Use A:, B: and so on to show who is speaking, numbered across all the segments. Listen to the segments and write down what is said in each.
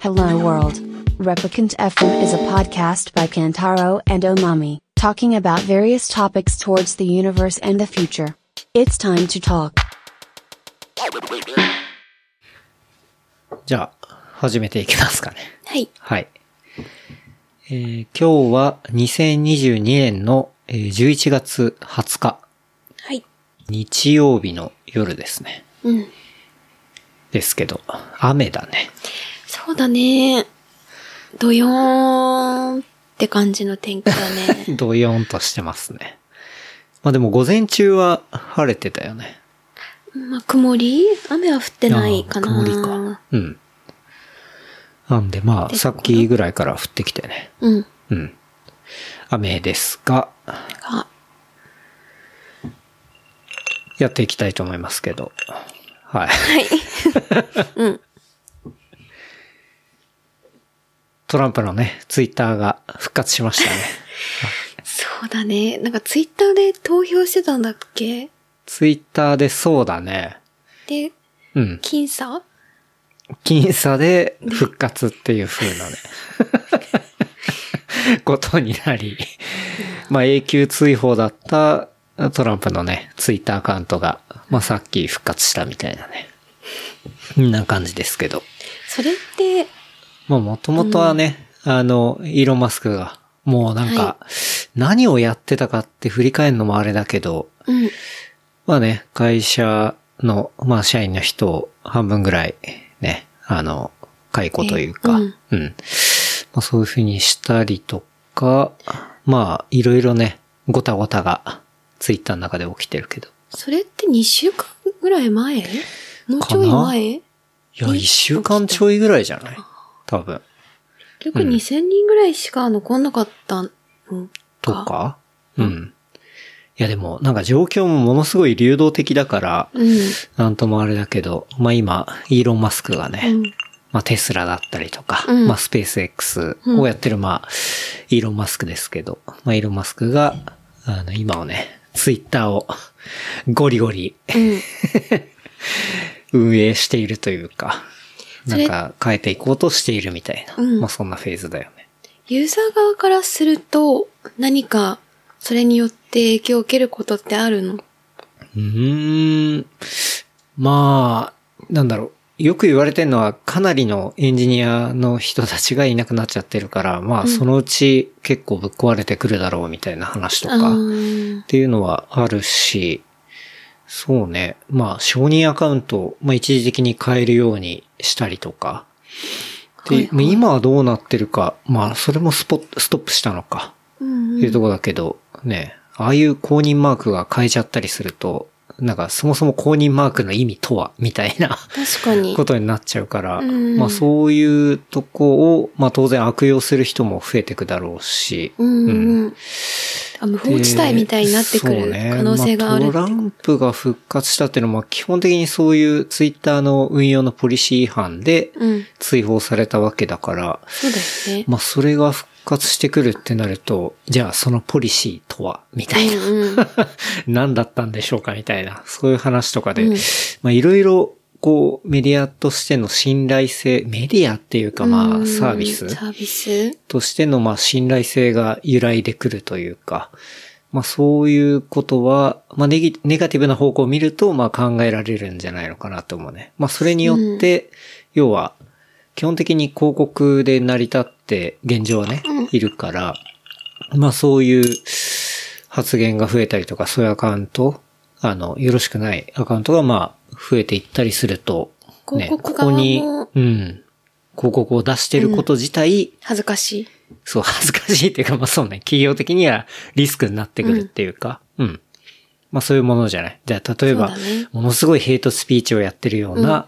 A: Hello World. Replicant FM is a podcast by Kantaro and Omami, talking about various topics towards the universe and the future. It's time to talk.
B: じゃあ、始めていきますかね。
C: はい。
B: はい。えー今日は2022年のえー11月20日、
C: はい。
B: 日曜日の夜ですね。
C: うん。
B: ですけど、雨だね。
C: そうだね。ドヨーンって感じの天気だ ね。
B: どよんとしてますね。まあでも午前中は晴れてたよね。
C: まあ、曇り雨は降ってないかな。
B: あー曇りか。うん。なんでまあ、さっきぐらいから降ってきてね。
C: うん。
B: うん。雨ですが、
C: が、
B: やっていきたいと思いますけど。はい。
C: うん。
B: トランプのね、ツイッターが復活しましたね。
C: そうだね。なんかツイッターで投票してたんだっけ
B: ツイッターでそうだね。
C: で、
B: うん。
C: 僅差
B: 僅差で復活っていう風なね。ことになり。まあ永久追放だったトランプのね、ツイッターアカウントが、まあさっき復活したみたいなね。んな感じですけど。
C: それって、
B: まあもともとはね、あの、イーロンマスクが、もうなんか、何をやってたかって振り返るのもあれだけど、
C: うん。
B: まあね、会社の、まあ社員の人を半分ぐらい、ね、あの、解雇というか、
C: ね
B: うん。まあそういうふうにしたりとか、まあいろいろね、ごたごたがツイッターの中で起きてるけど。
C: それって2週間ぐらい前もうちょい
B: かな
C: 前
B: いや、
C: え
B: 一週間ちょいぐらいじゃない多分。
C: 結局2000人ぐらいしか残んなかったの
B: とかうん。いやでも、なんか状況もものすごい流動的だから、
C: うん。
B: なんともあれだけど、まあ今、イーロン・マスクがね、
C: うん。
B: まあ、テスラだったりとか、
C: うん
B: まあ、スペース X をやってる、まあ、イーロン・マスクですけど、まあ、イーロン・マスクが、あの、今をね、ツイッターをゴリゴリ
C: うん。
B: 運営しているというか、
C: そ
B: なん
C: れ
B: か変えていこうとしているみたいな、
C: うん
B: まあ、そんなフェーズだよね。
C: ユーザー側からすると、何か、それによって影響を受けることってあるの
B: うーん。まあ、なんだろう。よく言われてるのは、かなりのエンジニアの人たちがいなくなっちゃってるから、まあ、そのうち結構ぶっ壊れてくるだろうみたいな話と
C: あ
B: か、
C: ー
B: っていうのはあるし、そうね。まあ、承認アカウントを、まあ、一時的に変えるようにしたりとか。で、
C: はいはい
B: まあ今はどうなってるか、まあ、それもスポッストップしたのか、
C: うんうん
B: いうとこだけど、ね、ああいう公認マークが変えちゃったりすると、なんか、そもそも公認マークの意味とは、みたいな
C: 確かに
B: こ。とになっちゃうから、
C: うん
B: まあ、そういうとこを、まあ、当然悪用する人も増えてくだろうし、
C: うんう
B: うん
C: ん。あ無法地帯みたいになってくる可能性がある。
B: そうねまトランプが復活したっていうのは、まあ基本的にそういうツイッターの運用のポリシー違反で
C: うん。
B: 追放されたわけだから、
C: そうだよね。
B: まあそれが復活してくるってなると、じゃあそのポリシーとは、みたいな。
C: うんうん。
B: 何だったんでしょうかみたいな、そういう話とかで、
C: うん
B: まあいろいろ、こう、メディアとしての信頼性、メディアっていうかま
C: う
B: あ
C: ん
B: サービス
C: サービス
B: としての、まあ、信頼性が揺らいでくるというか、まあ、そういうことは、まあネギ、ネガティブな方向を見ると、まあ、考えられるんじゃないのかなと思うね。まあ、それによって、要は、基本的に広告で成り立って、現状はね、いるから、まあ、そういう発言が増えたりとか、そういうアカウント、あの、よろしくないアカウントが、まあ、増えていったりすると、ね、
C: 広
B: こ
C: 告側
B: こに、う
C: も
B: ん、広告を出してること自体、
C: 恥ずかしい。
B: そう、恥ずかしいっていうか、まあそうね、企業的にはリスクになってくるっていうか、うん。まあそういうものじゃない。じゃあ、例えば、
C: そうだね
B: ものすごいヘイトスピーチをやってるような、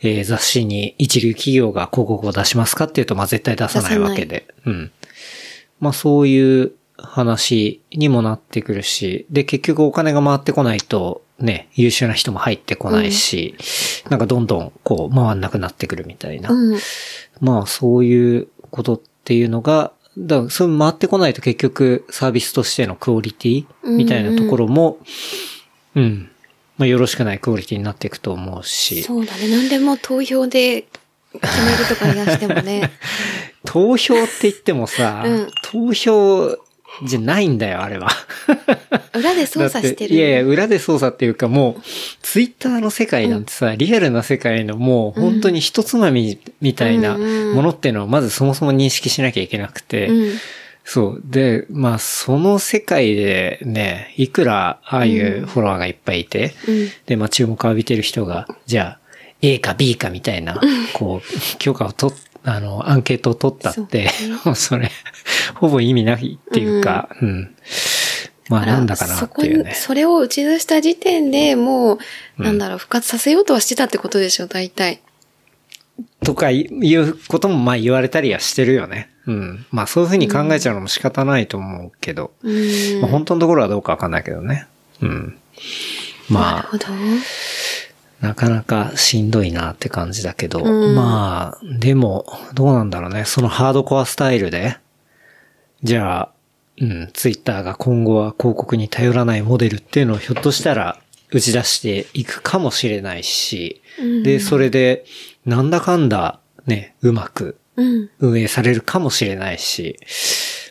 B: えー雑誌に一流企業が広告を出しますかっていうと、まあ絶対出さないわけで。うん。まあそういう話にもなってくるし、で、結局お金が回ってこないと、ね、優秀な人も入ってこないし、なんかどんどんこう回んなくなってくるみたいな。
C: うん。
B: まあそういうことっていうのが、だからそれ回ってこないと結局サービスとしてのクオリティみたいなところも、うん、まあよろしくないクオリティになっていくと思うし、
C: そうだね。何でも投票で決めるとか言い出して もね。
B: 投票って言ってもさ、
C: うん
B: 投票じゃないんだよ、あれは。
C: 裏で操作して
B: だ
C: る。
B: っていやいや、裏で操作っていうかもう、ツイッターの世界なんてさ、リアルな世界のもう本当に一つまみみたいな
C: うんうん
B: ものっていうのはまずそもそも認識しなきゃいけなくて、
C: うん。
B: そう。で、まあその世界でね、いくらああいうフォロワーがいっぱいいて、
C: うん。
B: で、まあ注目を浴びてる人が、じゃあ A か B かみたい な、こう、許可を取っあの、アンケートを取ったって、もう それ、ほぼ意味ないっていうか、うん。まあなんだかな
C: そ
B: っ
C: こ
B: ていう
C: に、
B: ね。
C: それを打ち出した時点でもう、なんだろう、復活させようとはしてたってことでしょ、大体。
B: とかいうこともまあ言われたりはしてるよね。うん。まあそういうふうに考えちゃうのも仕方ないと思うけど、
C: うん。
B: まあ本当のところはどうかわかんないけどね。うん。ま
C: な
B: あ
C: る、ほど。
B: なかなかしんどいなって感じだけど、
C: うん
B: まあ、でも、どうなんだろうね。そのハードコアスタイルで、じゃあ、うん、ツイッターが今後は広告に頼らないモデルっていうのをひょっとしたら打ち出していくかもしれないし、
C: うん
B: で、それで、なんだかんだ、ね、うまく
C: うん。
B: 運営されるかもしれないし、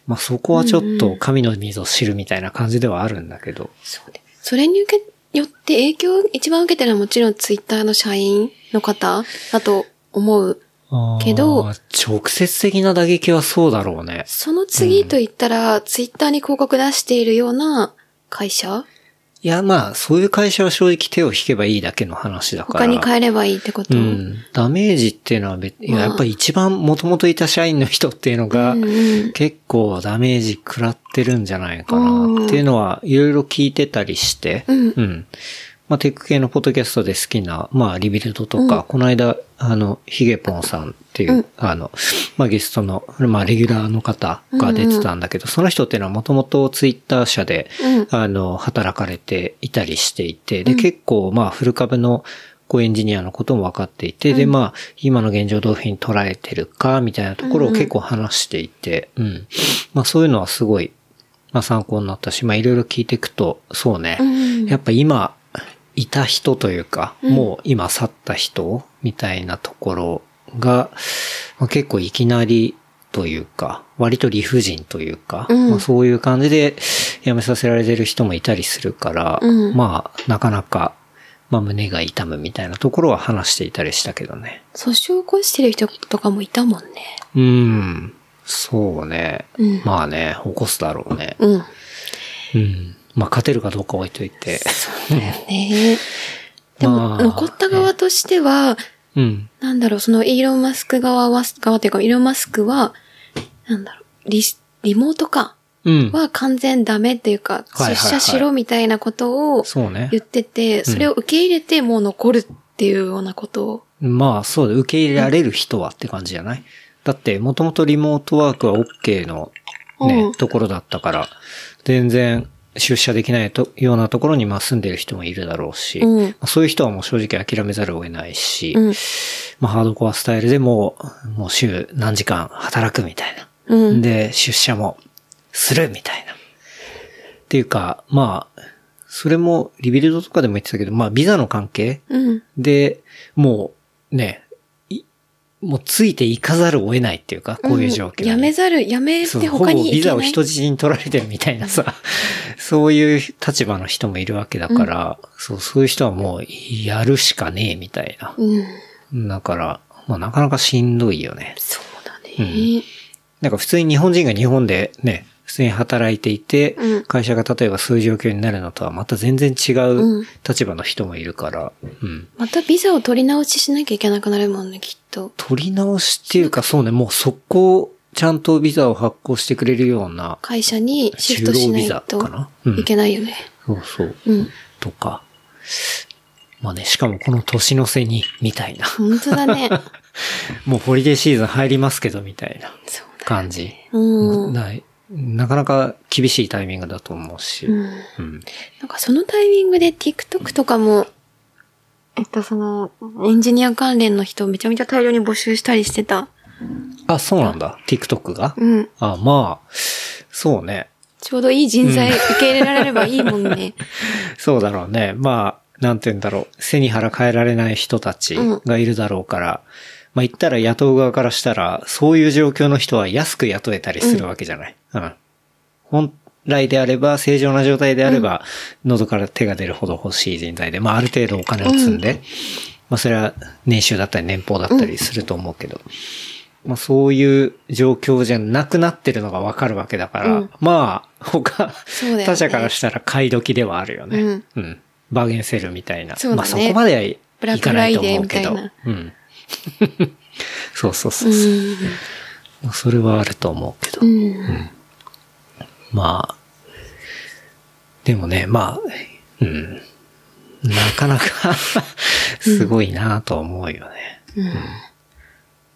B: まあそこはちょっと神の水を知るみたいな感じではあるんだけど、
C: そうね。それに受け、よって影響を一番受けてるのはもちろんツイッターの社員の方だと思う。けど
B: あー、直接的な打撃はそうだろうね。
C: その次と言ったら、ツイッターに広告出しているような会社
B: いや、まあ、そういう会社は正直手を引けばいいだけの話だから。
C: 他に変えればいいってこと、
B: うん。ダメージっていうのは別、いや
C: まあ
B: やっぱり一番もともといた社員の人っていうのが
C: うんうん、
B: 結構ダメージ食らってるんじゃないかなっていうのは、いろいろ聞いてたりして、
C: うん
B: まあ、テック系のポッドキャストで好きな、まあ、リビルドとか、この間、あの、ヒゲポンさんっていう、
C: うん
B: あの、まあ、ゲストの、まあ、レギュラーの方が出てたんだけど、その人っていうのはもともとツイッター社で、
C: うん
B: あの、働かれていたりしていて、で、結構、まあ、フル株の、こうエンジニアのことも分かっていて、で、まあ、今の現状どういうふうに捉えてるか、みたいなところを結構話していて、うん、まあ、そういうのはすごい、まあ、参考になったし、まあ、いろいろ聞いていくと、そうね、
C: うん
B: やっぱ今、いた人というか、もう今去った人みたいなところが、まあ結構いきなりというか、割と理不尽というか、
C: うん
B: まあそういう感じで辞めさせられてる人もいたりするから、
C: うん
B: まあなかなか、まあ胸が痛むみたいなところは話していたりしたけどね。
C: 訴訟を起こしてる人とかもいたもんね。
B: うん。そうね。
C: うん
B: まあね、起こすだろうね。
C: うん。ね
B: うん。まあ勝てるかどうか置いといて。
C: えで
B: ま
C: も、
B: あ
C: 残った側としては、
B: うん。
C: なんだろう、そのイーロン・マスク側は、側というか、イーロン・マスクは、なんだろう、リリモートか。
B: うん。
C: は完全ダメっていうか、
B: いはいはい
C: 出社しろみたいなことを
B: そうね。
C: 言ってて、それを受け入れてもう残るっていうようなことを。
B: まあそうだ、受け入れられる人はって感じじゃない、だって、もともとリモートワークは OK のね、
C: うん
B: ところだったから、全然出社できないとようなところにまあ住んでる人もいるだろうし、
C: うん
B: まあそういう人はもう正直諦めざるを得ないし、
C: うん。
B: まあハードコアスタイルでもう、もう週何時間働くみたいな。
C: うん。
B: で、出社もするみたいな。っていうか、まあ、それもリビルドとかでも言ってたけど、まあビザの関係
C: うん。
B: で、もうね、いもうついていかざるを得ないっていうか、こういう状況に。
C: やめざる、やめ
B: そ
C: て
B: うほぼ
C: 他に
B: ビ
C: 行け
B: ザ
C: ない。
B: を人質に取られてるみたいなさ、 そういう立場の人もいるわけだから、そう、そういう人はもうやるしかねえみたいな。
C: うん。
B: だから、まあなかなかしんどいよね。
C: そうだね。
B: なんか普通に日本人が日本でね、普通に働いていて、
C: うん
B: 会社が例えばそういう状況になるのとはまた全然違ううん立場の人もいるから、うん。
C: またビザを取り直ししなきゃいけなくなるもんね、きっと。
B: 取り直しっていうか、そうね、もう速攻、ちゃんとビザを発行してくれるような、
C: 会社にシフトしな
B: 就労
C: い
B: ビザ
C: と
B: かなうん
C: いけないよね。
B: そうそう、
C: うん。
B: とか。まあね、しかもこの年の瀬に、みたいな。
C: 本当だね。
B: もうホリデーシーズン入りますけど、みたいな
C: そうだ。
B: 感じ。
C: うん。うん。
B: ない。なかなか厳しいタイミングだと思うし。うん。
C: なんかそのタイミングで TikTok とかも、えっとその、エンジニア関連の人をめちゃめちゃ大量に募集したりしてた。
B: あ、そうなんだ。TikTok が。
C: うん。
B: あ、まあ、そうね。
C: ちょうどいい人材受け入れられればいいも んね。
B: そうだろうね。まあ、なんて言うんだろう。背に腹変えられない人たちがいるだろうから、まあ言ったら雇う側からしたら、そういう状況の人は安く雇えたりするわけじゃない。うん。本来であれば、正常な状態であれば、喉から手が出るほど欲しい人材で、まあある程度お金を積んで、まあそれは年収だったり年俸だったりすると思うけど、まあそういう状況じゃなくなってるのがわかるわけだから、
C: うん
B: まあ他、
C: そうだよね
B: 他者からしたら買い時ではあるよね。
C: うん
B: うん。バーゲンセールみたいな。
C: そうだね
B: まあそこまではい
C: ブラッ
B: いか
C: ク
B: な
C: ラ
B: い
C: イ
B: と
C: デ
B: 思
C: ー
B: う
C: みた
B: け
C: いな
B: ど。うん。 そうそうそううそう。
C: ん。
B: まあそれはあると思うけど。
C: うん。
B: まあ、でもね、まあ、うん。なかなか、すごいなとは思うよね。
C: うん。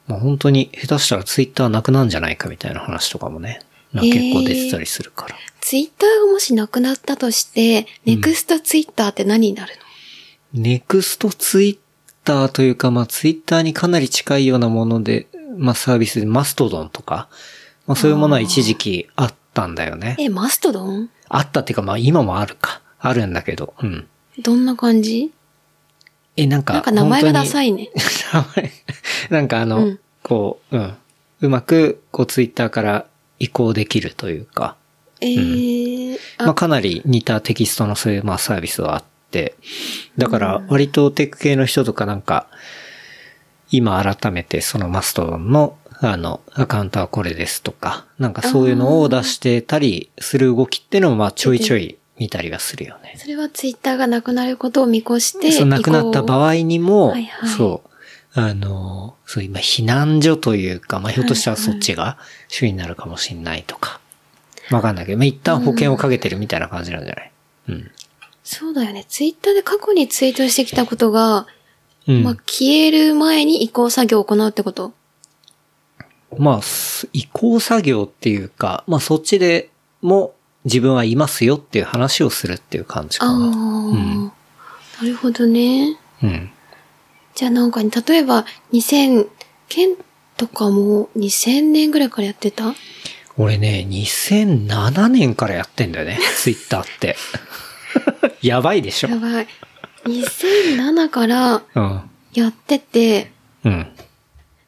B: まあ本当に下手したらツイッターなくなんじゃないかみたいな話とかもね。なんか結構出てたりするから。
C: ツイッターがもしなくなったとして、ネクストツイッターって何になる
B: ネクストツイッターというか、まあツイッターにかなり近いようなもので、まあサービスでマストドンとか、まあそういうものは一時期あったんだよね
C: の。え、マストドン
B: あったっていうかまあ今もあるか。あるんだけど。うん。
C: どんな感じ
B: え、なんか、
C: なんか名前がダサ
B: い。
C: いね。
B: 名前なんかあの、
C: うん
B: こう、うん。うまく、こうツイッターから移行できるというか。
C: えー、
B: まあ、
C: あ、
B: かなり似たテキストのそういうまあサービスはあって、だから割とテック系の人とかなんか、今改めてそのマストドンのあのアカウントはこれですとか、なんかそういうのを出してたりする動きってのもまあちょいちょい見たりはするよね。
C: それはツイッターがなくなることを見越して、
B: そう、亡くなった
C: 合。
B: 場合にも、
C: はいはい
B: そう、あの、そう今避難所というか、まあひょっとしたら
C: はいは
B: そ
C: い
B: っちが主になるかもしんないとか、わかんないけど、まあ一旦保険をかけてるみたいな感じなんじゃないうん。
C: そうだよね。ツイッターで過去にツイートしてきたことが、
B: うん
C: まあ、消える前に移行作業を行うってこと
B: まあ、す移行作業っていうか、まあそっちでも自分はいますよっていう話をするっていう感じ
C: あ
B: か
C: あ、
B: な。ん
C: なるほどね。
B: うん。
C: じゃあなんか、例えば2000、県とかも2000年ぐらいからやってた
B: 俺ね、2007年からやってんだよ ね、ツイッターって。 やばいでしょ
C: や。ばい。2007から
B: うん。
C: やってて、
B: うん。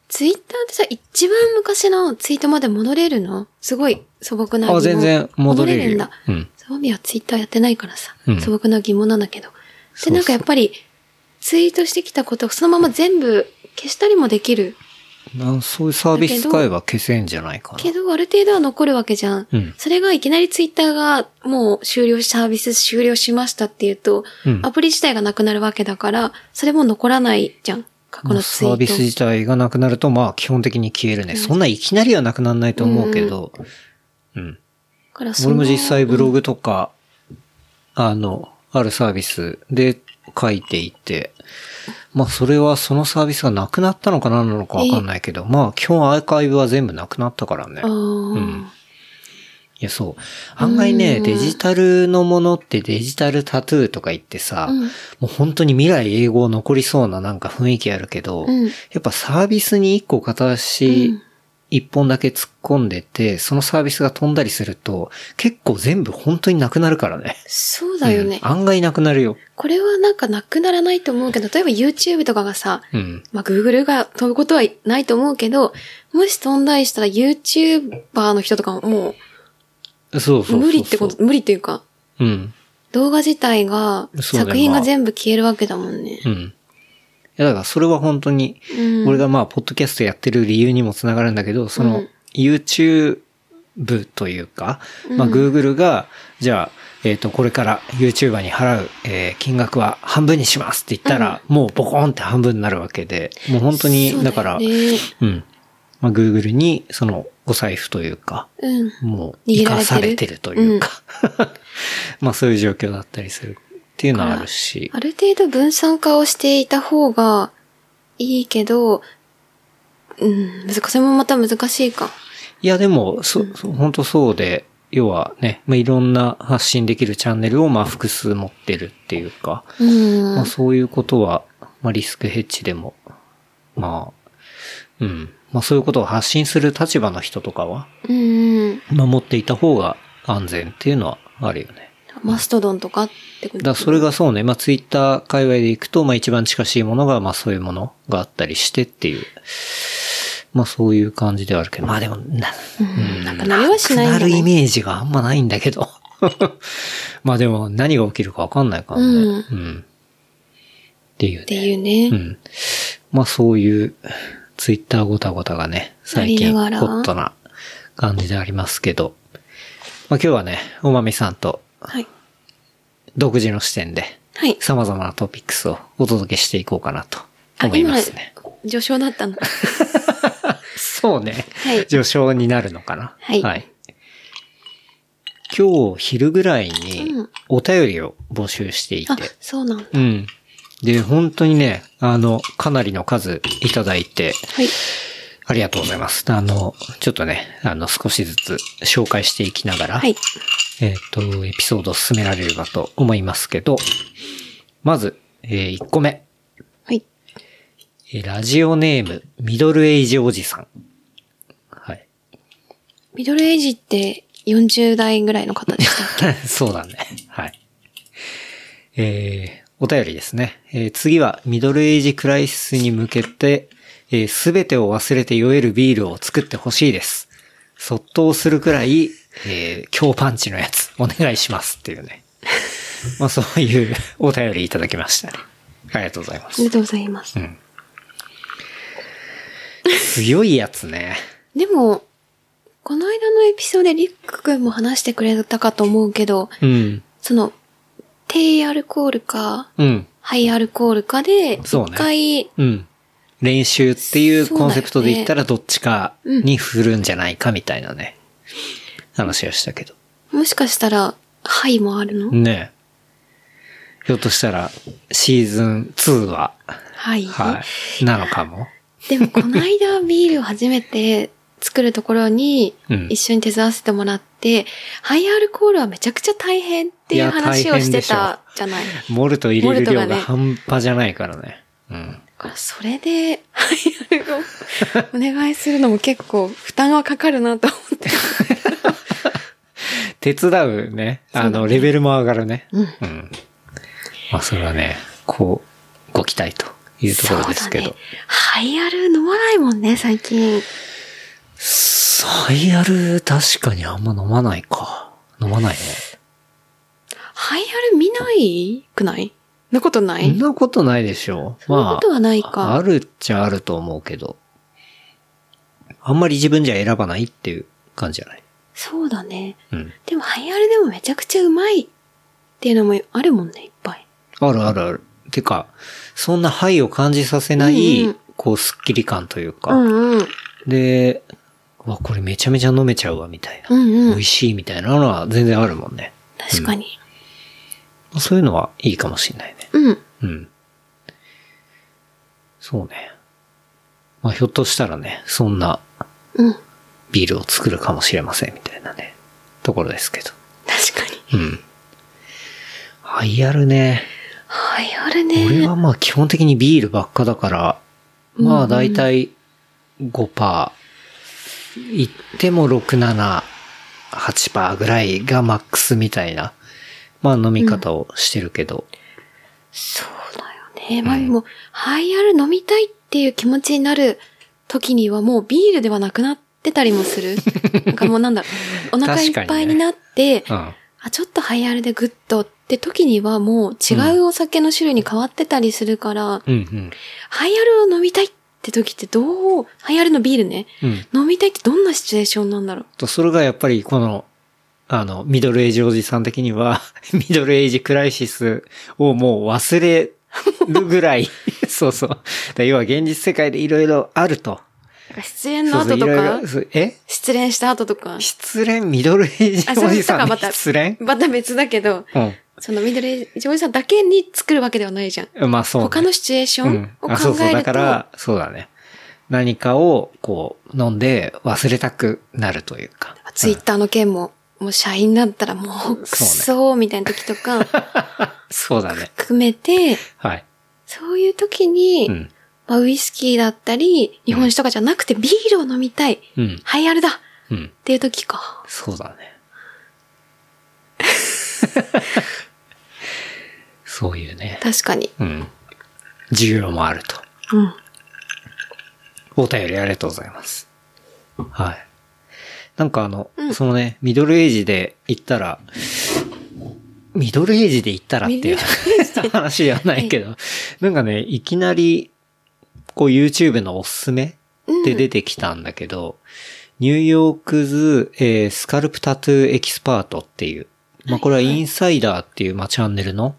C: ツイッターってさ、一番昔のツイートまで戻れるのすごい素朴な疑問。
B: あ、全然戻れる
C: ん
B: よ
C: だ。。
B: うん。
C: そうみはツイッターやってないからさ、
B: うん
C: 素朴な疑問なんだけど。
B: そうそ
C: で、
B: う
C: なんかやっぱり、ツイートしてきたことをそのまま全部消したりもできる。
B: なんそういうサービス使えば消せんじゃないかな。
C: けど、ある程度は残るわけじゃん。
B: うん
C: それがいきなりツイッターがもう終了、サービス終了しましたっていうと、
B: うん
C: アプリ自体がなくなるわけだから、それも残らないじゃん。過去
B: ま
C: の
B: あ
C: ツ
B: サ
C: イ
B: ービ
C: ー
B: ス
C: ト。
B: 自体がなくなると、まあ基本的に消えるね。そんないきなりはなくならないと思うけど、うん。
C: だからそ
B: 俺
C: の
B: も実際ブログとか、あの、あるサービスで書いていて、まあそれはそのサービスがなくなったのかななのかわかんないけど、まあ基本アーカイブは全部なくなったからね。
C: ああ、
B: んいやそう。案外ね、デジタルのものってデジタルタトゥーとか言ってさ、
C: うん
B: もう本当に未来英語残りそうななんか雰囲気あるけど、
C: うん
B: やっぱサービスに一個片足
C: うん
B: 一本だけ突っ込んでて、そのサービスが飛んだりすると、結構全部本当になくなるからね。
C: そうだよね、
B: うん案外なくなるよ。
C: これはなんかなくならないと思うけど、例えば YouTube とかがさ、
B: うん。
C: まあ、Google が飛ぶことはないと思うけど、もし飛んだりしたら YouTuber の人とかもも
B: そうそうそう
C: う
B: そう。
C: 無理ってこと、無理っていうか、
B: うん。
C: 動画自体が、
B: そうだよ
C: 作品
B: まあ
C: が全部消えるわけだもんね。
B: うん。いやだからそれは本当に、
C: うん
B: 俺がまあ、ポッドキャストやってる理由にもつながるんだけど、そうの
C: ん、
B: YouTube というか、まあ、
C: うん
B: Google が、じゃあ、えっ、と、これから YouTuber に払う、えー金額は半分にしますって言ったら、もうボコーンって半分になるわけで、もう本当
C: そ
B: に、
C: う
B: だから、
C: よね
B: うん。まあ、Google に、その、お財布というか、
C: うん。
B: もう、生
C: 握られてる
B: かされてるというか、 まあ、そういう状況だったりするっていうのはあるし、
C: ある程度分散化をしていた方がいいけど、うん、難しい。それもまた難しいか。
B: いや、でも、そ、そ本当そうで、要はね、まあ、いろんな発信できるチャンネルを、まあ、複数持ってるっていうか、
C: うん。
B: まあ、そういうことは、まあ、リスクヘッジでも、まあ、うん。まあ、そういうことを発信する立場の人とかは、
C: うん。
B: まあ、持っていた方が安全っていうのはあるよね。
C: マストドンとかってこと
B: だそれがそうね。まあ、ツイッター界隈で行くと、まあ、一番近しいものが、まあ、そういうものがあったりしてっていう。まあ、そういう感じではあるけど。まあ、でも、な、
C: うん、なんかなりはしないん
B: な
C: だ、
B: るイ
C: ね。
B: メージがあんまないんだけど。 まあ、でも、何が起きるかわかんないからね。
C: うん
B: うん。っていう
C: っていうね。
B: うん。まあそういう、ツイッターごたごたがね、最近、ホ
C: なりながら
B: ットな感じでありますけど。まあ今日はね、おまみさんと
C: はい。
B: 独自の視点で、
C: はい。
B: 様々なトピックスをお届けしていこうかなと
C: あ、
B: 思いま
C: 今
B: すね。、
C: 序章だった の。
B: そうね。
C: はい
B: 序章になるのかな。
C: はい
B: 今日昼ぐらいに
C: うん
B: お便りを募集していて。
C: あ、そうなんだ。
B: うん。で、本当にね、あの、かなりの数いただいて、
C: はい。
B: ありがとうございます。あの、ちょっとね、あの、少しずつ紹介していきながら、
C: はい。
B: えっ、と、エピソードを進められればと思いますけど、まず、え1個目、
C: はい。
B: えーラジオネーム、ミドルエイジおじさん。はい。
C: ミドルエイジって40代ぐらいの方でしたっ け
B: そうだね。はい。えーお便りですね。えー次は、ミドルエイジクライシスに向けて、す、えー、べ、てを忘れて酔えるビールを作ってほしいです。そっとするくらい、えー強パンチのやつ、お願いしますっていうね。 まあ、そういう お便りいただきましたね。ありがとうございま
C: あり
B: す
C: が。とうございます。
B: うん。強いやつね。
C: でも、この間のエピソードでリック君も話してくれたかと思うけど、
B: うん。
C: その、低アルコールか、
B: うん。
C: ハイアルコールかで、
B: そうね
C: 一回、
B: うん。練習っていうコンセプトで言ったらどっちかに振るんじゃないかみたいなね。話をしたけど。
C: もしかしたら、ハイもあるの、
B: ねえひょっとしたらシーズン2は、
C: はい。
B: はい、なのかも。
C: でも、この間ビールを初めて作るところに
B: うん、
C: 一緒に手伝わせてもらって、ハイアルコールはめちゃくちゃ大変って
B: い
C: いう
B: や
C: 話
B: 大
C: を
B: 変
C: し
B: で
C: て
B: しょ
C: たじゃない。だ
B: モルト入れる量
C: モルトが
B: が
C: ね
B: 半端じゃないからね。うん。
C: からそれで、ハイアルをお願いするのも結構負担はかかるなと思って。
B: 手伝うね。あ
C: そうだ
B: の、レベルも上がるね。うん。まあ、それはね、こう、ご期待というところですけど。
C: そうだね。ハイアル飲まないもんね、最近。
B: ハイアル、確かにあんま飲まないか。飲まないね。
C: ハイアル見ないくないなことな
B: そん
C: い
B: なことないでしょう。
C: そんなことはないか
B: まあ、あるっちゃあると思うけど。あんまり自分じゃ選ばないっていう感じじゃない。
C: そうだね。
B: うん。
C: でも、ハイアルでもめちゃくちゃうまいっていうのもあるもんね、いっぱい。
B: あるあるある。てか、そんな灰を感じさせない、
C: うんうん
B: こう、スッキリ感というか。
C: うんうん。
B: で、うわ、これめちゃめちゃ飲めちゃうわ、みたいな。
C: うんう
B: 美
C: ん
B: 味。しいみたいなのは全然あるもんね。
C: 確かに。
B: そういうのはいいかもしれないね。
C: うん。
B: うん。そうね。まあ、ひょっとしたらね、そんな
C: うん。
B: ビールを作るかもしれませんみたいなね、ところですけど。
C: 確かに。
B: うん。ハイアルね。
C: ハイアルね。
B: 俺はまあ基本的にビールばっかだから、まあだいたい5%、いっても6、7、8%ぐらいがマックスみたいな、まあ飲み方をしてるけど、
C: そうだよね。まあでも、ハイアル飲みたいっていう気持ちになる時にはもうビールではなくなってたり もする。なんかもうなんだろう、お腹いっぱいになって、
B: うん。
C: あ、ちょっとハイアルでグッとって時にはもう違うお酒の種類に変わってたりするから、
B: うんうん。
C: ハイアルを飲みたいって時ってどう、ハイアルのビールね。
B: うん。
C: 飲みたいってどんなシチュエーションなんだろう。
B: と、それがやっぱりこの、あの、ミドルエイジおじさん的には、 ミドルエイジクライシスをもう忘れるぐらい、 そうそう。だから要は現実世界でいろいろあると。
C: なんか失恋の
B: そうそ
C: 後
B: う、い
C: と
B: ろ
C: か
B: いろ、そうえ
C: 失恋した後とか、
B: 失恋ミドルエイジ
C: あ
B: おじさん
C: そ
B: の
C: れとかまた
B: 失恋
C: また別だけど、
B: う
C: そのミドルエイジおじさんだけに作るわけではないじゃん。
B: ん。まあそうね、
C: 他のシチュエーションを考えると、
B: あ、そうそう。だから、そうだね。何かを、こう、飲んで忘れたくなるというか。
C: ツイッターの件も、もう社員だったらもうくそーみたいな時とか
B: そうだね。
C: 含めて、
B: はい。
C: そういう時に、
B: うん。
C: まあ、ウイスキーだったり、日本酒とかじゃなくてビールを飲みたい。
B: うん。
C: ハイアルだっ
B: うん。
C: ていう時か。
B: そうだね。そういうね。
C: 確かに。
B: うん。需要もあると。
C: うん。
B: お便りありがとうございます。はい。なんかあの、
C: うん
B: そのね、ミドルエイジで言ったら、ミドルエイジで言ったらっていう話ではないけど、なんかね、いきなり、こう YouTube のおすすめって出てきたんだけど、ニューヨークズ、えースカルプタトゥーエキスパートっていう、まあ、これはインサイダーっていう、まあ、チャンネルの、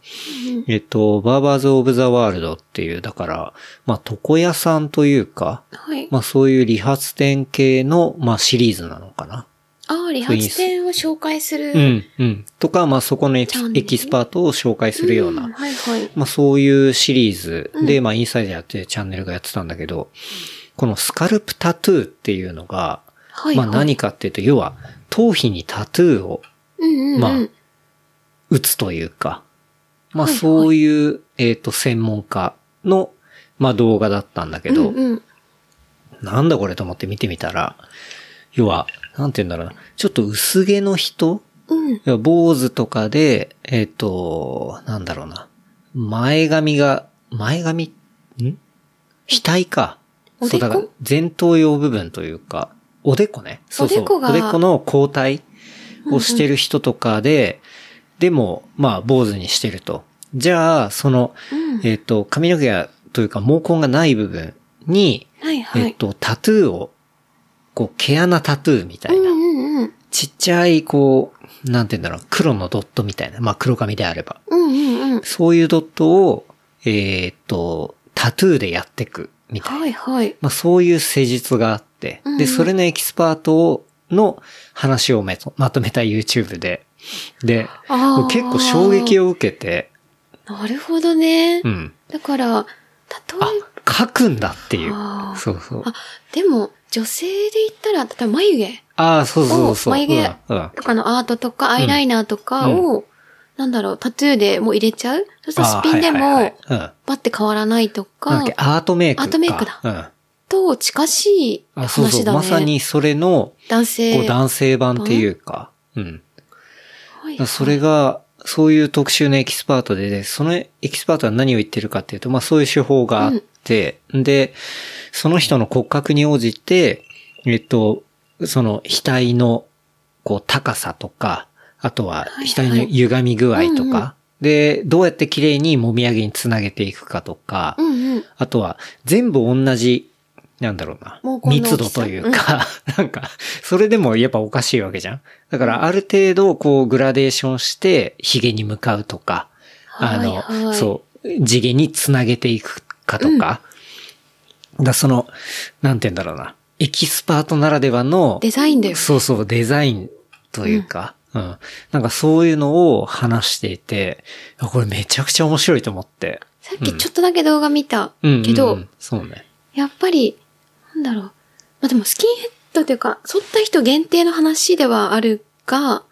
B: えっと、バーバーズ・オブ・ザ・ワールドっていう、だから、まあ、床屋さんというか、
C: はい。
B: まあそういう理髪店系の、まあシリーズなのかな。
C: ああ、理髪店を紹介する。
B: う。ん、うん。とか、まあそこのエキ
C: チャンネル
B: エキスパートを紹介するような、
C: はいはい。
B: まあそういうシリーズで、まあインサイダーってチャンネルがやってたんだけど、このスカルプタトゥーっていうのが、
C: はい。
B: まあ何かっていうと、要は頭皮にタトゥーを
C: うんうんうん。
B: まあ打つというか、まあ
C: はいはい
B: そういう、えっ、と、専門家の、まあ動画だったんだけ
C: うん
B: ど、
C: うん。
B: なんだこれと思って見てみたら、要は、なんて言うんだろうな、ちょっと薄毛の人
C: うん。
B: 要は坊主とかで、えっ、と、なんだろうな、前髪が、前髪、ん額か。
C: おで
B: そ
C: こ
B: うだから、前頭葉部分というか、おでこね。そうそう。
C: おでこが
B: おでこの交代をしてる人とかで、でも、まあ、坊主にしてると。じゃあ、その、
C: うん。
B: えっ、と、髪の毛が、というか毛根がない部分に、
C: はいはい。
B: えっと、タトゥーを、こう、毛穴タトゥーみたい
C: うん
B: な、
C: うんうん。
B: ちっちゃい、こう、なんて言うんだろう、黒のドットみたいな、まあ黒髪であれば、
C: うんうんうん。
B: そういうドットを、えーっと、タトゥーでやっていく、みたいな。
C: はいはい。
B: まあそういう施術があって
C: うんう、ん
B: で、それのエキスパートの話をめとまとめた YouTube で、で、
C: ああ。
B: 結構衝撃を受けて、
C: なるほどね
B: う。ん。
C: だから、例
B: あ
C: え、
B: 書くんだっていう
C: あ。ー
B: そうそう。
C: ば、でも、女性で言ったら、例えば眉毛
B: ああ、そうそうそう。
C: お眉毛
B: うんうん
C: とかのアートとか、アイライナーとかを、なんだろう、タトゥーでもう入れちゃうそしたらスピンでも、
B: あーはいはいはいうん
C: バッて変わらないと
B: なんだっ
C: か
B: け、アートメイクか。
C: アートメイクだ
B: うん。
C: と近しい
B: あ、そう
C: 話
B: そう。
C: だね。
B: まさにそれの、
C: 男
B: こ
C: 性。
B: う男性版っていうか、うん。
C: はい
B: それが、そういう特集のエキスパートでで、そのエキスパートは何を言ってるかっていうと、まあそういう手法があって、で、その人の骨格に応じて、えっと、その額の、こう高さとか、あとは
C: はい
B: 額の歪み具合とか、
C: うんうん
B: で、どうやって綺麗にもみあげにつなげていくかとか、
C: うんうん。
B: あとは、全部同じ、なんだろうな
C: 毛根の。大きさ
B: 密度というか、 なんか、それでもやっぱおかしいわけじゃん。だから、ある程度、こう、グラデーションして、髭に向かうとか、あの、
C: はいはい
B: そう、地毛につなげていくかとか、だからその、なんて言うんだろうな。エキスパートならではの、
C: デザインだよ。
B: そうそう、デザインというか、うん、なんかそういうのを話していて、いやこれめちゃくちゃ面白いと思って。
C: さっきちょっとだけ動画見た
B: うんうんうん
C: けど、
B: そうね。
C: やっぱり、なんだろう。まあ、でもスキンヘッドというか、剃った人限定の話ではあるが、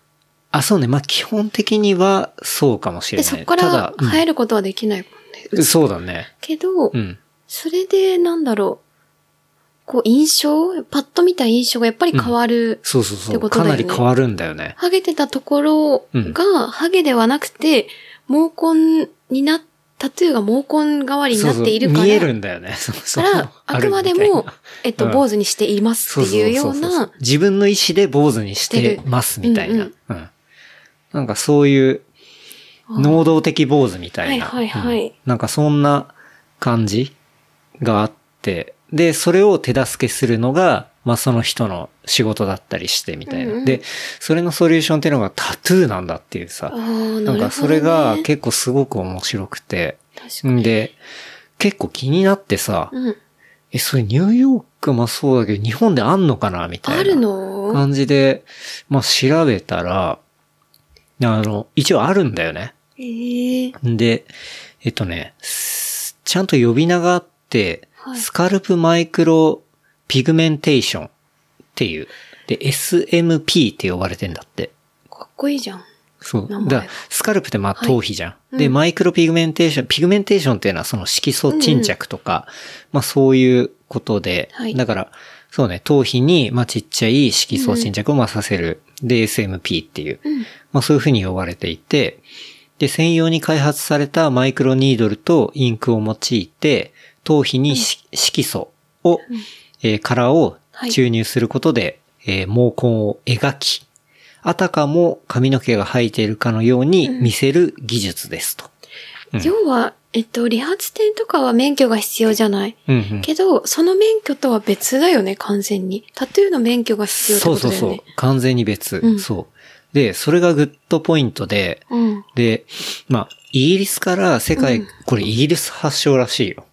B: あ、そうね。まあ、基本的にはそうかもしれ
C: で、
B: ない。
C: そこか
B: た
C: ら
B: だ、うん
C: 生えることはできないもんね。
B: そうだね。
C: けど、
B: うん。
C: それで、なんだろう。こう、印象パッと見た印象がやっぱり変わる。
B: そうそうそ
C: って
B: う。
C: こと
B: か
C: だよ
B: な
C: ね
B: り変わるんだよね。
C: ハゲてたところ
B: うん
C: が、ハゲではなくて、毛根にな、タトゥーが毛根代わりになっているから、
B: そうそう見えるんだよね。そうそう。
C: から、あくま
B: る
C: で
B: みたい
C: も
B: な、
C: えっと、
B: うん
C: 坊主にしていますっていうよ
B: そ
C: う
B: そそ
C: な
B: そ、自分の意思で坊主にし
C: して
B: て
C: る
B: ますみたいな。
C: う
B: うんん、なんかそういう、能動的坊主みたいな。
C: はいはいはい
B: うんなんかそんな感じがあって、で、それを手助けするのが、まあその人の仕事だったりしてみたいな。
C: うんうん
B: で、それのソリューションっていうのがタトゥーなんだっていうさ。
C: あー
B: な
C: なるほど、ね。
B: んかそれが結構すごく面白くて。
C: 確かに。
B: んで、結構気になってさ、
C: うん。
B: え、それニューヨークもそうだけど、日本であんのかなみたいな。
C: あるの
B: 感じで、まあ、調べたら、あの、一応あるんだよね。
C: ええ
B: で、えっとね、すちゃんと呼び名があって、
C: はい
B: スカルプマイクロピグメンテーションっていう。で、SMP って呼ばれてんだって。
C: かっこいいじゃん。
B: そう。だ
C: 名前
B: からスカルプってまあ
C: はい
B: 頭皮じゃん。
C: うん
B: で、マイクロピグメンテーション、ピグメンテーションっていうのはその色素沈着とか、まあそういうことで、
C: はい
B: だから、そうね、頭皮にまあちっちゃい色素沈着をまあさせる。で、SMP っていう、
C: うん。
B: まあそういうふうに呼ばれていて、で、専用に開発されたマイクロニードルとインクを用いて、頭皮にし色素を、えー殻を注入することで、えー毛根を描き、あたかも髪の毛が生えているかのように見せる技術ですと。うん
C: 要は、えっと、理髪店とかは免許が必要じゃない。
B: うんうん
C: けど、その免許とは別だよね、完全に。タトゥーの免許が必要って
B: そ
C: こ
B: うそ
C: と
B: う
C: だよ
B: そう
C: ね。。
B: 完全に別。
C: うん
B: そう。で、それがグッドポイントで、
C: うん。
B: で、まあ、イギリスから世界、
C: うん
B: これイギリス発祥らしいよ。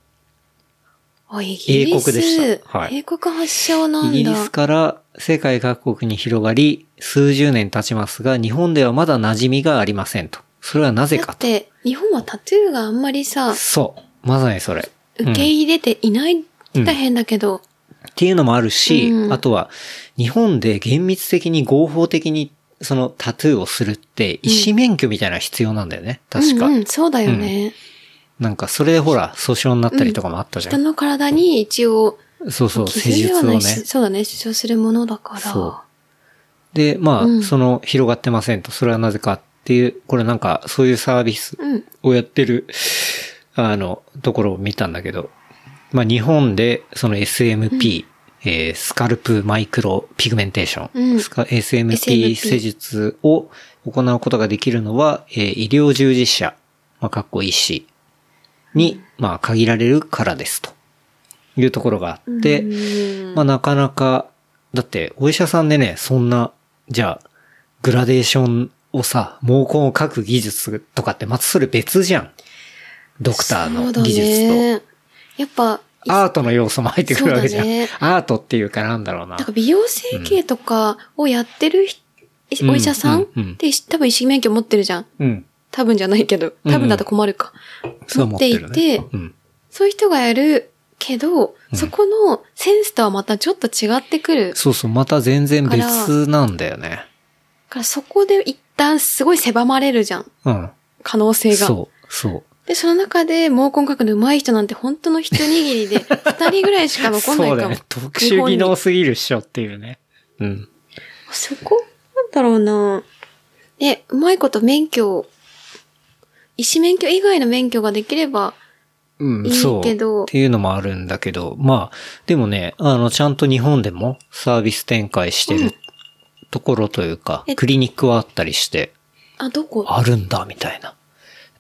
C: あ、イギリス。
B: 英国でしたはい
C: 英国発祥なんだ。
B: イギリスから世界各国に広がり、数十年経ちますが、日本ではまだ馴染みがありませんと。それはなぜ
C: だ
B: か
C: っ
B: と。
C: て、日本はタトゥーがあんまりさ、
B: そう。まさにそれ。
C: 受け入れていない、大変だけど。
B: っていうのもあるし、
C: うん
B: あとは、日本で厳密的に合法的に、そのタトゥーをするって、医師免許みたいなの必要なんだよね。確か。
C: うんうん、そうだよね。
B: なんか、それでほら、訴訟になったりとかもあったじゃん
C: 人。の体に一応、
B: そうそう、施
C: 傷で
B: 術
C: は
B: を
C: ない
B: ね。
C: し、そうだね、主張するものだから。
B: そうで、まあ、
C: うん
B: その、広がってませんと、それはなぜかっていう、これなんか、そういうサービス
C: うん。
B: をやってる、あの、ところを見たんだけど、まあ、日本で、その SMP、えースカルプマイクロピグメンテーション、
C: うん
B: スカ SMP
C: SMP
B: 施術を行うことができるのは、えー医療従事者、まあ、かっこいいし、に、まあ、限られるからです、というところがあって、
C: うん
B: まあなかなか、だってお医者さんでね、そんな、じゃあ、グラデーションをさ、毛根を描く技術とかって、またそれ別じゃん。ドクターの技
C: そうだ
B: 術
C: ね、やっぱ、
B: と。アートの要素も入ってくるわけじゃん。
C: そうだね
B: アートっていうかなんだろうな
C: なん。か美容整形とかをやってるひ、
B: うん
C: お医者さんっ
B: うんうん
C: て多分医師免許持ってるじゃん。
B: うん。
C: 多分じゃないけど、
B: うん
C: 多分だと困るか。
B: そう思ってる
C: 持ってい
B: ね
C: て。
B: うん。
C: そういう人がやるけど、
B: ん
C: そこのセンスとはまたちょっと違ってくる。だ
B: そうそう、また全然別なんだよね。
C: からそこで一旦すごい狭まれるじゃん。
B: うん。
C: 可能性が。
B: そう、そう。
C: で、その中で毛根描くの上手い人なんて本当の一握 りで、二人ぐらいしか残ん
B: そ
C: ないう
B: だ
C: か
B: よ
C: も。
B: ね。特殊技能すぎるっしょっていうね。うん。
C: そこなんだろうなで、うまいこと免許を、医師免許以外の免許ができれば、
B: うん、
C: いい
B: そう。
C: けど
B: っていうのもあるんだけど、まあ、でもね、あの、ちゃんと日本でもサービス展開してるところというか、
C: え
B: クリニックはあったりして、
C: あ、どこ
B: あるんだ、みたいな。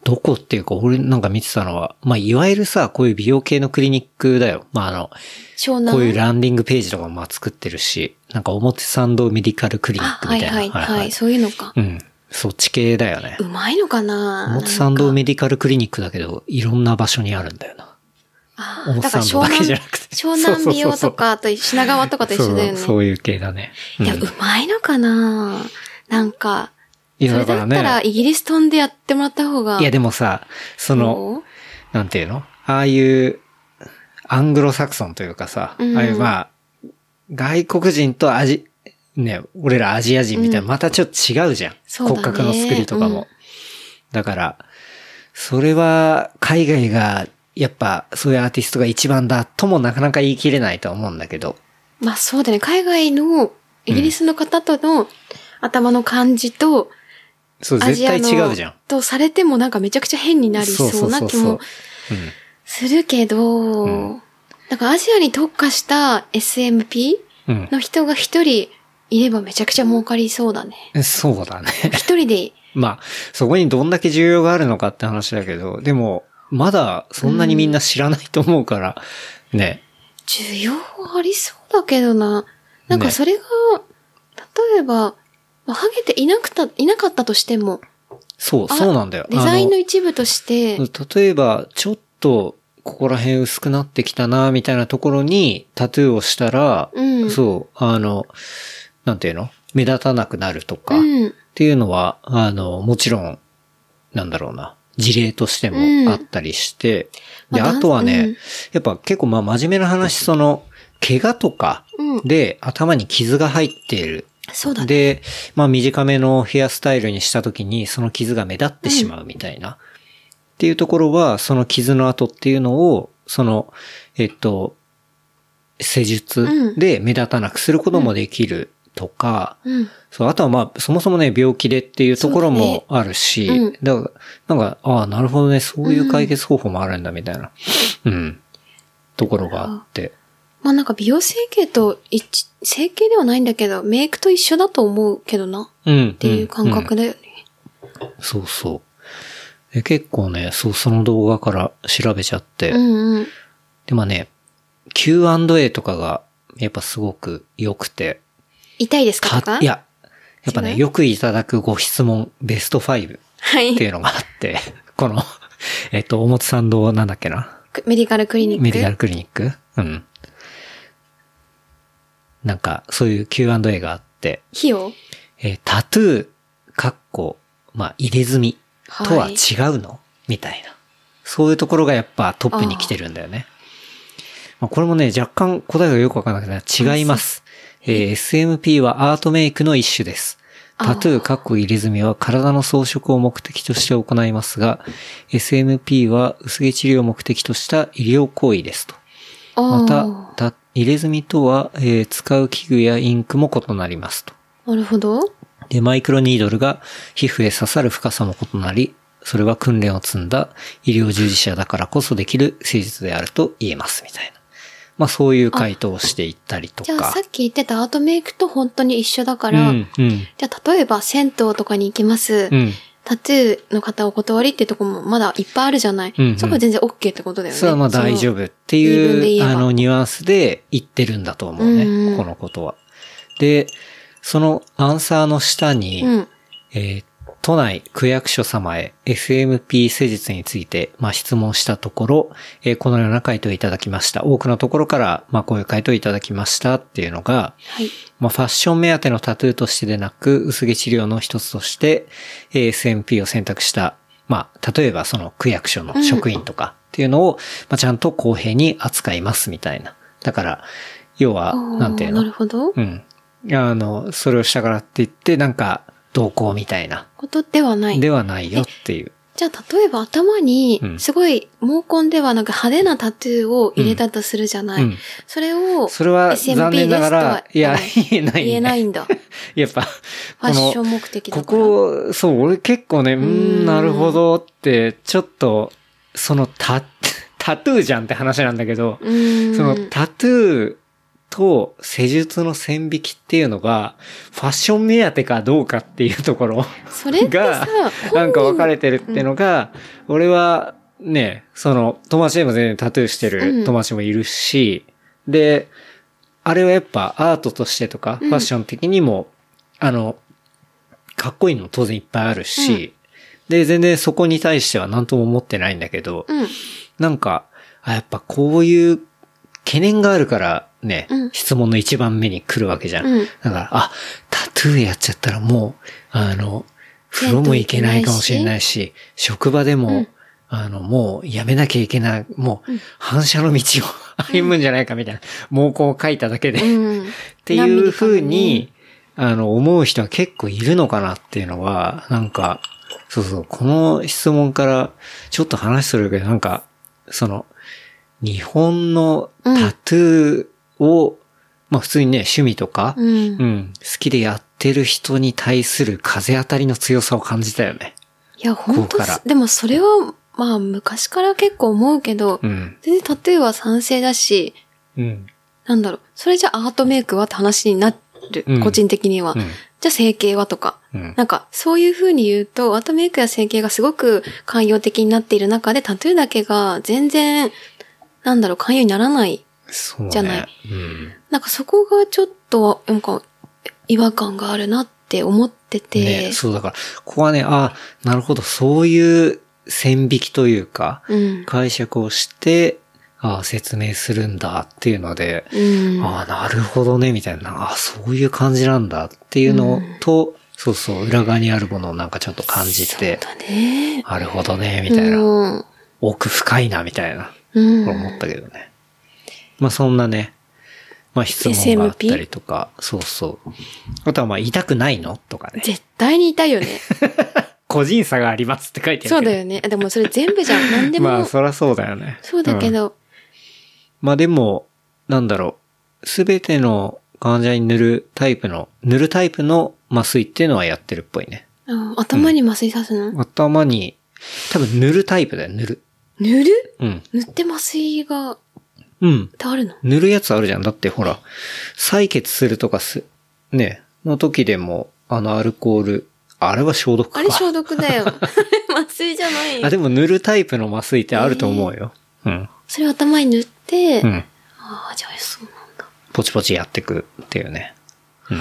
B: どこっていうか、俺なんか見てたのは、まあ、いわゆるさ、こういう美容系のクリニックだよ。まあ、あの、
C: 湘南
B: こういうランディングページとかもまあ作ってるし、なんか表参道メディカルクリニッ
C: あ、
B: ク
C: は
B: み
C: い
B: たいな。
C: はいはい、そういうのか。
B: うん。そっち系だよね
C: う。まいのかな
B: 表参道
C: なんか
B: メディカルクリニックだけど、いろんな場所にあるんだよな。
C: あー
B: 表
C: だから
B: 参道だ
C: 湘
B: け
C: 南
B: じゃなくて、
C: 湘南美容
B: そうそうそうそ
C: と
B: う
C: かと一品川とかと一緒だよ
B: そ
C: ね。
B: うそういう系だね。うん
C: いや、うまいのかななんか、
B: い
C: それだったら
B: ね。
C: イギリス飛んでやってもらった方が。
B: いや、でもさ、その、
C: どう
B: なんていうのああいう、アングロサクソンというかさ、
C: うん
B: ああいうまあ、外国人とアジ、ね、俺らアジア人みたいな、
C: うん
B: またちょっと違うじゃん。
C: そうだね
B: 骨格の作りとかも。
C: うん
B: だから、それは、海外が、やっぱ、そういうアーティストが一番だともなかなか言い切れないと思うんだけど。
C: まあそうだね。海外の、イギリスの方との頭の感じと、
B: そう、
C: ア
B: 絶
C: ジ
B: 対
C: アの
B: 違うじゃん。
C: とされてもなんかめちゃくちゃ変になりそうな気も
B: うん。
C: するけど、
B: うん
C: なんかアジアに特化した SMP
B: うん。
C: の人が一人いればめちゃくちゃ儲かりそうだね。
B: そうだね。
C: 一人で、
B: まあ、そこにどんだけ需要があるのかって話だけど、でも、まだそんなにみんな知らないと思うから、ね。
C: 需要ありそうだけどな。なんか
B: ね
C: それが、例えば、まあハゲていなくた、いなかったとしても、
B: そう、
C: あ
B: そうなんだよ。
C: デザインの
B: あ
C: 一部として、
B: の例えば、ちょっと、ここら辺薄くなってきたな、みたいなところにタトゥーをしたら、
C: うん
B: そう、あの、なんていうの目立たなくなるとか、
C: う
B: っ
C: ん。
B: ていうのは、あの、もちろん、なんだろうな、事例として
C: うん
B: もあったりして、で、
C: まあ
B: あとはね、
C: うん
B: やっぱ結構まあ真面目な話、その、怪我とか、
C: うん。
B: で、頭に傷が入っている。
C: そうだね。
B: で、まあ短めのヘアスタイルにした時にその傷が目立ってしまうみたいな。っていうところは、その傷の跡っていうのを、その、えっと、施術で目立たなくすることもできるっとか、
C: うん。
B: そう、あとはまあ、そもそもね、病気でっていうところもあるし、
C: そうだね
B: だから、なんか、ああ、なるほどね、そういう解決方法もあるんだ、みたいな、うん、ところがあって。
C: まあなんか美容整形と一、整形ではないんだけど、メイクと一緒だと思うけどな。
B: うん。
C: っていう感覚だよね。
B: うんうんそうそう。で結構ね、そう、その動画から調べちゃって、
C: うんうん。
B: でもね、Q&A とかが、やっぱすごく良くて、
C: 痛いですかとか
B: い。や、やっぱね、
C: 違う
B: よくいただくご質問、ベスト5。
C: は
B: って
C: い。
B: いうのがあ って、この、えっと、表参道なんだっけな
C: メディカルクリニック。
B: メディカルクリニックうん。なんか、そういう Q&A があって、
C: 費用
B: えータトゥー、かっこ、まあ、入れ墨とは違うの、みたいな。そういうところがやっぱトップに来てるんだよね。まあ、これもね、若干答えがよくわからなくて、違います。えー SMP はアートメイクの一種です。タトゥー、かっこ入れ墨は体の装飾を目的として行いますが、SMP は薄毛治療を目的とした医療行為ですと。ま
C: あ
B: た、た入れ墨とは、えー使う器具やインクも異なりますと。
C: ーなるほど。
B: で、マイクロニードルが皮膚へ刺さる深さも異なり、それは訓練を積んだ医療従事者だからこそできる施術であると言えます、みたいな。まあそういう回答をしていったりと
C: じゃあ
B: か
C: さ。っき言ってたアートメイクと本当に一緒だから、
B: うん、うん、
C: じゃあ例えば銭湯とかに行きます。
B: うん。
C: タトゥーの方お断りってとこもまだいっぱいあるじゃない。
B: うんうん
C: そこは全然 OK ってことだよね。
B: それはまあ
C: の
B: 大丈夫って
C: 言い分で
B: い
C: 言
B: う、
C: えば
B: あの、ニュアンスで言ってるんだと思うね。
C: うんうん
B: このことは。で、そのアンサーの下に、
C: うん。
B: えー都内区役所様へ SMP 施術について、まあ、質問したところ、えーこのような回答をいただきました。多くのところから、まあ、こういう回答をいただきましたっていうのが、
C: はい。
B: まあ、ファッション目当てのタトゥーとしてでなく、薄毛治療の一つとして、えー SMP を選択した、まあ、例えばその区役所の職員とかっていうのを、まあ、ちゃんと公平に扱いますみたいな。だから、要は、
C: おー
B: なんていうの
C: なるほど。
B: うん。あの、それをしたからって言って、なんか、同行みたいな。
C: ことではない。
B: ではないよっていう。
C: じゃあ、例えば頭に
B: う、ん
C: すごい毛根ではなく派手なタトゥーを入れたとするじゃない。
B: うん
C: それを、
B: それは
C: SMP
B: 残念ながら
C: ですとはい
B: や言えないね
C: 言えないん だ。フ
B: やっぱ、
C: ァッショ
B: こ
C: ン目的だ
B: の、こ
C: から。
B: こ、そう、俺結構ね、うー、
C: うんん
B: なるほどって、ちょっと、そのタ、 タトゥーじゃんって話なんだけど、
C: うーん。
B: そのタトゥーと施術の線引きっていうのが、ファッション目当てかどうかっていうところ。
C: それってさ
B: が、なんか分かれてるってのが、俺はね、その、友達でも全然タトゥーして
C: うん
B: る友達もいるし、で、あれはやっぱアートとしてとか、フ
C: うん
B: ァッション的にも、あの、かっこいいのも当然いっぱいあるし、で、全然そこに対しては何とも思ってないんだけど、
C: うん。うん
B: なんか、あ、やっぱこういう懸念があるからね、
C: うん
B: 質問の一番目に来るわけじゃん。
C: うん
B: だから、あ、タトゥーやっちゃったらもう、あの、風呂も行けないかもしれないし、職場でも、
C: うん
B: あの、もうやめなきゃいけない、もう
C: うん
B: 反射の道を 歩むんじゃないかみたいな、猛攻を書いただけで、っ
C: うん。って
B: いう風に、、あの、思う人は結構いるのかなっていうのは、なんか、そうそう、この質問から、ちょっと話するけど、なんか、その、日本のタトゥーを、まあ普通にね、趣味とか、
C: うん
B: う。ん、好きでやってる人に対する風当たりの強さを感じたよね。
C: いや、本当
B: こうから
C: でもそれは、まあ、昔から結構思うけど、
B: うん。
C: 全然タトゥーは賛成だし、
B: うん。
C: なんだろう、それじゃアートメイクはって話になる、
B: うん
C: 個人的には。
B: うん。
C: じゃあ整形はとか。
B: うん。
C: なんか、そういう風に言うと、アートメイクや整形がすごく寛容的になっている中で、タトゥーだけが全然、なんだろう、寛容にならない。
B: そうね。
C: じゃない
B: うん。
C: なんかそこがちょっと、なんか、違和感があるなって思ってて。
B: ね、そうだから、ここはね、あ、なるほど、そういう線引きというか、
C: うん。
B: 解釈をして、あ説明するんだっていうので、
C: うん。
B: あなるほどね、みたいな、あそういう感じなんだっていうのと、そうそう、裏側にあるものをなんかちょっと感じて、
C: だね。
B: なるほどね、みたいな、
C: うん。
B: 奥深いな、みたいな、
C: うん。
B: 思ったけどね。まあそんなね、まあ質問があったりとか、そうそう。あとはまあ痛くないのとかね。
C: 絶対に痛いよね。
B: 個人差がありますって書いてあるけど。
C: そうだよね。でもそれ全部じゃん。何でも。
B: まあそらそうだよね。
C: そうだけ
B: ん
C: ど、
B: まあでも、なんだろう。すべての患者に塗るタイプの、塗るタイプの麻酔っていうのはやってるっぽいね。
C: あ頭に麻酔さすの、
B: 頭に、多分塗るタイプだよ、塗る。
C: 塗る
B: うん。
C: 塗って麻酔が、
B: うん。
C: ってあるの
B: 塗るやつあるじゃん。だってほら、採血するとかす、ね、の時でも、あのアルコール、あれは消毒か。
C: あれ消毒だよ。あれ 麻酔じゃないよ
B: あ、でも塗るタイプの麻酔ってあると思うよ。うん。
C: それを頭に塗って、
B: うん。
C: ああ、じゃあそうなんだ。
B: ポチポチやってくっていうね。うん。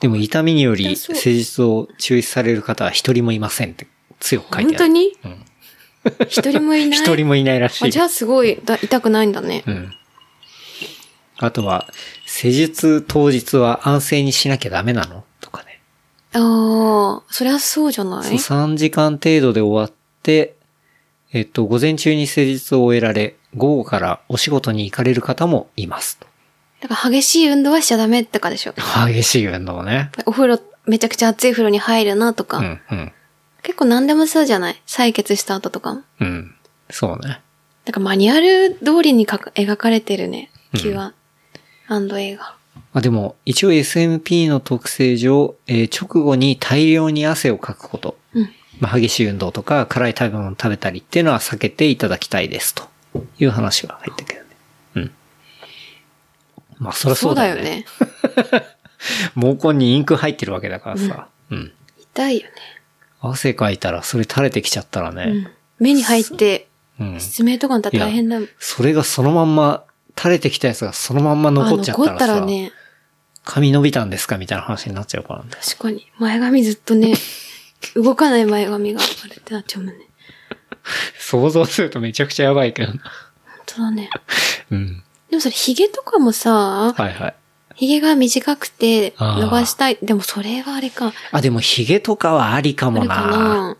B: でも痛みにより
C: そう
B: 施術を中止される方は一人もいませんって強く書い
C: 本
B: てあ
C: 当
B: る。
C: に
B: うん
C: 一人もいない。
B: 一人もいないらし
C: あ
B: い。
C: じゃあすごいだ、痛くないんだね。
B: うん。あとは、施術当日は安静にしなきゃダメなのとかね。
C: ああ、そりゃそうじゃない
B: そう3時間程度で終わって、えっと、午前中に施術を終えられ、午後からお仕事に行かれる方もいますと。
C: だから激しい運動はしちゃダメとかでしょ。
B: 激しい運動ね。
C: お風呂、めちゃくちゃ熱い風呂に入るなとか。
B: うん、うん、
C: 結構何でもそうじゃない採血した後とかも。
B: うん。そうね。
C: なんかマニュアル通りにかく描かれてるね。キュア、映画。
B: まあでも、一応 SMP の特性上、えー直後に大量に汗をかくこと、
C: うん。
B: まあ、激しい運動とか辛い食べ物を食べたりっていうのは避けていただきたいですという話が入ったけどね。うん。まあそりゃそうだよね。
C: ね。
B: 毛根にインク入ってるわけだからさ。うん。
C: 痛いよね。
B: 汗かいたらそれ垂れてきちゃったら
C: う
B: ね。
C: ん。目に入って、
B: うん。
C: 失明とかになったら大変だもん。
B: それがそのまんま、垂れてきたやつがそのまんま残っちゃった
C: あ残
B: ら
C: った
B: さ、
C: らね、
B: 髪伸びたんですかみたいな話になっちゃうからね。
C: 確かに。前髪ずっ とね、動かない前髪があれってなっちゃうもんね。
B: 想像するとめちゃくちゃやばいけどな。
C: 本当だね。
B: うん。
C: でもそれ、髭とかもさ、
B: はいはい。
C: 髭が短くて
B: あー
C: 伸ばしたい。でもそれはあれか。
B: あ、でもヒゲとかはありか
C: あ
B: も
C: れ
B: な。
C: かな。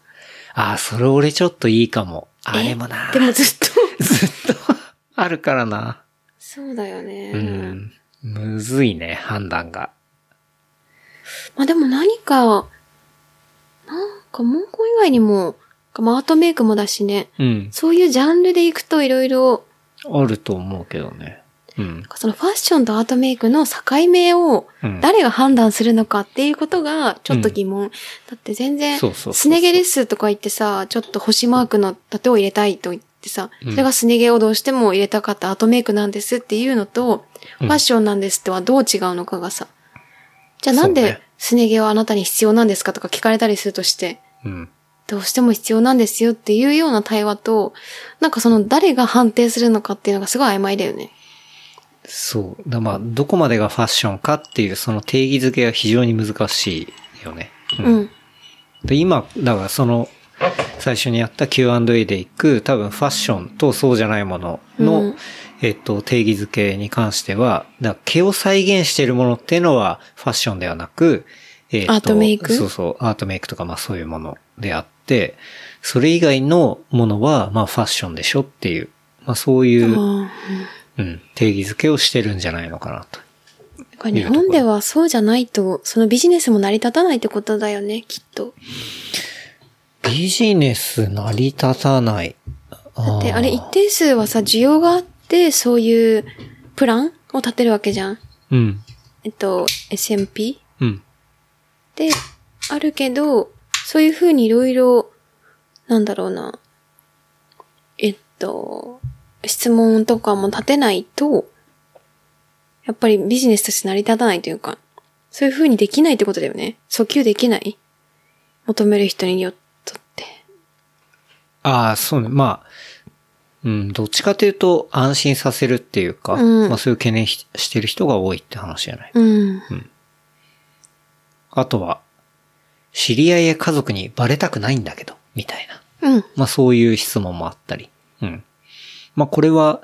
B: あ、それ俺ちょっといいかも。あれもな。
C: でもずっと。
B: ずっとあるからな。
C: そうだよね。
B: うん。むずいね、判断が。
C: まあでも何か、なんか文句以外にも、まあアートメイクもだしね。
B: うん。
C: そういうジャンルでいくといろいろ、
B: あると思うけどね。うん。
C: そのファッションとアートメイクの境目を
B: うん
C: 誰が判断するのかっていうことがちょっと疑問。だって全然
B: そうそうそう、
C: すね毛ですとか言ってさ、ちょっと星マークの盾を入れたいと言ってさ、
B: うん
C: それがすね毛をどうしても入れたかったアートメイクなんですっていうのと、
B: うん
C: ファッションなんですってはどう違うのかがさ。じゃあなん
B: そう
C: で
B: ね
C: すね毛はあなたに必要なんですかとか聞かれたりするとして、
B: うん。
C: どうしても必要なんですよっていうような対話と、なんかその誰が判定するのかっていうのがすごい曖昧だよね。
B: そう。だまあ、どこまでがファッションかっていう、その定義づけが非常に難しいよね。う
C: うん。
B: で、今、だからその、最初にやった Q&A でいく、多分ファッションとそうじゃないものの、
C: うん
B: えっと、定義づけに関しては、だから毛を再現しているものっていうのはファッションではなく、えっと
C: アートメイク
B: そうそう、アートメイクとかまあそういうものであって、それ以外のものはまあファッションでしょっていう、まあそういう、
C: あ
B: うん、定義づけをしてるんじゃないのかなと。
C: あ日本ではそうじゃないと、そのビジネスも成り立たないってことだよね、きっと。
B: ビジネス成り立たない。
C: だって、
B: ー
C: あれ一定数はさ、需要があって、そういうプランを立てるわけじゃん。
B: うん。
C: えっと、SMP
B: うん。
C: で、あるけど、そういうふうにいろいろ、なんだろうな、えっと、質問とかも立てないと、やっぱりビジネスとして成り立たないというか、そういうふうにできないってことだよね。訴求できない求める人によっとって。
B: ああ、そうね。まあ、うん、どっちかというと安心させるっていうか、
C: うん
B: まあそういう懸念ししてる人が多いって話じゃない。
C: うん。
B: あとは、知り合いや家族にバレたくないんだけど、みたいな。
C: うん。
B: まあそういう質問もあったり。うん。まあこれは、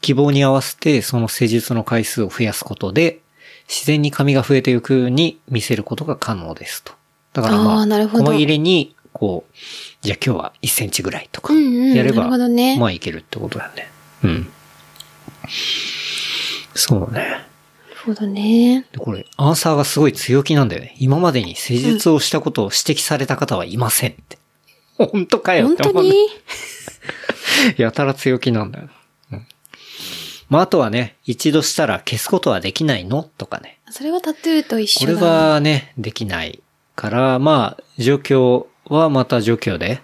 B: 希望に合わせてその施術の回数を増やすことで、自然に髪が増えていくように見せることが可能ですと。だからま
C: あーなる
B: あ、
C: ほど
B: 細入れに、こう、じゃあ今日は1センチぐらいとか、
C: うんうん
B: やれば、
C: なるほどね
B: まあいけるってことだよね。うん。そうね。
C: なるほどね。
B: でこれ、アンサーがすごい強気なんだよね。今までに施術をしたことを指摘された方はいませんって。本当かよっ
C: 本
B: て
C: 当
B: 思うね
C: に
B: やたら強気なんだよ。うんまあ、あとはね、一度したら消すことはできないのとかね。
C: それはタトゥーと一
B: これ
C: 緒だ。
B: はね、できないから、まあ、除去はまた除去で、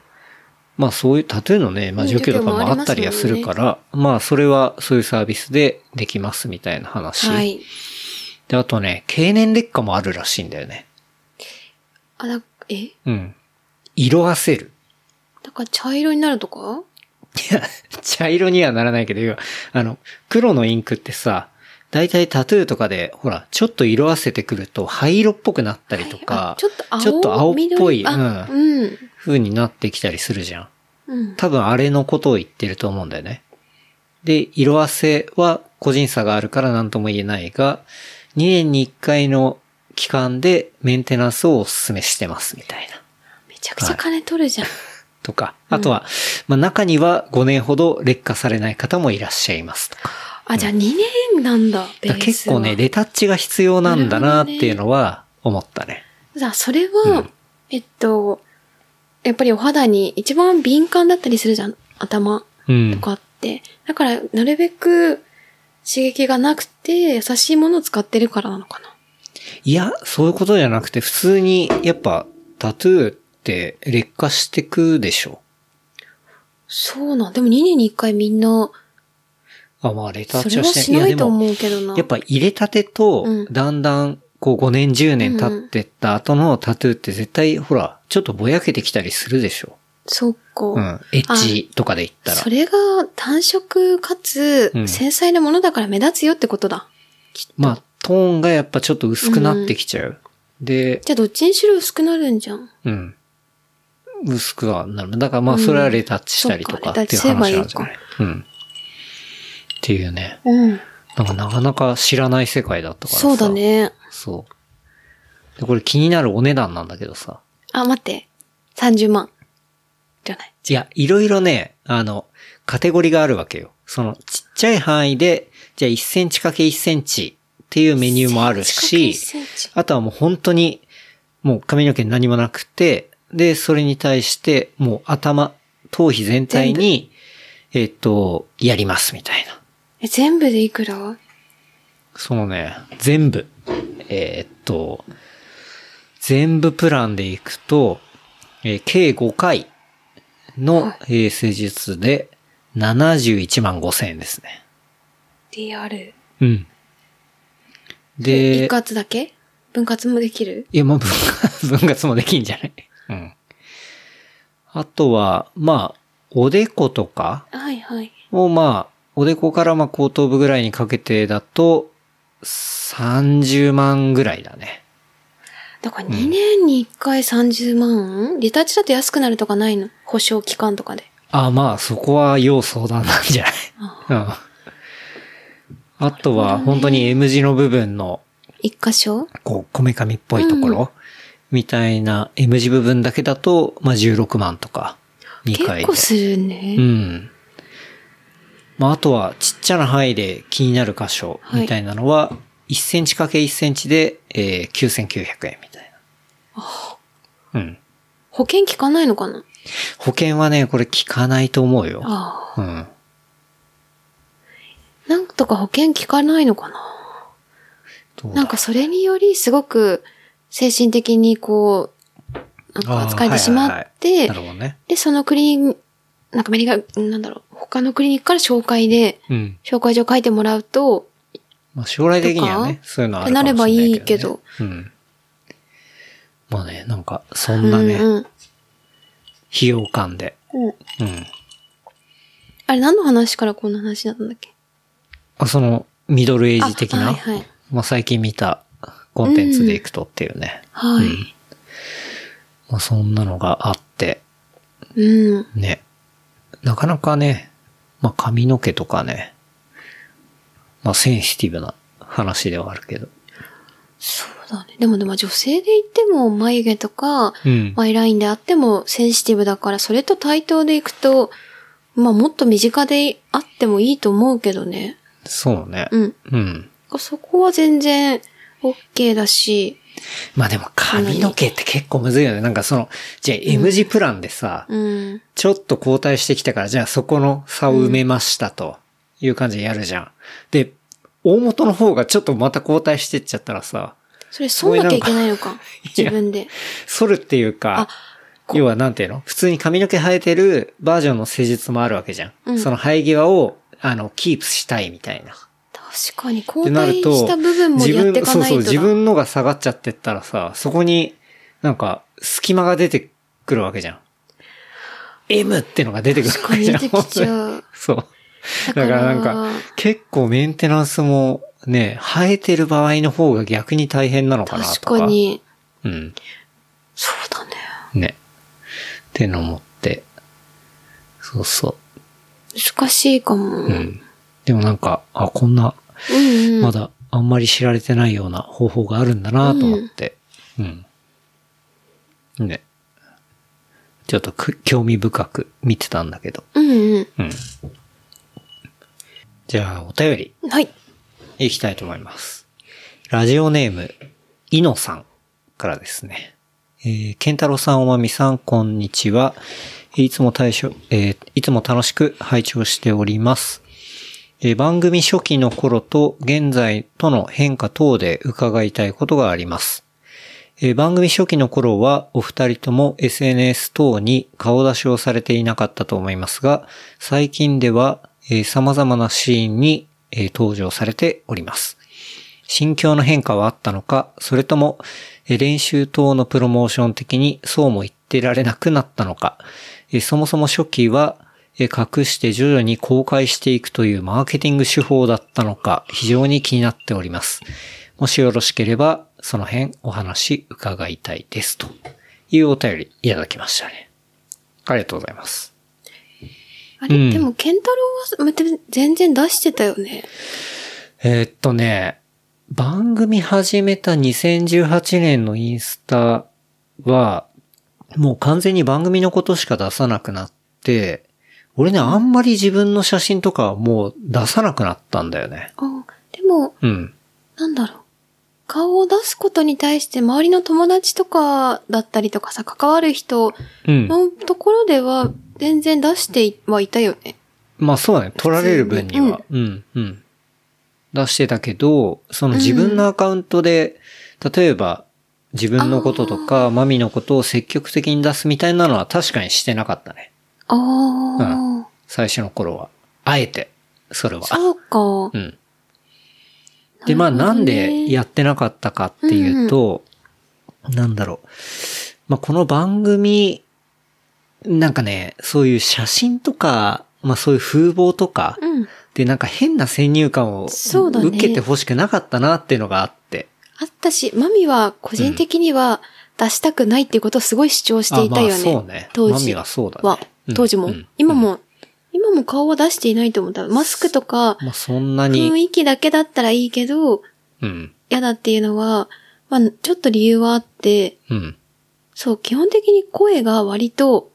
B: まあそういうタトゥーのね、まあ
C: うん
B: 除去とかも
C: 除去もありますもんね
B: あったりはするから、まあそれはそういうサービスでできますみたいな話。
C: はい。
B: で、あとね、経年劣化もあるらしいんだよね。
C: あ、なんかえ
B: うん。色あせる。
C: なんか茶色になるとか
B: いや、茶色にはならないけど、要はあの、黒のインクってさ、大体タトゥーとかで、ほら、ちょっと色あせてくると灰色っぽくなったりと
C: あ
B: か、
C: ちょっと青
B: ちょっと青っぽい、
C: 緑
B: う
C: あ、
B: ん、
C: うん。
B: 風になってきたりするじゃん。
C: うん。
B: 多分あれのことを言ってると思うんだよね。で、色あせは個人差があるから何とも言えないが、2年に1回の期間でメンテナンスをお勧めしてますみたいな。
C: めちゃくちゃ金取るじゃん。
B: とか、あとは、まあ中には5年ほど劣化されない方もいらっしゃいますとか。
C: あ、じゃあ2年なんだ、ベ
B: だから
C: ー
B: 結
C: スは
B: 構ね、レタッチが必要なんだなっていうのは思ったね。
C: じゃあ、それは、
B: うん
C: えっと、やっぱりお肌に一番敏感だったりするじゃん、頭
B: うん
C: と。かって。だから、なるべく刺激がなくて、優しいものを使ってるからなのかな。
B: いや、そういうことじゃなくて、普通に、やっぱ、タトゥーって劣化してくでしょ。
C: そうなん。でも2年に1回みんな、
B: あ、まあ、レタ
C: そ
B: ッチ
C: れ
B: は
C: は
B: して
C: し
B: な。
C: ないい
B: や、で
C: と
B: も、
C: 思うけどな。
B: やっぱ入れたてと
C: うん、
B: だんだん、こう5年、10年経ってった後のタトゥーって絶対、ほら、ちょっとぼやけてきたりするでしょ。
C: そっか。
B: うん。エッジとかで言った
C: そ
B: ら。
C: れが単色かつ
B: うん
C: 繊細なものだから目立つよってことだ。
B: まあ、トーンがやっぱちょっと薄くなってきちゃう。で、
C: じゃあどっちにしろ薄くなるんじゃん。
B: うん。薄くはなる。だからまあ、それはレタッチしたりとかっていう話なんじゃない、うん。っていうね。
C: うん。
B: なんかなかなか知らない世界だったからさ。
C: そうだ。ね。
B: そう。で、これ気になるお値段なんだけどさ。
C: あ、待って。30万。じゃない。
B: いや、いろいろね、あの、カテゴリーがあるわけよ。その、ちっちゃい範囲で、じゃあ1センチ ×1 センチっていうメニューもあるし、
C: 1センチ
B: あとはもう本当に、もう髪の毛に何もなくて、で、それに対して、もう頭、頭皮全体に、えっと、やりますみたいな。
C: え、全部でいくら
B: そのね、全部。えーっと、全部プランでいくと、えー計5回の
C: は、
B: えー施術で71万5千円ですね。
C: リアル。
B: うん。
C: 一
B: で、
C: 括だけ分割もできる
B: いや、まあ、分割、分 割もできんじゃないうん。あとは、まあ、おでことか
C: はいはい。
B: を、まあ、おでこからまあ後頭部ぐらいにかけてだと、30万ぐらいだね。
C: だから2年に1回30万、リタッチだと安くなるとかないの保証期間とかで。
B: あ、まあ、そこは要相談なんじゃ ないうん。あとは、本当に M 字の部分の、
C: 一箇所
B: こう、こめかみっぽいところ、みたいな M 字部分だけだと、まあ、16万とか、2
C: 結
B: 回で。
C: 構するね。
B: うん。まあ、あとは、ちっちゃな範囲で気になる箇所、みたいなのは、1センチ ×1 センチで、えー、9900円みたいな。うん。
C: 保険効かないのかな
B: 保険はね、これ効かないと思うよ。
C: ああ。
B: うん。
C: なんとか保険効かないのかな
B: どうだ
C: なんかそれによりすごく精神的にこう、なんか扱えてしまっ
B: あーは
C: て
B: いはいはいなる、ほどね。
C: で、そのクリニック、なんかメリカ、なんだろう、他のクリニックから紹介で、
B: うん。
C: 紹介状書いてもらうと、
B: まあ将来的にはね
C: と、か
B: そういうのあるかもしれないけど、ね。
C: ってなればいいけど。
B: うん。まあね、なんか、そんなね、
C: うんうん
B: 費用感で。
C: うん
B: うん。
C: あれ何の話からこんな話になったんだっけ
B: あ、その、ミドルエイジ的な、
C: あはいはい。
B: まあ最近見たコンテンツでいくとっていうね。
C: はい。
B: まあそんなのがあって、
C: うん。
B: ね。なかなかね、まあ髪の毛とかね、まあセンシティブな話ではあるけど。
C: そうだね。でもでも女性で言っても眉毛とか、
B: うん。
C: マイラインであってもセンシティブだから、それと対等でいくと、まあもっと身近であってもいいと思うけどね。
B: そうね。
C: うん。
B: うん。
C: そこは全然 OK だし、
B: まあでも髪の毛って結構むずいよね。なんかその、じゃあ M 字プランでさ、
C: うん。
B: ちょっと交代してきたから、じゃあそこの差を埋めましたと。いう感じでやるじゃん。で、大元の方がちょっとまた交代してっちゃったらさ、
C: それ、そうなきゃいけないのか。自分で。
B: 剃るっていうか
C: あ、
B: 要はなんていうの普通に髪の毛生えてるバージョンの施術もあるわけじゃん。
C: うん
B: その生え際を、あの、キープしたいみたいな。
C: 確かに、
B: って
C: 交
B: な
C: 代
B: ると、
C: した部分もやっていかない
B: 自分そうそ
C: とだ。
B: う、自分のが下がっちゃってったらさ、そこになんか隙間が出てくるわけじゃん。M ってのが出てくるわけじゃん。
C: 確かに出てきちゃう
B: 本当に そう。だか
C: だから
B: らなんか、結構メンテナンスもね、生えてる場合の方が逆に大変なのかなとか。
C: 確か。に。
B: うん。
C: そうだね。
B: ね。っての思って。そうそ
C: 難しいかも。
B: う。
C: う、
B: うんん。でもなんか、あ、こんな、
C: うん、
B: まだあんまり知られてないような方法があるんだなと思って。うん。ね。ちょっとく興味深く見てたんだけど。
C: うんう
B: うん。じゃあ、お便り
C: ん。はい。
B: いきたいと思います。ラジオネーム、いのさんからですね。えー、ケンタロウさん、おまみさん、こんにちは。いつも対象、えーいつも楽しく拝聴しております。えー番組初期の頃と現在との変化等で伺いたいことがあります。えー番組初期の頃はお二人とも SNS 等に顔出しをされていなかったと思いますが、最近では、えー様々なシーンに、えー登場されております。心境の変化はあったのか、それとも、えー練習等のプロモーション的にそうも言ってられなくなったのか、えーそもそも初期は、えー隠して徐々に公開していくというマーケティング手法だったのか、非常に気になっております。もしよろしければ、その辺お話伺いたいです。というお便りいただきましたね。ありがとうございます。
C: あれ、
B: うん
C: でも、ケンタロウはまた全然出してたよね。
B: えーっとね、番組始めた2018年のインスタは、もう完全に番組のことしか出さなくなって、俺ね、あんまり自分の写真とかはもう出さなくなったんだよね。
C: あでも、
B: うん。
C: なんだろう。顔を出すことに対して周りの友達とかだったりとかさ、関わる人
B: うん。
C: のところでは全然出してはいたよね。
B: まあそうだね。取られる分には。うん、うん。出してたけど、その自分のアカウントで、例えば、自分のこととか、マミのことを積極的に出すみたいなのは確かにしてなかったね。
C: ああ、
B: 最初の頃は。あえて、それは。
C: そうか。
B: うん。で、まあ
C: なる
B: な
C: ほど
B: ん
C: ね
B: でやってなかったかっていうと、なんだろう。まあこの番組、なんかね、そういう写真とか、まあそういう風貌とか、
C: うん。
B: で、なんか変な先入観を
C: そうだね
B: 受けて欲しくなかったなっていうのがあって。
C: あったし、マミは個人的には出したくないっていうことをすごい主張していたよね。
B: あまあそうね。
C: 当
B: マミ
C: 時
B: はそうだね。
C: は
B: うん
C: 当時も、
B: うん
C: 今
B: うん
C: も、今も顔は出していないと思った。マスクとか、
B: まあそんな
C: 雰
B: に、
C: 囲気だけだったらいいけど、
B: うん、
C: 嫌だっていうのは、まあ、ちょっと理由はあって、
B: うん。
C: そう、基本的に声が割と、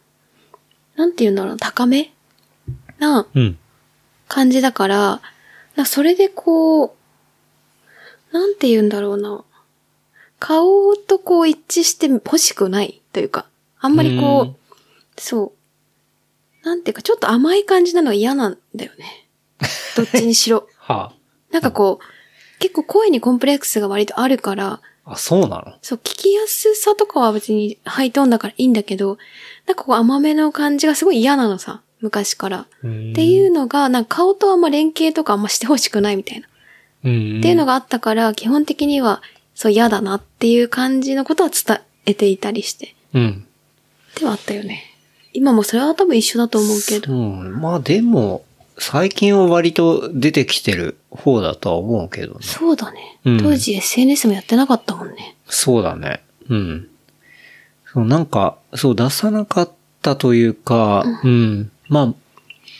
C: なんて言うんだろう、高めな
B: うん。
C: 感じだから、なそれでこう、なんて言うんだろうな。顔とこう一致して欲しくないというか、
B: あ
C: あんまりこう、そう。なんていうか、ちょっと甘い感じなのは嫌なんだよ ね。どっちにしろ。
B: は
C: なんかこう、結構声にコンプレックスが割とあるから、
B: あ、あ、そうなの
C: そう、聞きやすさとかは別にハイトーンだからいいんだけど、なんかこう甘めの感じがすごい嫌なのさ、昔から。
B: っ
C: っていううのが、なんか顔とあんま連携とかあんましてほしくないみたいな。
B: ん、
C: っていうの
B: が、
C: があったから、基本的には、そう嫌だなっていう感じのことは伝えていたりして。
B: うん。
C: ではあったよね。今もそれは多分一緒だと思うけど。
B: うん。まあでも、最近は割と出てきてる方だとは思うけどね。
C: そうだね。
B: うん
C: 当時 SNS もやってなかったもんね。
B: そうだね。うん。そう、なんか、そう、出さなかったというか、うん。まあ、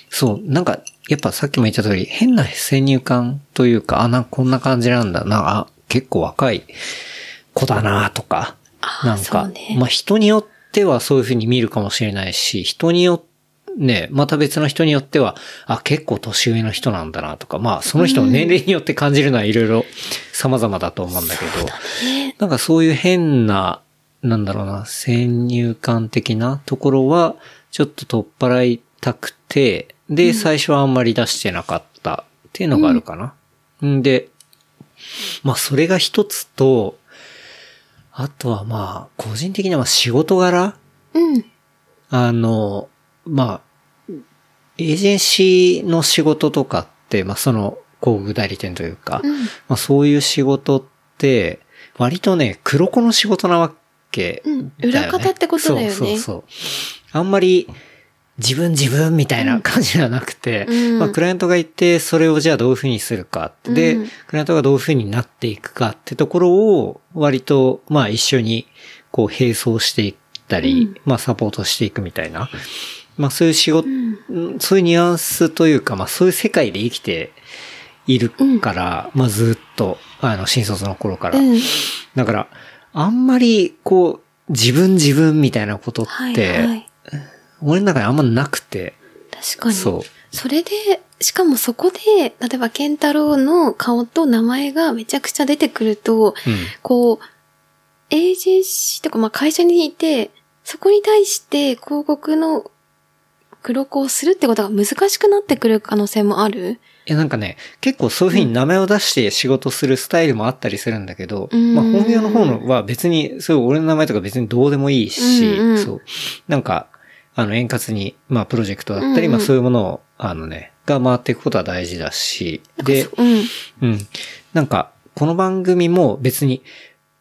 B: そう、なんか、やっぱさっきも言った通り、変な先入観というか、あ、なんかこんな感じなんだな、あ、結構若い子だな、とか、
C: あー
B: なん
C: そう
B: か、
C: ね
B: まあ人によってはそういうふうに見るかもしれないし、人によって、ね、また別の人によっては、あ、結構年上の人なんだなとか、まあその人の年齢によって感じるのはいろいろ様々だと思うんだけど、
C: ね
B: なんかそういう変な、なんだろうな、先入観的なところは、ちょっと取っ払いたくて、で、最初はあんまり出してなかったっていうのがあるかな。んで、まあそれが一つと、あとはまあ、個人的には仕事柄
C: うん。
B: あの、まあ、エージェンシーの仕事とかって、まあその工具代理店というか、
C: うん。
B: まあそういう仕事って、割とね、黒子の仕事なわけだよね、
C: うん裏方ってことだよね
B: そうそうそう。あんまり、自分自分みたいな感じじゃなくて、
C: うん
B: まあクライアントがいて、それをじゃあどういうふうにするかって。で、
C: うん
B: クライアントがどういうふうになっていくかってところを、割と、まあ一緒に、こう並走していったり、
C: うん
B: まあサポートしていくみたいな。まあそういう仕事、
C: うん。
B: うんそういうニュアンスというか、まあそういう世界で生きているから、まあずっと、あの、新卒の頃から。
C: うん。
B: だから、あんまり、こう、自分自分みたいなことって、
C: はいはい。
B: 俺の中にあんまなくて、
C: 確かに。
B: そう。
C: それで、しかもそこで、例えば、ケンタロウの顔と名前がめちゃくちゃ出てくると、
B: うん。
C: こう、エージェンシーとか、まあ、会社にいて、そこに対して広告の黒子をするってことが難しくなってくる可能性もある
B: いやなんかね、結構そういうふうに名前を出して仕事するスタイルもあったりするんだけど、
C: うん
B: まあ本業の方のは別に、そういう俺の名前とか別にどうでもいいし、
C: うんうん
B: そう。なんか、あの円滑に、まあプロジェクトだったり、
C: うんうん
B: まあそういうものを、あのね、が回っていくことは大事だし、で、
C: うん。
B: うん。なんか、この番組も別に、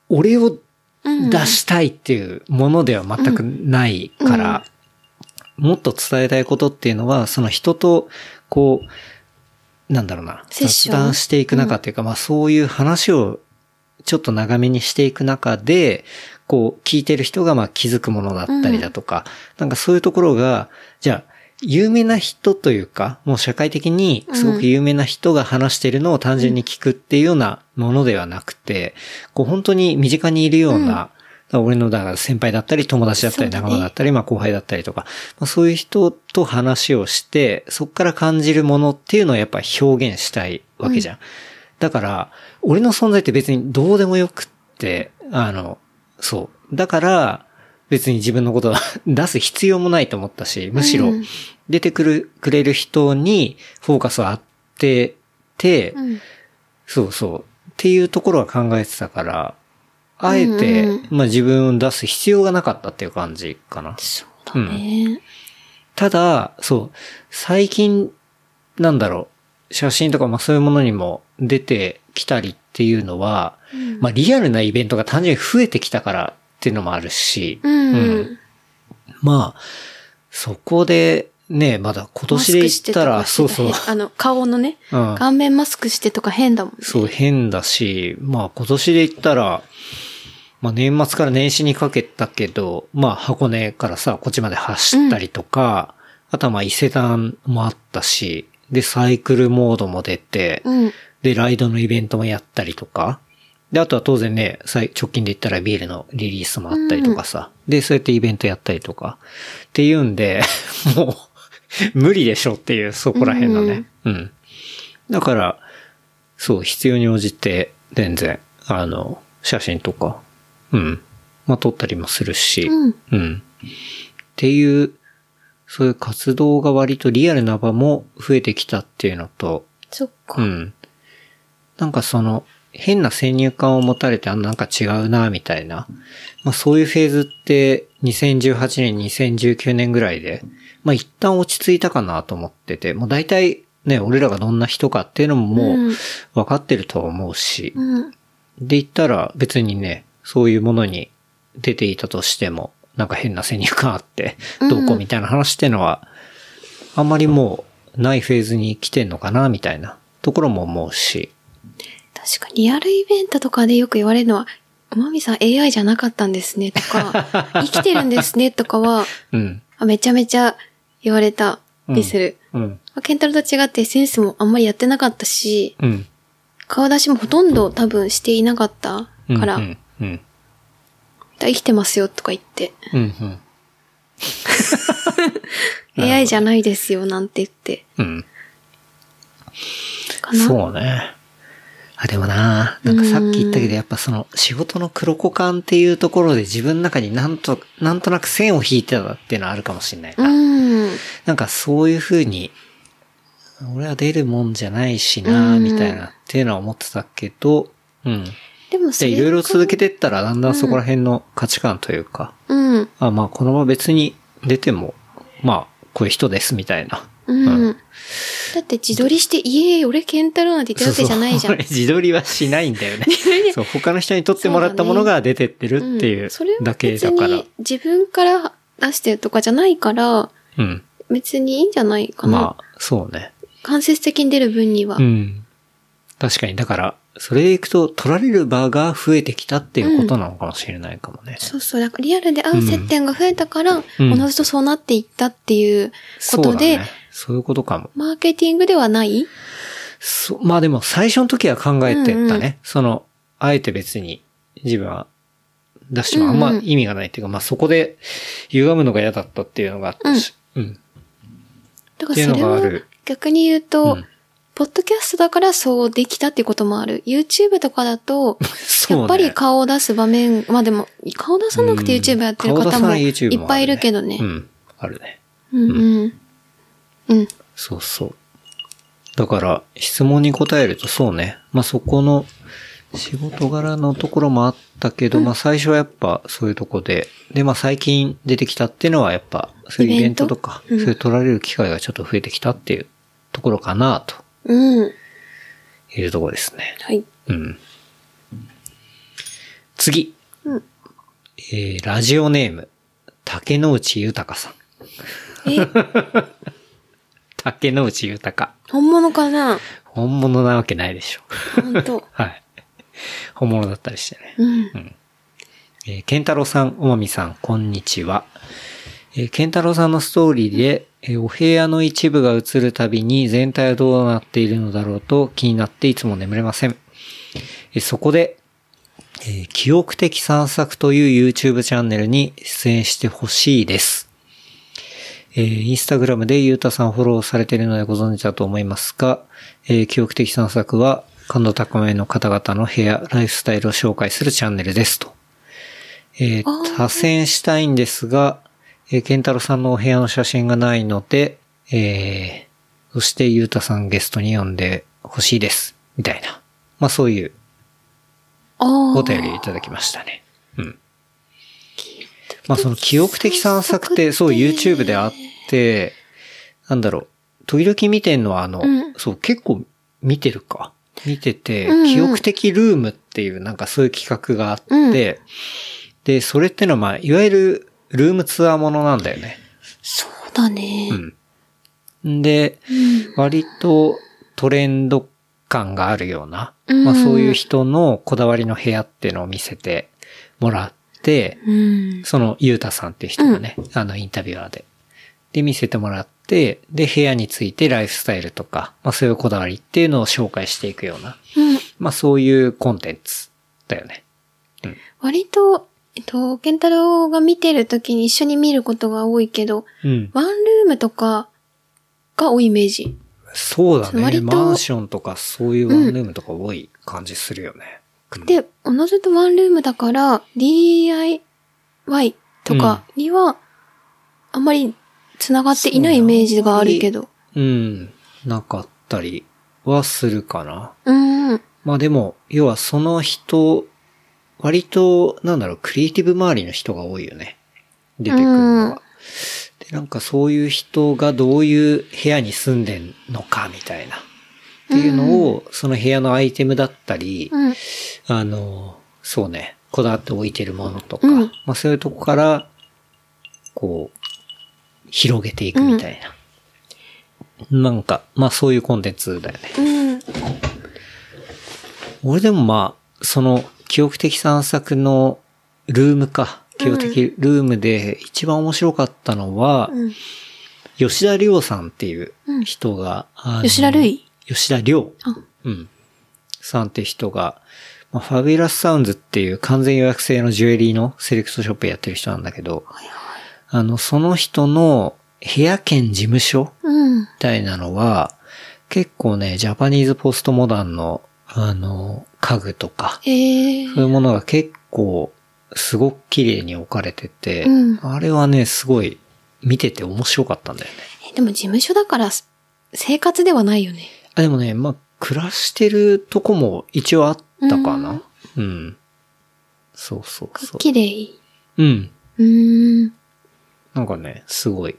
B: 俺を
C: うん。
B: 出したいっていうものでは全くないから、もっと伝えたいことっていうのは、その人と、こう、なんだろうな、
C: セッシ
B: 雑
C: ョン
B: 談していく中っていうか、まあそういう話をちょっと長めにしていく中で、こう、聞いてる人がまあ気づくものだったりだとか、なんかそういうところが、じゃあ、有名な人というか、もう社会的にすごく有名な人が話してるのを単純に聞くっていうようなものではなくて、こう本当に身近にいるような、だから俺のだから先輩だったり友達だったり
C: そうだね
B: 仲間だったり、まあ後輩だったりとか、まあ、そういう人と話をして、そこから感じるものっていうのをやっぱ表現したいわけじゃん。だから、俺の存在って別にどうでもよくって、あの、そう。だから、別に自分のことは 出す必要もないと思ったし、むしろ
C: うん
B: 出てくる、くれる人にフォーカスを当てて、
C: うん。
B: そうそう。っていうところは考えてたから、あえて、
C: うんうん
B: まあ自分を出す必要がなかったっていう感じかな。
C: そうだね。
B: ただ、そう、最近、なんだろう、写真とかまあそういうものにも出てきたりっていうのは、
C: うん
B: まあリアルなイベントが単純に増えてきたからっていうのもあるし、
C: うん。
B: うんまあ、そこで、ね、まだ今
C: マ
B: 年で
C: スク
B: 言
C: し
B: って
C: と
B: た、
C: から
B: そうそう、
C: あの、顔のね、
B: うん、
C: 顔面マスクしてとか変だもんね。
B: そう変だし、まあ今年で言ったら、まあ年末から年始にかけたけど、まあ箱根からさ、こっちまで走ったりとか、あとはまあ伊勢丹もあったし、で、サイクルモードも出て、
C: うん。
B: で、ライドのイベントもやったりとか、で、あとは当然ね、最直近で言ったらビールのリリースもあったりとかさ、で、そうやってイベントやったりとか、っていうんで、 もう、無理でしょっていう、そこら辺のね。うん。だから、そう、必要に応じて、全然、あの、写真とか、うん。まあ、撮ったりもするし、
C: うん。
B: うん。っていう、そういう活動が割とリアルな場も増えてきたっていうのと、
C: そっか。
B: うん。なんかその、変な先入観を持たれて、あ、なんか違うな、みたいな。まあそういうフェーズって、2018年、2019年ぐらいで、まあ一旦落ち着いたかなと思ってて、もう大体ね、俺らがどんな人かっていうのもも
C: う
B: うん分かってるとは思うし、
C: うん。
B: で言ったら別にね、そういうものに出ていたとしても、なんか変な先入観あって、
C: うん
B: どうこうみたいな話ってのは、あんまりもうないフェーズに来てんのかな、みたいなところも思うし。
C: 確かにリアルイベントとかでよく言われるのは、マミさん AI じゃなかったんですねとか、 生きてるんですねとかは、
B: うん。
C: あめちゃめちゃ言われたりする。
B: うん。
C: まあケンタロウと違ってセンスもあんまりやってなかったし、
B: うん。
C: 顔出しもほとんど多分していなかった
B: うん
C: から、
B: うん。うん。
C: 生きてますよとか言って、
B: うん。うん。
C: AI じゃないですよなんて言って、
B: うん。
C: かな。
B: そうね。あ、でもな、なんかさっき言ったけど、やっぱその仕事の黒子感っていうところで自分の中になんと、なんとなく線を引いてたっていうのはあるかもしれないな。
C: うん。
B: なんかそういう風に、俺は出るもんじゃないしな、
C: うん
B: みたいな、っていうのは思ってたけど、うん。
C: でもそ
B: で、
C: れ
B: いろいろ続けてったら、だんだんそこら辺の価値観というか、
C: うん。
B: あ、まあ、このまま別に出ても、まあ、こういう人です、みたいな。
C: う。
B: うん
C: だって自撮りして、いえ、俺ケンタロウなんて言ったわけじゃないじゃん。
B: そうそう俺自撮りはしないんだ よね。そう、他の人に撮ってもらったものが出てってるっていう
C: それは
B: だけ
C: 別
B: だから。
C: に自分から出してるとかじゃないから、
B: うん。
C: 別にいいんじゃないかな。
B: まあ、そうね。
C: 間接的に出る分には。
B: うん。確かに、だから、それでいくと、撮られる場が増えてきたっていうことなのかもしれないかもね。
C: そうそう。だからリアルで会う接点が増えたから、
B: うん
C: おのずとそうなっていったっていうこ
B: そう
C: と
B: だ
C: で、
B: ね。そういうことかも。
C: マーケティングではない
B: そまあでも、最初の時は考えてたね。
C: うんうん
B: その、あえて別に自分は出してもあんま意味がないっていうか、まあそこで歪むのが嫌だったっていうのがあったし。うん。
C: だ
B: っ
C: からそ
B: てい
C: れ
B: うのがあ
C: は
B: る
C: 逆に言うと、
B: うん
C: ポッドキャストだからそうできたっていうこともある。YouTube とかだと、
B: そうね
C: やっぱり顔を出す場面、まあでも、顔出さなくて YouTube やってる
B: 顔出
C: 方
B: さ
C: も
B: ない
C: い
B: YouTuber
C: っぱいいるけどね
B: う。ん。あるね。
C: うんうん。うん。
B: そうそう。だから、質問に答えるとそうね。まあ、そこの仕事柄のところもあったけど、まあ、最初はやっぱそういうとこで、で、まあ、最近出てきたっていうのはやっぱ、そういうイベントとか、
C: イベントうん
B: そういう取られる機会がちょっと増えてきたっていうところかな、と
C: うん。
B: いうところですね。
C: はい。
B: うん。次。
C: うん
B: えー、ラジオネーム、竹野内豊さん。
C: え、
B: 竹野内豊。
C: 本物かな
B: 本物なわけないでしょ。
C: 本当
B: はい。本物だったりしてね。
C: うん。
B: えー、ケンタロウさん、おまみさん、こんにちは。えー、ケンタロウさんのストーリーで、えーお部屋の一部が映るたびに全体はどうなっているのだろうと気になっていつも眠れません。えーそこで、えー記憶的散策という YouTube チャンネルに出演してほしいです。えー、インスタグラムでゆうたさんフォローされているのでご存知だと思いますが、えー記憶的散策は感度高めの方々の部屋、ライフスタイルを紹介するチャンネルですと。えー
C: あー
B: 多選したいんですが、えー、ケンタロウさんのお部屋の写真がないので、えー、そしてゆうたさんゲストに呼んでほしいです。みたいな。まあそういう
C: ああ。
B: お便りいただきましたね。うん。まあその記憶的散策って、そう YouTube であって、なんだろう、時々見てんのはあの、
C: うん
B: そう結構見てるか。見てて、
C: うんうん
B: 記憶的ルームっていうなんかそういう企画があって、
C: うん
B: で、それってのはまあ、いわゆるルームツアーものなんだよね。
C: そうだね。
B: うん。で、
C: うん。
B: 割とトレンド感があるような、
C: うん
B: まあそういう人のこだわりの部屋っていうのを見せてもらって、
C: うん。
B: そのゆうたさんっていう人がね、あのインタビュアーで。で、見せてもらって、で、部屋についてライフスタイルとか、まあそういうこだわりっていうのを紹介していくような、
C: うん。
B: まあそういうコンテンツだよね。
C: 割と、えっと、ケンタロウが見てるときに一緒に見ることが多いけど、
B: うん。
C: ワンルームとかが多いイメージ。
B: そうだね。
C: 割と
B: マンションとかそういうワンルームとか多い感じするよね。うん
C: で、おのずとワンルームだから、DIY とかには、あんまり繋がっていないイメージがあるけど。
B: うん。なかったりはするかな。
C: うんうん。
B: まあでも、要はその人、割と、なんだろう、クリエイティブ周りの人が多いよね。出てくるの
C: うん
B: は。で、なんかそういう人がどういう部屋に住んでんのか、みたいな。っていうのを、その部屋のアイテムだったり、
C: うん。
B: あの、そうね、こだわって置いてるものとか、
C: うん
B: まあそういうとこから、こう、広げていくみたいな。なんか、まあそういうコンテンツだよね。
C: うん。
B: 俺でもまあ、その、記憶的散策のルームか。記憶的ルームで一番面白かったのは、
C: うん。
B: 吉田亮さんっていう
C: うん
B: 人が、あの
C: 吉田類
B: 吉田亮
C: あ。
B: うん。さんって人が、まあ、ファビュラスサウンズっていう完全予約制のジュエリーのセレクトショップやってる人なんだけど、あの、その人の部屋兼事務所
C: うん
B: み。たいなのは、結構ね、ジャパニーズポストモダンの、あの、家具とか、
C: へえ
B: そういうものが結構、すごく綺麗に置かれてて、
C: うん
B: あれはね、すごい、見てて面白かったんだよね。
C: えでも事務所だから、生活ではないよね。
B: あ、でもね、まあ、暮らしてるとこも一応あったかな。うん,、そうそうそ
C: 綺麗。
B: う。うん。
C: うーん。
B: なんかね、すごい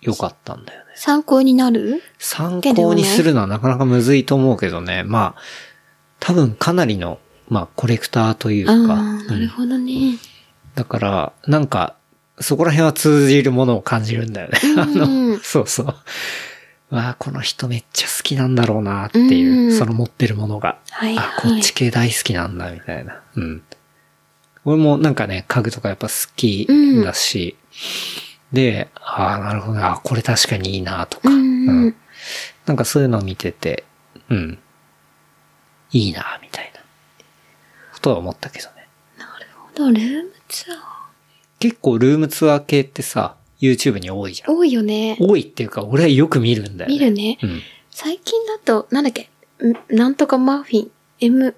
B: 良かったんだよね。
C: 参考になる
B: 参考にするのはなかなかむずいと思うけどね。まあ、多分かなりの、まあ、コレクターというか、
C: ああ、
B: う
C: なんるほ どね。
B: だから、なんか、そこら辺は通じるものを感じるんだよね。あ
C: うん
B: の、 そうそう。わあ、この人めっちゃ好きなんだろうなっていう、
C: うん
B: その持ってるものが。
C: はい
B: あ、
C: は
B: こ
C: い
B: っち系大好きなんだ、みたいな。うん。俺もなんかね、家具とかやっぱ好きだし、で、ああ、なるほどね、あこれ確かにいいな、とか、
C: うん
B: うんなんかそういうのを見てて、うん。いいな、みたいな。ことは思ったけどね。
C: ルームツアー。
B: 結構ルームツアー系ってさ、YouTube に多いじゃん。
C: 多いよね。
B: 多いっていうか、俺はよく見るんだよね。
C: 見るね。
B: うん。
C: 最近だと、なんだっけ、んなんとかマフィン、M、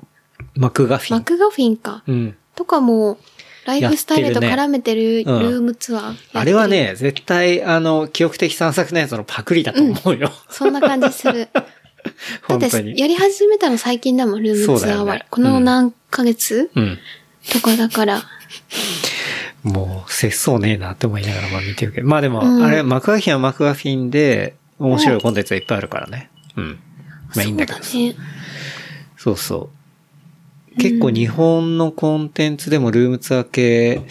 B: マクガフィン。
C: マクガフィンか。
B: うん。
C: とかも、ライフスタイルと絡めてるル
B: やってるねうん
C: ームツアーやってる、
B: あれはね、絶対、あの、記憶的散策のやつのパクリだと思 うよ。
C: そんな感じ する。だっ
B: 本当
C: て、
B: に。
C: やり始めたの最近だもん、ルームツアー
B: そうだ
C: は。
B: よね
C: この何ヶ月、
B: うん。
C: とかだから。
B: もう、節操ねえなって思いながらまあ見てるけど。まあでも、
C: うん
B: あれ、マクガフィンはマクガフィンで、面白いコンテンツはいっぱいあるからね。うん。まあいいんだけど。
C: そうだね。
B: そうそう。結構日本のコンテンツでもルームツアー系、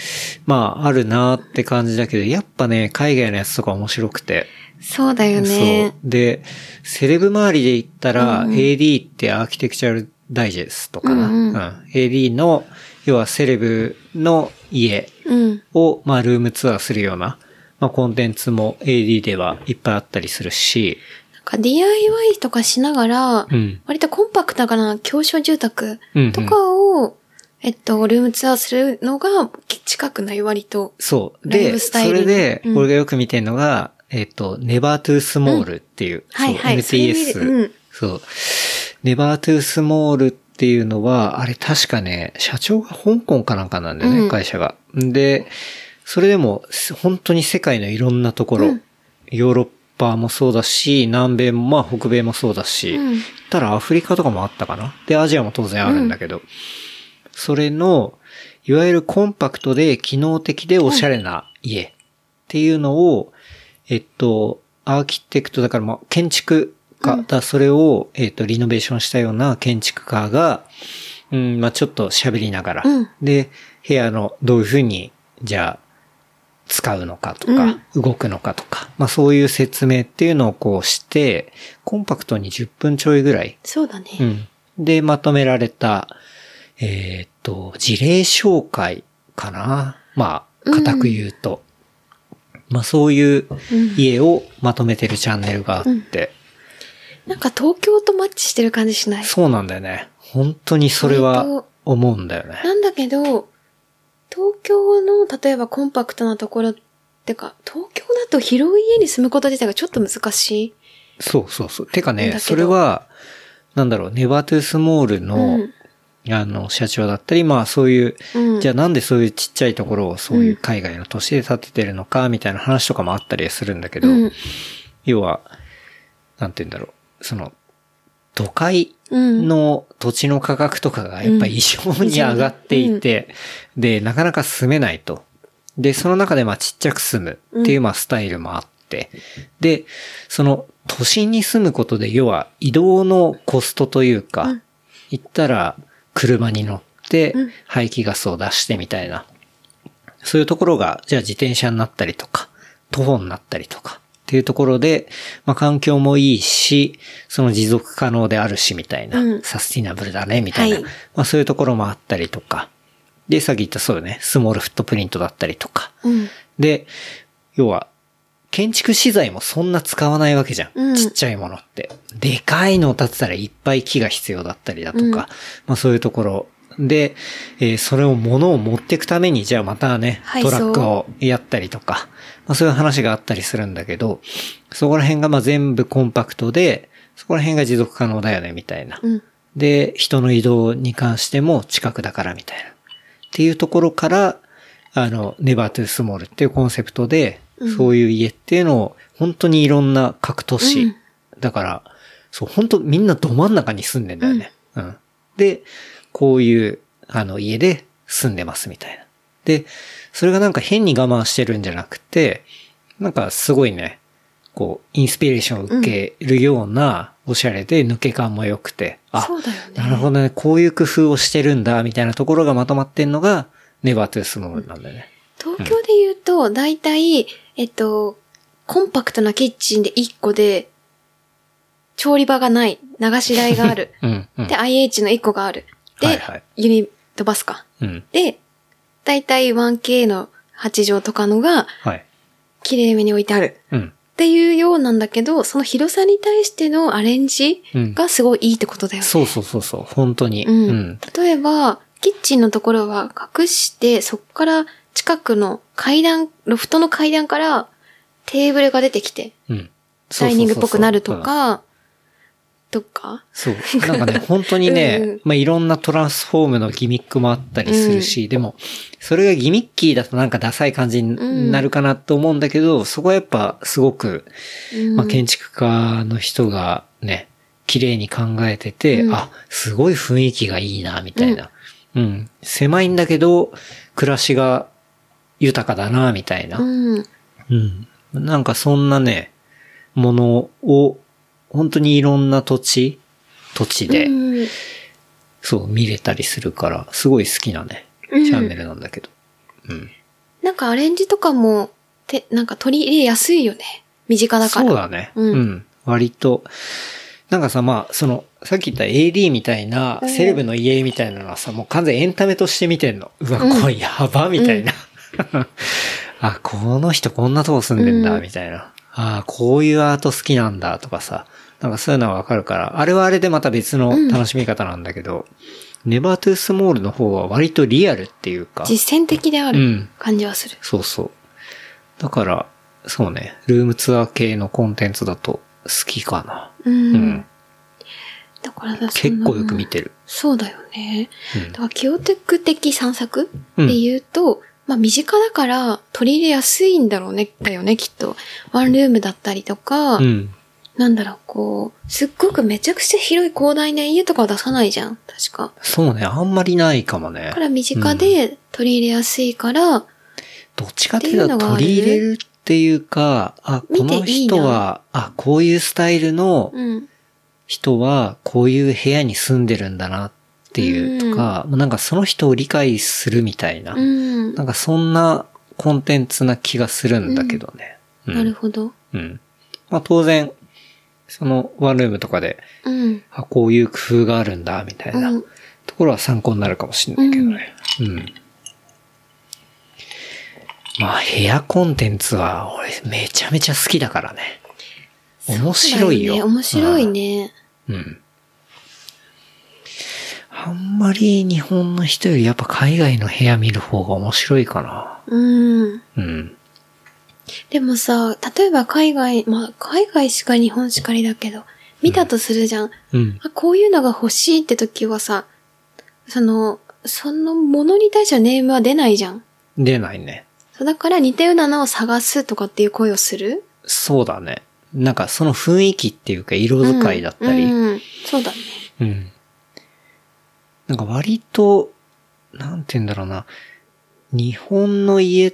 B: まああるなって感じだけど、やっぱね、海外のやつとか面白くて。
C: そうだよ
B: そう
C: ね。。
B: で、セレブ周りで言ったら、
C: うん
B: AD ってアーキテクチャルダイジェストかな。
C: う
B: うんん、
C: うん
B: AD の、要はセレブの家
C: うん。
B: を、まあルームツアーするような、まあコンテンツも AD ではいっぱいあったりするし、
C: なんか DIY とかしながら、
B: うん。
C: 割とコンパクトかな、狭小住宅
B: うんうん
C: とかを、えっと、ルームツアーするのが近くない、割と。
B: そう。
C: ライ
B: で、
C: フス
B: そ
C: タイル
B: れで、
C: うん
B: 俺がよく見てるのが、えっと、Never to Small っていう、
C: は
B: そ
C: い
B: う
C: はいそれ見る
B: NTS、
C: うん
B: そう。Never to Small っていうのは、あれ確かね、社長が香港かなんかなんだよね、
C: うん
B: 会社が。で、それでも、本当に世界のいろんなところ、
C: うん
B: ヨーロッパもそうだし、南米も、まあ北米もそうだし、
C: うん
B: たらアフリカとかもあったかな。で、アジアも当然あるんだけど、それの、いわゆるコンパクトで機能的でおしゃれな家っていうのを、えっと、アーキテクトだから、まあ、建築家だ、それを、えっと、リノベーションしたような建築家が、うん、まあ、ちょっと喋りながら、
C: うん
B: で、部屋のどういうふうに、じゃあ、使うのかとか、動くのかとか、まあそういう説明っていうのをこうして、コンパクトに10分ちょいぐらい、
C: そうだね。
B: うん、でまとめられた、えーっと、事例紹介かなまあ、固く言うと。まあそういう家をまとめてるチャンネルがあって、
C: なんか東京とマッチしてる感じしない
B: そうなんだよね。本当にそれは思うんだよね。
C: なんだけど、東京の、例えばコンパクトなところってか、東京だと広い家に住むこと自体がちょっと難しい。
B: そうそうそう。てか
C: なんだけ
B: ね、
C: ど
B: それは、なんだろう、ネバートゥースモールの、あの、社長だったり、まあそういう、
C: うん
B: じゃあなんでそういうちっちゃいところをそういう海外の都市で建ててるのか、みたいな話とかもあったりするんだけど、
C: うん
B: 要は、なんて言うんだろう、その、都会
C: うん。
B: の土地の価格とかがやっぱり異常に上がっていて、で、なかなか住めないと。で、その中でまあちっちゃく住むっていうまあスタイルもあって、で、その都心に住むことで要は移動のコストというか、
C: うん
B: 行ったら車に乗って
C: うん
B: 排気ガスを出してみたいな、そういうところが、じゃあ自転車になったりとか、徒歩になったりとか、っていうところで、まあ環境もいいし、その持続可能であるしみたいな、
C: うん
B: サスティナブルだね、みたいな、
C: はい
B: まあそういうところもあったりとか、で、さっき言ったそうよね、スモールフットプリントだったりとか、
C: うん。
B: で、要は、建築資材もそんな使わないわけじゃん。
C: うん
B: ちっちゃいものって。でかいのを建てたらいっぱい木が必要だったりだとか、
C: うん
B: まあそういうところ。で、えーそれを物を持っていくために、じゃあまたね
C: 配、
B: ト
C: 送
B: ラックをやったりとか、まあそういう話があったりするんだけど、そこら辺がまあ全部コンパクトで、そこら辺が持続可能だよね、みたいな。
C: うん。
B: で、人の移動に関しても近くだからみたいな。っていうところから、あの、Never to Small っていうコンセプトで、
C: うん
B: そういう家っていうのを、本当にいろんな各都
C: う
B: 市
C: ん、
B: だから、そう、本当みんなど真ん中に住んでんだよね。うん。で、こういう、あの、家で住んでますみたいな。で、それがなんか変に我慢してるんじゃなくて、なんかすごいね、こう、インスピレーションを受けるような、おしゃれで抜け感も良くて、あ
C: そう、だよね。
B: なるほどね、こういう工夫をしてるんだ、みたいなところがまとまってんのが、ネバートゥースモールなんだよね。
C: 東京で言うと、だいたい、えっと、コンパクトなキッチンで1個で、調理場がない、流し台がある。
B: うん、うん。
C: で、IH の1個がある。で、
B: はいはい
C: ユニットバスか。
B: うん。
C: で、だいたい 1K の8畳とかのが、
B: はい。
C: 綺麗めに置いてある。
B: うん。
C: っていうようなんだけど、その広さに対してのアレンジがすごいいいってことだよね。
B: そうそうそうそう、本当に。
C: うん。
B: うん。
C: 例えば、キッチンのところは隠して、そこから近くの階段、ロフトの階段からテーブルが出てきて、
B: うん。そうそうそうそう
C: ダイニングっぽくなると。か、とか、
B: そう。なんかね、本当にね、
C: うんうん
B: まあ、いろんなトランスフォームのギミックもあったりするし、でも、それがギミッキーだとなんかダサい感じになるかなと思うんだけど、そこはやっぱすごく、
C: うん
B: まあ、建築家の人がね、綺麗に考えてて、
C: うん
B: あ、すごい雰囲気がいいな、みたいな。うん、狭いんだけど、暮らしが豊かだな、みたいな。
C: うん。
B: うん。なんかそんなね、ものを、本当にいろんな土地、土地で、
C: うん
B: そう、見れたりするから、すごい好きなね、チ
C: うん
B: ャンネルなんだけど。うん。
C: なんかアレンジとかも、て、なんか取り入れやすいよね。身近だから。
B: そうだね。
C: うん
B: うん。割と、なんかさ、まあ、その、さっき言った AD みたいな、
C: うん
B: セレブの家みたいなのはさ、もう完全エンタメとして見てんの。うわ、これやば、みたいな。 あ、この人こんなとこ住んでんだ、
C: うん
B: みたいな。あこういうアート好きなんだ、とかさ。なんかそういうのはわかるから、あれはあれでまた別の楽しみ方なんだけど、ネバートゥースモールの方は割とリアルっていうか。
C: 実践的であ
B: う
C: る
B: ん
C: 感じはする。
B: そうそう。だから、そうね、ルームツアー系のコンテンツだと好きかな。
C: うん。
B: うん
C: だからさ
B: 結構よく見てる。
C: そうだよね。
B: うん
C: だから、キオテック的散策って言うと、まあ、身近だから取り入れやすいんだろうね、だよね、きっと。ワンルームだったりとか、
B: うん。
C: なんだろう、こう、すっごくめちゃくちゃ広い広大な家とかは出さないじゃん、確か。
B: そうね、あんまりないかもね
C: だか。ら身近で取り入れやすいから、
B: どっちかっていうと取り入れるっていうか、あ、こ
C: 見ていいな
B: の人は、あ、こういうスタイルの
C: うん。
B: 人は、こういう部屋に住んでるんだなっていうとか、もうなんかその人を理解するみたいな、
C: うん。
B: なんかそんなコンテンツな気がするんだけどね。うん
C: なるほど。
B: うん。まあ当然、そのワンルームとかで、
C: うん。
B: あ、こういう工夫があるんだ、みたいな
C: うん
B: ところは参考になるかもしれないけどね。うん。まあ部屋コンテンツは俺めちゃめちゃ好きだからね。面白いよ。
C: そうだね面白いね。
B: うん。うん。あんまり日本の人よりやっぱ海外の部屋見る方が面白いかな。
C: うん。
B: うん。
C: でもさ、例えば海外、まあ、海外しか日本しかりだけど、見たとするじゃん。
B: うん。
C: あこういうのが欲しいって時はさ、その、そのものに対してはネームは出ないじゃん。
B: 出ないね。
C: そうだから似たようなのを探すとかっていう声をする
B: そうだね。なんかその雰囲気っていうか色使いだったり。
C: う
B: うんん。
C: うんそうだね。
B: なんか割と、なんて言うんだろうな。日本の家っ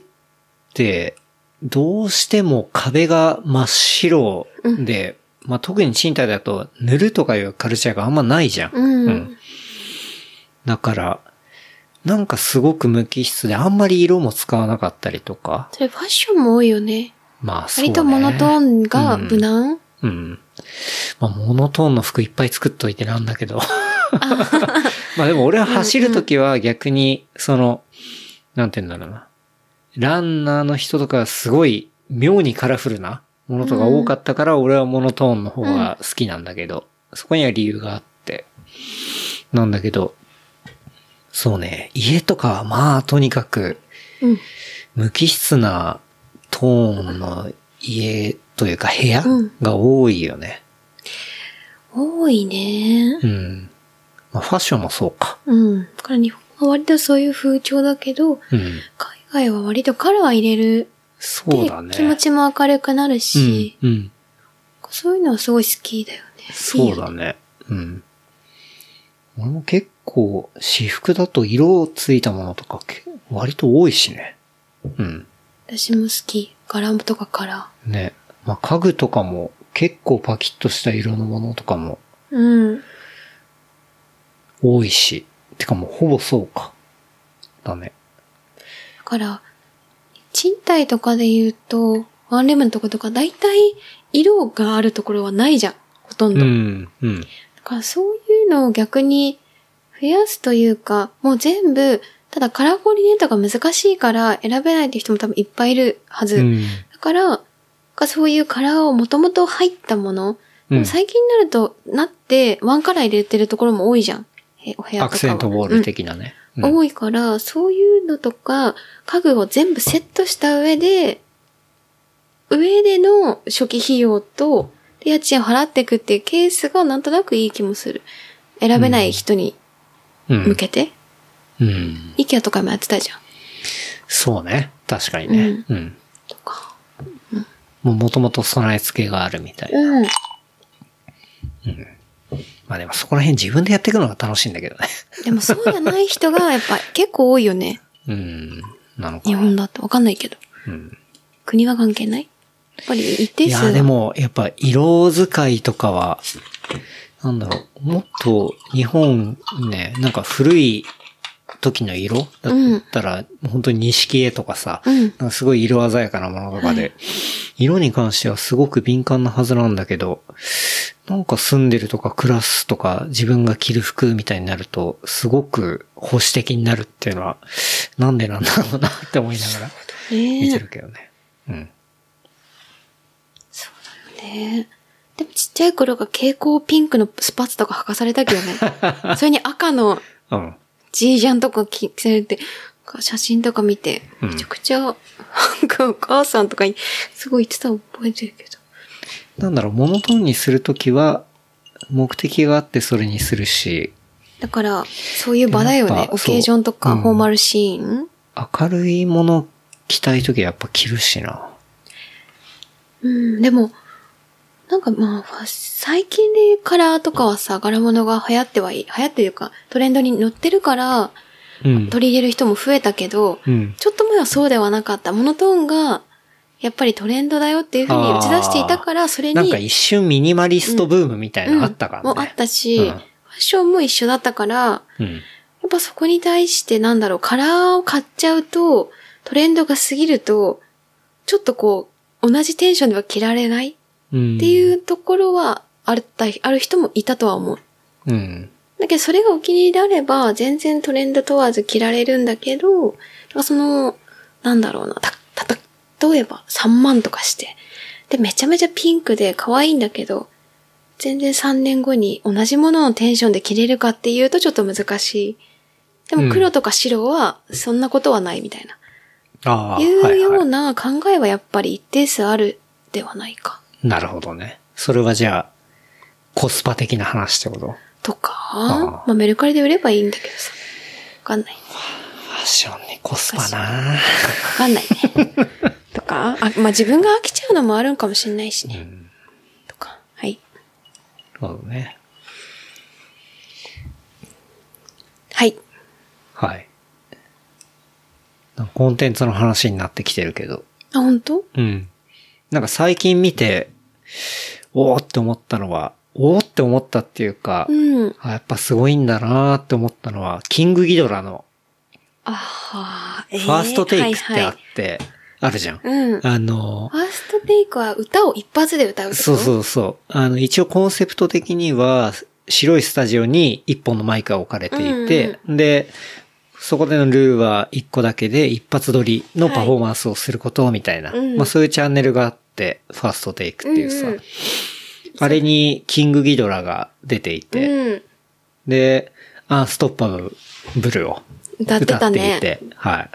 B: て、どうしても壁が真っ白で、まあ特に賃貸だと塗るとかいうカルチャーがあんまないじゃん。
C: うん。
B: うんだから、なんかすごく無機質であんまり色も使わなかったりとか。
C: それファッションも多いよね。
B: まあそうね。
C: 割とモノトーンが無難、
B: うん。まあ、モノトーンの服いっぱい作っといてなんだ けど。まあでも俺は走るときは逆に、その、なんて言うんだろうな。ランナーの人とかすごい妙にカラフルなものとか多かったから俺はモノトーンの方が好きなんだけど、そこには理由があって。なんだけど、そうね、家とかはまあとにかく
C: うん
B: 無機質なトーンの家というか部屋
C: うん
B: が多いよね。
C: 多いね。
B: うん。まあ、ファッションもそうか。
C: うん。だから日本は割とそういう風潮だけど、
B: うん。
C: 海外は割とカラー入れる。
B: そうだ
C: で気持
B: ね。
C: ちも明るくなるし、
B: うん。うん。
C: そういうのはすごい好きだよね。
B: そうだね。うん。俺も結構、私服だと色ついたものとかけ割と多いしね。うん。
C: 私も好き。柄とかカラ
B: ね。まあ、家具とかも結構パキッとした色のものとかも
C: ー。うん。
B: 多いし。てかもうほぼそうか。だね。
C: だから、賃貸とかで言うと、ワンレムのとことか、だいたい色があるところはないじゃん。ほとん
B: う
C: ど。
B: ん。うん。
C: だからそういうのを逆に増やすというか、もう全部、ただカラーコーディネートが難しいから選べないっていう人も多分いっぱいいるはず。
B: うん。
C: だから、なんかそういうカラーをもともと入ったもの、
B: う
C: でも
B: ん。
C: 最近になると、なって、ワンカラー入れてるところも多いじゃん。えお部屋とかは
B: アクセントボール的なね。
C: うん
B: うん
C: 多いから、そういうのとか、家具を全部セットした上で、上での初期費用と、で家賃を払っていくっていうケースがなんとなくいい気もする。選べない人に
B: うん
C: 向けて、
B: うん。
C: イケアとかもやってたじゃん。
B: そうね。確かにね。うん。
C: とか。
B: もう元々備え付けがあるみたいな。
C: うん。
B: まあでもそこら辺自分でやっていくのが楽しいんだけどね。
C: でもそうじゃない人がやっぱ結構多いよね。
B: うん。なのか
C: 日
B: な。
C: 本だってわかんないけど。
B: うん。
C: 国は関係ないやっぱり一
B: い
C: 定数は。
B: や、でも、やっぱ、色使いとかは、なんだろう、もっと、日本ね、なんか古い時の色だったら、本当に錦絵とかさ、
C: うん。
B: なんかすごい色鮮やかなものとかで、色に関してはすごく敏感なはずなんだけど、なんか住んでるとか暮らすとか自分が着る服みたいになると、すごく保守的になるっていうのは、なんでなんだろうなって思いながら見て
C: ね
B: るけどね。うん。
C: え。ねえでもちっちゃい頃が蛍光ピンクのスパッツとか履かされたけど ね。それに赤の
B: うん。
C: ジージャンとか着せられて、なんか写真とか見て、
B: うん
C: めちゃくちゃ、なんかお母さんとかにすごい言ってたの覚えてるけど。
B: なんだろう、モノトーンにするときは、目的があってそれにするし、
C: だから、そういう場だよ
B: やっ
C: ね。
B: ぱ
C: オケージョンとか、
B: そううん
C: フォーマルシーン。
B: 明るいもの着たいときはやっぱ着るしな。
C: うん、でも、なんかまあファッ、最近で言うカラーとかはさ、柄物が流行ってはいい、流行ってるか、トレンドに乗ってるから、
B: うん。
C: 取り入れる人も増えたけど、
B: うん。
C: ちょっと前はそうではなかった。モノトーンが、やっぱりトレンドだよっていうふうに打ち出していたから、それに。
B: なんか一瞬ミニマリストブームみたいなのあったからね。
C: もうあったし、
B: うん
C: ファッションも一緒だったから、や
B: うん。
C: っぱそこに対してなんだろう、カラーを買っちゃうと、トレンドが過ぎると、ちょっとこう、同じテンションでは着られないっ
B: うん。
C: ていうところはあった、ある人もいたとは思う。
B: うん。
C: だけどそれがお気に入りであれば、全然トレンド問わず着られるんだけど、だからその、なんだろうな、た、た、た、例えば3万とかして、で、めちゃめちゃピンクで可愛いんだけど、全然3年後に同じもののテンションで着れるかっていうとちょっと難しい。で
B: うん
C: も黒とか白はそんなことはないみたいな。
B: ああ、はいは
C: う
B: い
C: ような考えはやっぱり一定数あるではないか。
B: なるほどね。それはじゃあ、コスパ的な話ってことフ
C: とか、
B: あ
C: まあメルカリで売ればいいんだけどさ。わかんない。
B: ァッションね、コスパな
C: わかんないね。 とか、あ、まあ、自分が飽きちゃうのもあるんかもしれないしね。とか、はい。
B: そうだね。
C: はい。
B: はい。なんかコンテンツの話になってきてるけど。
C: あ、本当
B: うん。なんか最近見て、おーって思ったのは、おーって思ったっていうか、
C: うん。
B: あやっぱすごいんだなーって思ったのは、キングギドラの
C: ああ、えー
B: ファーストテイクってあ
C: は
B: っ
C: い
B: て、あるじゃん。
C: はい、うん。ファ
B: あのー、
C: ーストテイクは歌を一発で歌うってこと
B: そうそうそう。あの、一応コンセプト的には、白いスタジオに一本のマイクが置かれていて、で、そこでのルールは一個だけで一発撮りのパフォーマンスをすることみたいな、
C: はいうん
B: まあそういうチャンネルがあって、ファーストテイクっていうさ、
C: うんうん
B: あれにキングギドラが出ていて、
C: うん。
B: で、アンストッパブルを
C: 歌ってた
B: 歌
C: ね。
B: っていて、はい。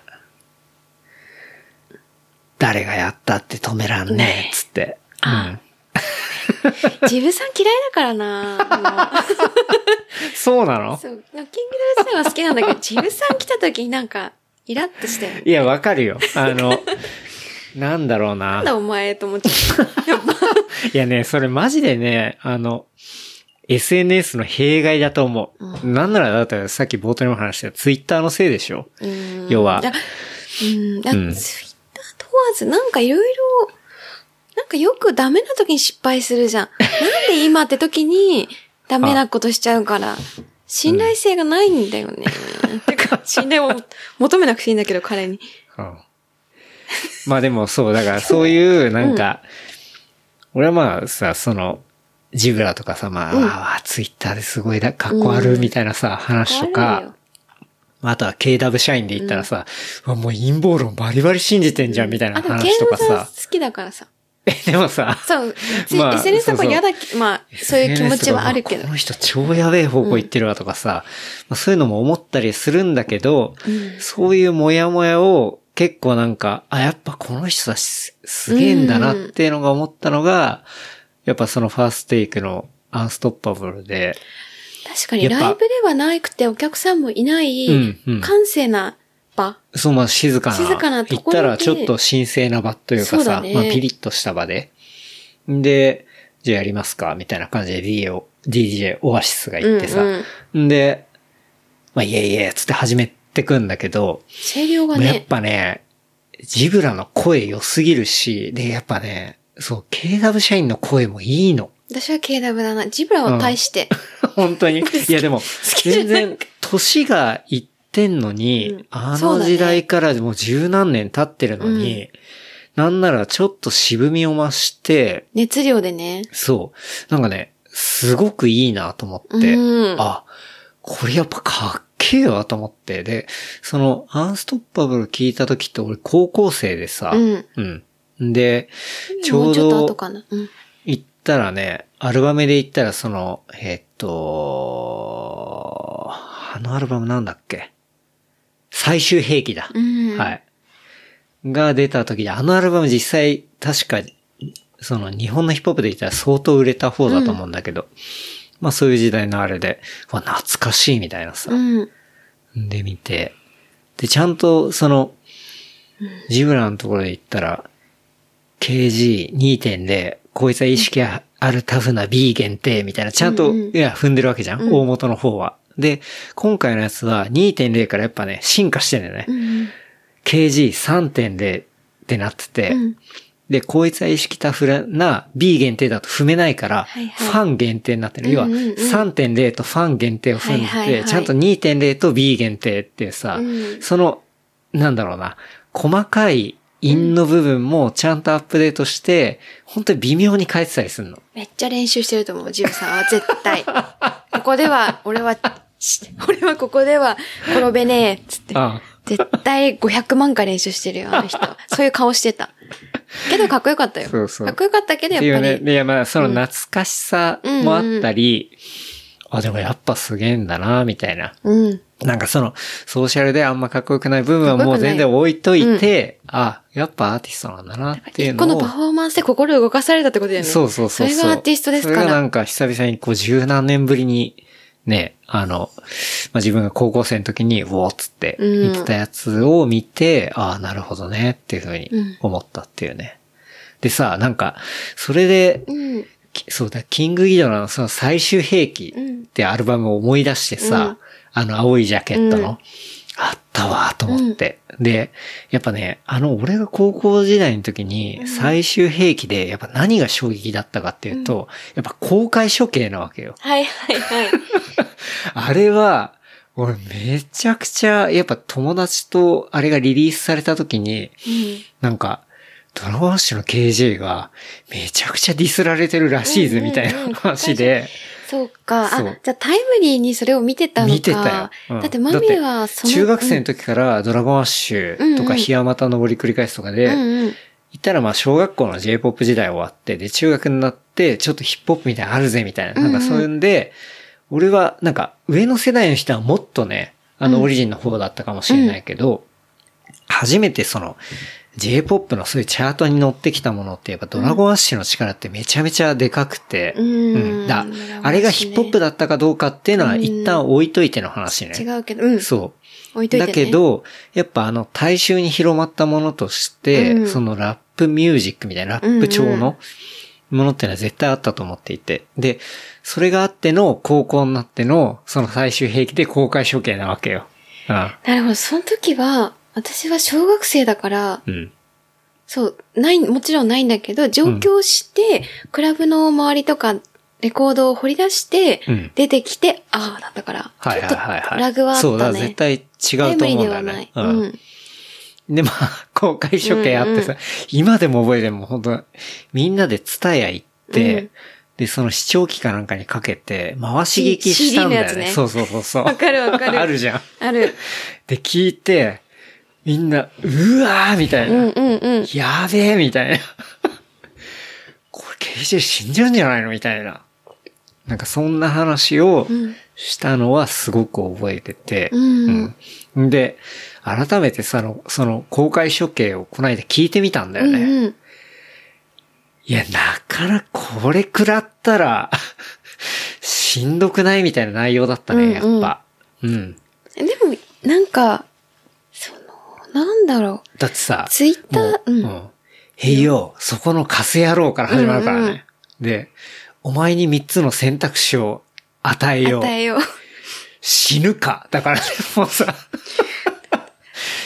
B: 誰がやったって止めらんねえ、つって。うん
C: ジブさん嫌いだからな も
B: そうなの
C: うそう。キングダルスは好きなんだけど、ジブさん来た時になんか、イラッとしたよね。
B: いや、わかるよ。あの、なんだろうな。
C: なんだお前と思っちゃ った。やっぱ。
B: いやね、それマジでね、あの、SNS の弊害だと思う。なんなら、だってさっき冒頭にも話した、ツイッターのせいでしょ。
C: うん
B: 要はい
C: やうん。ツイッタ
B: う
C: ー
B: ん
C: 問わず、なんかいろいろ、なんかよくダメな時に失敗する じゃん。なんで今って時にダメなことしちゃうから、信頼性がないんだよね。てか、信頼を求めなくていいんだけど、彼に。
B: うんまあでもそう、だからそういう、なんか、俺はまあさ、その、ジブラとかさ、まあ、ああツイッターですごいだ、かっこ悪いみたいなさ、話と
C: 壊れるよ
B: か、あとは KW 社員で言ったらさ、うわもう陰謀論バリバリ信じてんじゃんみたいな
C: あと、
B: 話と
C: 慶
B: か
C: 応さん
B: さ
C: 好。きだからさ。
B: え、でもさ、
C: そう、つい
B: まあ
C: SNS と
B: そ
C: か
B: うそう
C: 嫌だけ、まあ、そういう気持ちはあるけ
B: SNS と
C: ど
B: か。この人超やべえ方向行ってるわとかさ、まあそういうのも思ったりするんだけど、そういうモヤモヤを結構なんか、あ、やっぱこの人はすすげえんだなっていうのが思ったのが、やっぱそのファーストテイクのアンストッパブルで、
C: 確かに、
B: やっぱ
C: ライブではなくてお客さんもいない
B: うんうん、
C: 閑静な場。
B: そうまあ静かな、
C: 静かなと
B: 行っ
C: ころで
B: たらちょっと神聖な場という
C: そ
B: か
C: うだ
B: さ、
C: ね
B: まあピリッとした場で。で、じゃあやりますかみたいな感じで D を DJ オアシスが行ってさ、
C: うんうん
B: で、まあ、いえいえ、つって始めてくんだけど、
C: 声量が
B: やっ
C: ね、
B: ぱね、ジブラの声良すぎるし、で、やっぱね、そう、KW 社員の声もいいの。
C: 私は KW だな。ジブラは対して。
B: 本当に。いや、でも、
C: じゃ
B: 全
C: ない
B: 然、年がいってんのに、
C: うん
B: あ
C: そう
B: の
C: だね
B: 時代からもう十何年経ってるのに、なんならちょっと渋みを増して、
C: 熱量でね。
B: そう、なんかね、すごくいいなと思って、
C: うん。
B: あ、これやっぱかっけえわと思って。で、その、アンストッパブル聞いた時って俺高校生でさ、
C: うん。
B: うん。で、ち
C: も
B: ょう
C: うちょっと後
B: ど
C: かな。うん。
B: 行ったらね、アルバムで行ったらその、えっと、あのアルバムなんだっけ最終兵器だ。
C: うん。
B: はい。が出た時で、あのアルバム実際、確か、その日本のヒップホップで言ったら相当売れた方だと思うんだけど、まあそういう時代のあれで、わ、懐かしいみたいなさ、
C: うん。
B: で見て、で、ちゃんとその、ジブラのところで言ったら、KG2.0、こいつは意識あるタフな B 限定みたいな、ちゃんと、
C: うんうん
B: いや、踏んでるわけじゃん、
C: うん
B: 大元の方は。で、今回のやつは2.0からやっぱね、進化してんだよね。
C: うん。
B: KG3.0 ってなってて、
C: うん。
B: で、こいつは意識タフな B 限定だと踏めないから、
C: はいは
B: フ
C: い
B: ァン限定になってる。要は、
C: うんうんうん
B: 3.0とファン限定を踏んでて、
C: はいはいはい
B: ちゃんと2.0と B 限定ってさ、
C: うん
B: その、なんだろうな、細かい因の部分もちゃんとアップデートして、本当に微妙に変えてたりするの。
C: めっちゃ練習してると思う、ジブさんは。絶対。 ここでは、俺は、 し俺はここでは転べねえ、つって。
B: あ
C: 絶対500万回練習してるよ、あの人。 そういう顔してた。けどかっこよかったよ。
B: そうそう
C: かっこよかったけ
B: あ
C: ど、や
B: ってい
C: っ
B: う
C: ぱり。
B: ね。いや、まあ、その懐かしさもあったり、あ、でもやっぱすげえんだな、みたいな。
C: うん。
B: なんかその、ソーシャルであんまかっこよくない部分はもう全然置いといて、あ、やっぱアーティストなんだなっていうの
C: こ
B: を。
C: のパフォーマンスで心動かされたってことだよね。
B: そうそうそうう。
C: それがアーティストですから
B: それがなんか久々にこう十何年ぶりに、ね、あの、まあ、自分が高校生の時に、うおーっつって
C: うん
B: 見てたやつを見て、ああ、なるほどねっていうふうに思ったっていうね。でさ、なんか、それで、
C: うん。
B: きそうだ、キングギドラのその最終兵器ってアルバムを思い出してさ、あの青いジャケットの、
C: うん
B: あったわと思って、で、やっぱね、あの俺が高校時代の時に最終兵器でやっぱ何が衝撃だったかっていうと、やっぱ公開処刑なわけよ。
C: はいはい はい。
B: あれは、俺めちゃくちゃ、やっぱ友達とあれがリリースされた時に、なんか、ドラゴンアッシュの KJ がめちゃくちゃディスられてるらしいぜみたい
C: うんうん
B: な
C: う
B: ん話で、
C: そうか。
B: そ
C: あ
B: う、
C: じゃあタイムリーにそれを見てたのか。
B: 見てたよ。うん
C: だってマミはその。
B: 中学生の時からドラゴンアッシュと
C: うんう
B: か
C: ん
B: ヒアマタ登り繰り返すとかで、
C: うんうん
B: 行ったらまあ小学校の J-POP 時代終わって、で中学になってちょっとヒップホップみたいなのあるぜみたいな。なんかそういうんで、俺はなんか上の世代の人はもっとね、あのオリジンの方だったかもしれないけど、初めてその J-POP のそういうチャートに乗ってきたものってやっぱドラゴンアッシュの力ってめちゃめちゃでかくて、
C: うん
B: だ
C: ドラゴンアッシュね、
B: あれがヒップホップだったかどうかっていうのは一旦置いといての話ね。
C: 違うけど、うん。
B: そう。
C: 置いとい
B: だ
C: て、ね。
B: け、ど、やっぱあの大衆に広まったものとして、
C: うん
B: そのラップミュージックみたいなラップ調のものってのは絶対あったと思っていて。で、それがあっての高校になっての、その最終兵器で公開処刑なわけよ。あ
C: なるほど。その時は、私は小学生だから、
B: うん。
C: そう、ない、もちろんないんだけど、上京して、クラブの周りとか、レコードを掘り出して、
B: うん
C: 出てきて、ああ、だったから、
B: はいはいはい
C: ちょっ
B: は
C: と
B: い。
C: ラグはあった
B: そう
C: ね。
B: だ、絶対違うと
C: タイム
B: 思う
C: リー
B: んだ
C: で
B: よ
C: はない
B: ね。。
C: うん。
B: で、まあ、公開処刑あってさ、
C: うん
B: 今でも覚えてるもん本当みんなでツタヤ行って、
C: うん
B: で、その視聴器かなんかにかけて、回し聞きしたんだよ
C: C-
B: ね。
C: CD のやつね
B: そうそうそうそう。
C: わかるわか る
B: あるじゃん。
C: ある。
B: で、聞いて、みんな、うわーみたいうな。
C: んうんうん。
B: やべえみたいな。これ、刑事死んじゃうんじゃないのみたいな。なんか、そんな話を
C: うん
B: したのはすごく覚えてて。
C: うん
B: うんで、改めてその、その、公開処刑をこの間聞いてみたんだ
C: う
B: よ
C: ん
B: ね。
C: うん。
B: いや、なかなかこれ食らったら、 しんどくないみたいな内容だったね、や
C: うんうん
B: っぱ。うん。
C: でも、なんか、その、なんだろ
B: だってさ
C: う。、ツイッタ
B: も
C: ー
B: う、、うん。へいよ、そこのカス野郎から始まるからね。で、お前に三つの選択肢を与えよう。
C: 与えよう。
B: 死ぬか。だからね、もうさ、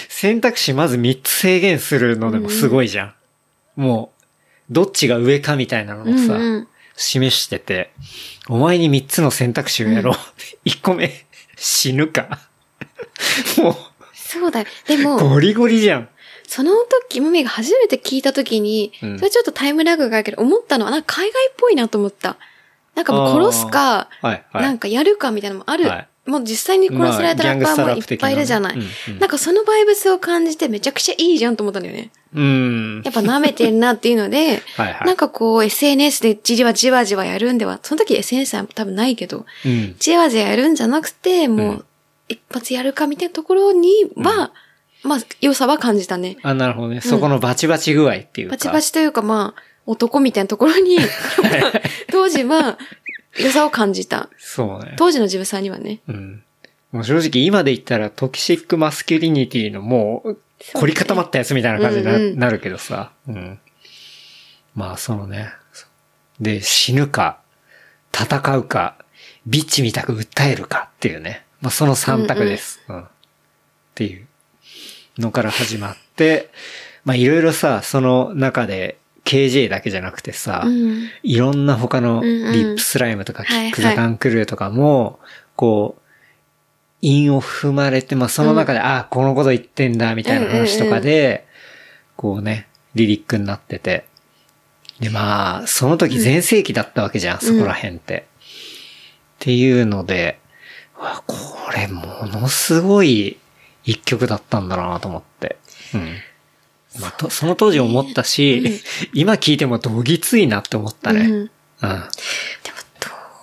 B: 選択肢まず三つ制限するのでもすごいじゃん。もう、どっちが上かみたいなのを
C: うん
B: さ、
C: うん。
B: 示してて、お前に三つの選択肢をやろう。一個目、死ぬか。も
C: そうだよ。で
B: う、
C: も、
B: ゴリゴリじゃん。
C: その時、マミが初めて聞いた時に、
B: うん
C: それちょっとタイムラグがあるけど、思ったのは、なんか海外っぽいなと思った。なんかもう殺すか、
B: はい、はい。
C: なんかやるかみたいなのもある。
B: はい
C: もう実際に殺されたラッパーもいっぱいいるじゃない。
B: まあギャングスタラップ的なねうんうん
C: なんかそのバイブスを感じてめちゃくちゃいいじゃんと思ったんだよね。
B: うん。
C: やっぱ舐めてんなっていうので、
B: はいはい。
C: なんかこう SNS でじわじわじわやるんでは、その時 SNS は多分ないけど、
B: うん。
C: じわじわやるんじゃなくて、も
B: う
C: うん一発やるかみたいなところには、まあ良さは感じたね。
B: あ、なるほどね。そこのバチバチ具合っていうか。
C: バチバチというかまあ、男みたいなところ に、当時は良さを感じた。
B: そうね。
C: 当時の自分さんにはね。
B: うん。もう正直今で言ったらトキシックマスキュリニティのもう凝り固まったやつみたいな感じにな,、
C: うんうん
B: なるけどさ。うん。まあそのね。で、死ぬか、戦うか、ビッチみたく訴えるかっていうね。まあその3択です。うん、っていうのから始まって、まあいろいろさ、その中で KJ だけじゃなくてさ、
C: うん。
B: いろんな他の
C: うんうん
B: リップスライムとかキ
C: はいはい
B: ックザカンクルーとかも、こう、韻を踏まれて、まあその中で、あ、このこと言ってんだ、みたいな話とかで、こうね、リリックになってて。で、まあ、その時全盛期だったわけじゃん、そこら辺って。っていうので、わこれものすごい一曲だったんだなと思って。うん。まあ、とその当時思ったし、 今聞いてもどぎついなって思ったね。
C: うん
B: うん。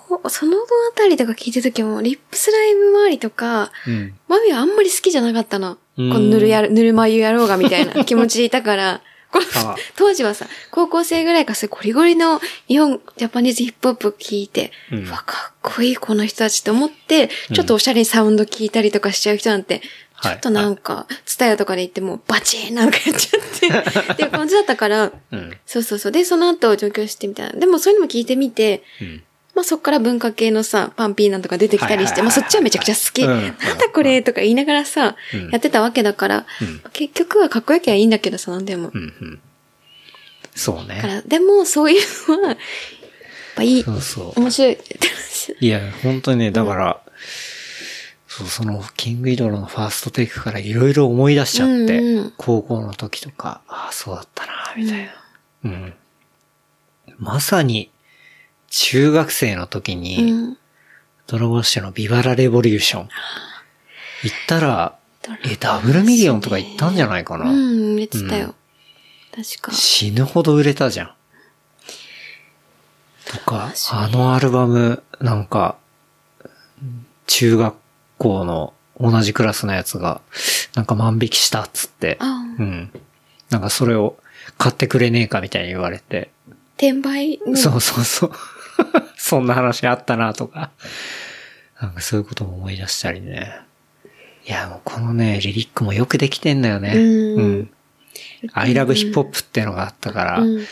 C: どうそのあたりとか聞いた時も、リップスライム周りとか、
B: うん。
C: マミはあんまり好きじゃなかったの。こ
B: うん
C: のぬるやる、ぬるま湯やろうがみたい な気持ちでいたから、この
B: ああ
C: 当時はさ、高校生ぐらいからすごいゴリゴリの日本、ジャパニーズヒップホップ聞いて、
B: うん
C: うわ、かっこいいこの人たちと思って、ちょっとおしゃれにサウンド聞いたりとかしちゃう人なんて、
B: はい
C: ちょっとなんか、ツタヤとかで行ってもうバチーンなんかやっちゃって、 っていう感じだったから、
B: うん。
C: そうそうそう。で、その後上京してみたいな。でもそういうのも聞いてみて、
B: うん。
C: まあそっから文化系のさ、パンピーなんとか出てきた
B: は
C: りして、
B: いはいはいはい
C: まあそっちはめちゃくちゃ好き。
B: うん
C: なんだこれとか言いながらさ、
B: うん
C: やってたわけだから、
B: う
C: 結局はかっこよきゃいいんだけどさ、なんでも。
B: うん。うん。そう
C: だか
B: ね。
C: ら、でもそういうのは、やっぱいい
B: そ、うそ
C: 面白いって言ってまし
B: う。いや、本当にね、だから、そう、その、キングイドルのファーストテイクからいろいろ思い出しちゃって、
C: うんうん
B: 高校の時とか、ああ、そうだったな、みたいな。
C: たよ。
B: うん。まさに、中学生の時
C: う
B: に、
C: ん。
B: ドラゴンシュのビバラレボリューション。行ったら、
C: ドラゴン
B: え、ダブルミリオンとか行ったんじゃないかな。
C: うん、言ってたよ。確か。
B: 死ぬほど売れたじゃん。とか、あのアルバム、なんか、中学校の同じクラスのやつが、なんか万引きしたっつって、
C: あ
B: うん。なんかそれを買ってくれねえかみたいに言われて。
C: 転売の。
B: そうそうそう。 そんな話あったなとか。なんかそういうことも思い出したりね。いや、もうこのね、リリックもよくできてんだよね。
C: うん
B: ん。I love hip hop ってのがあったから、
C: うん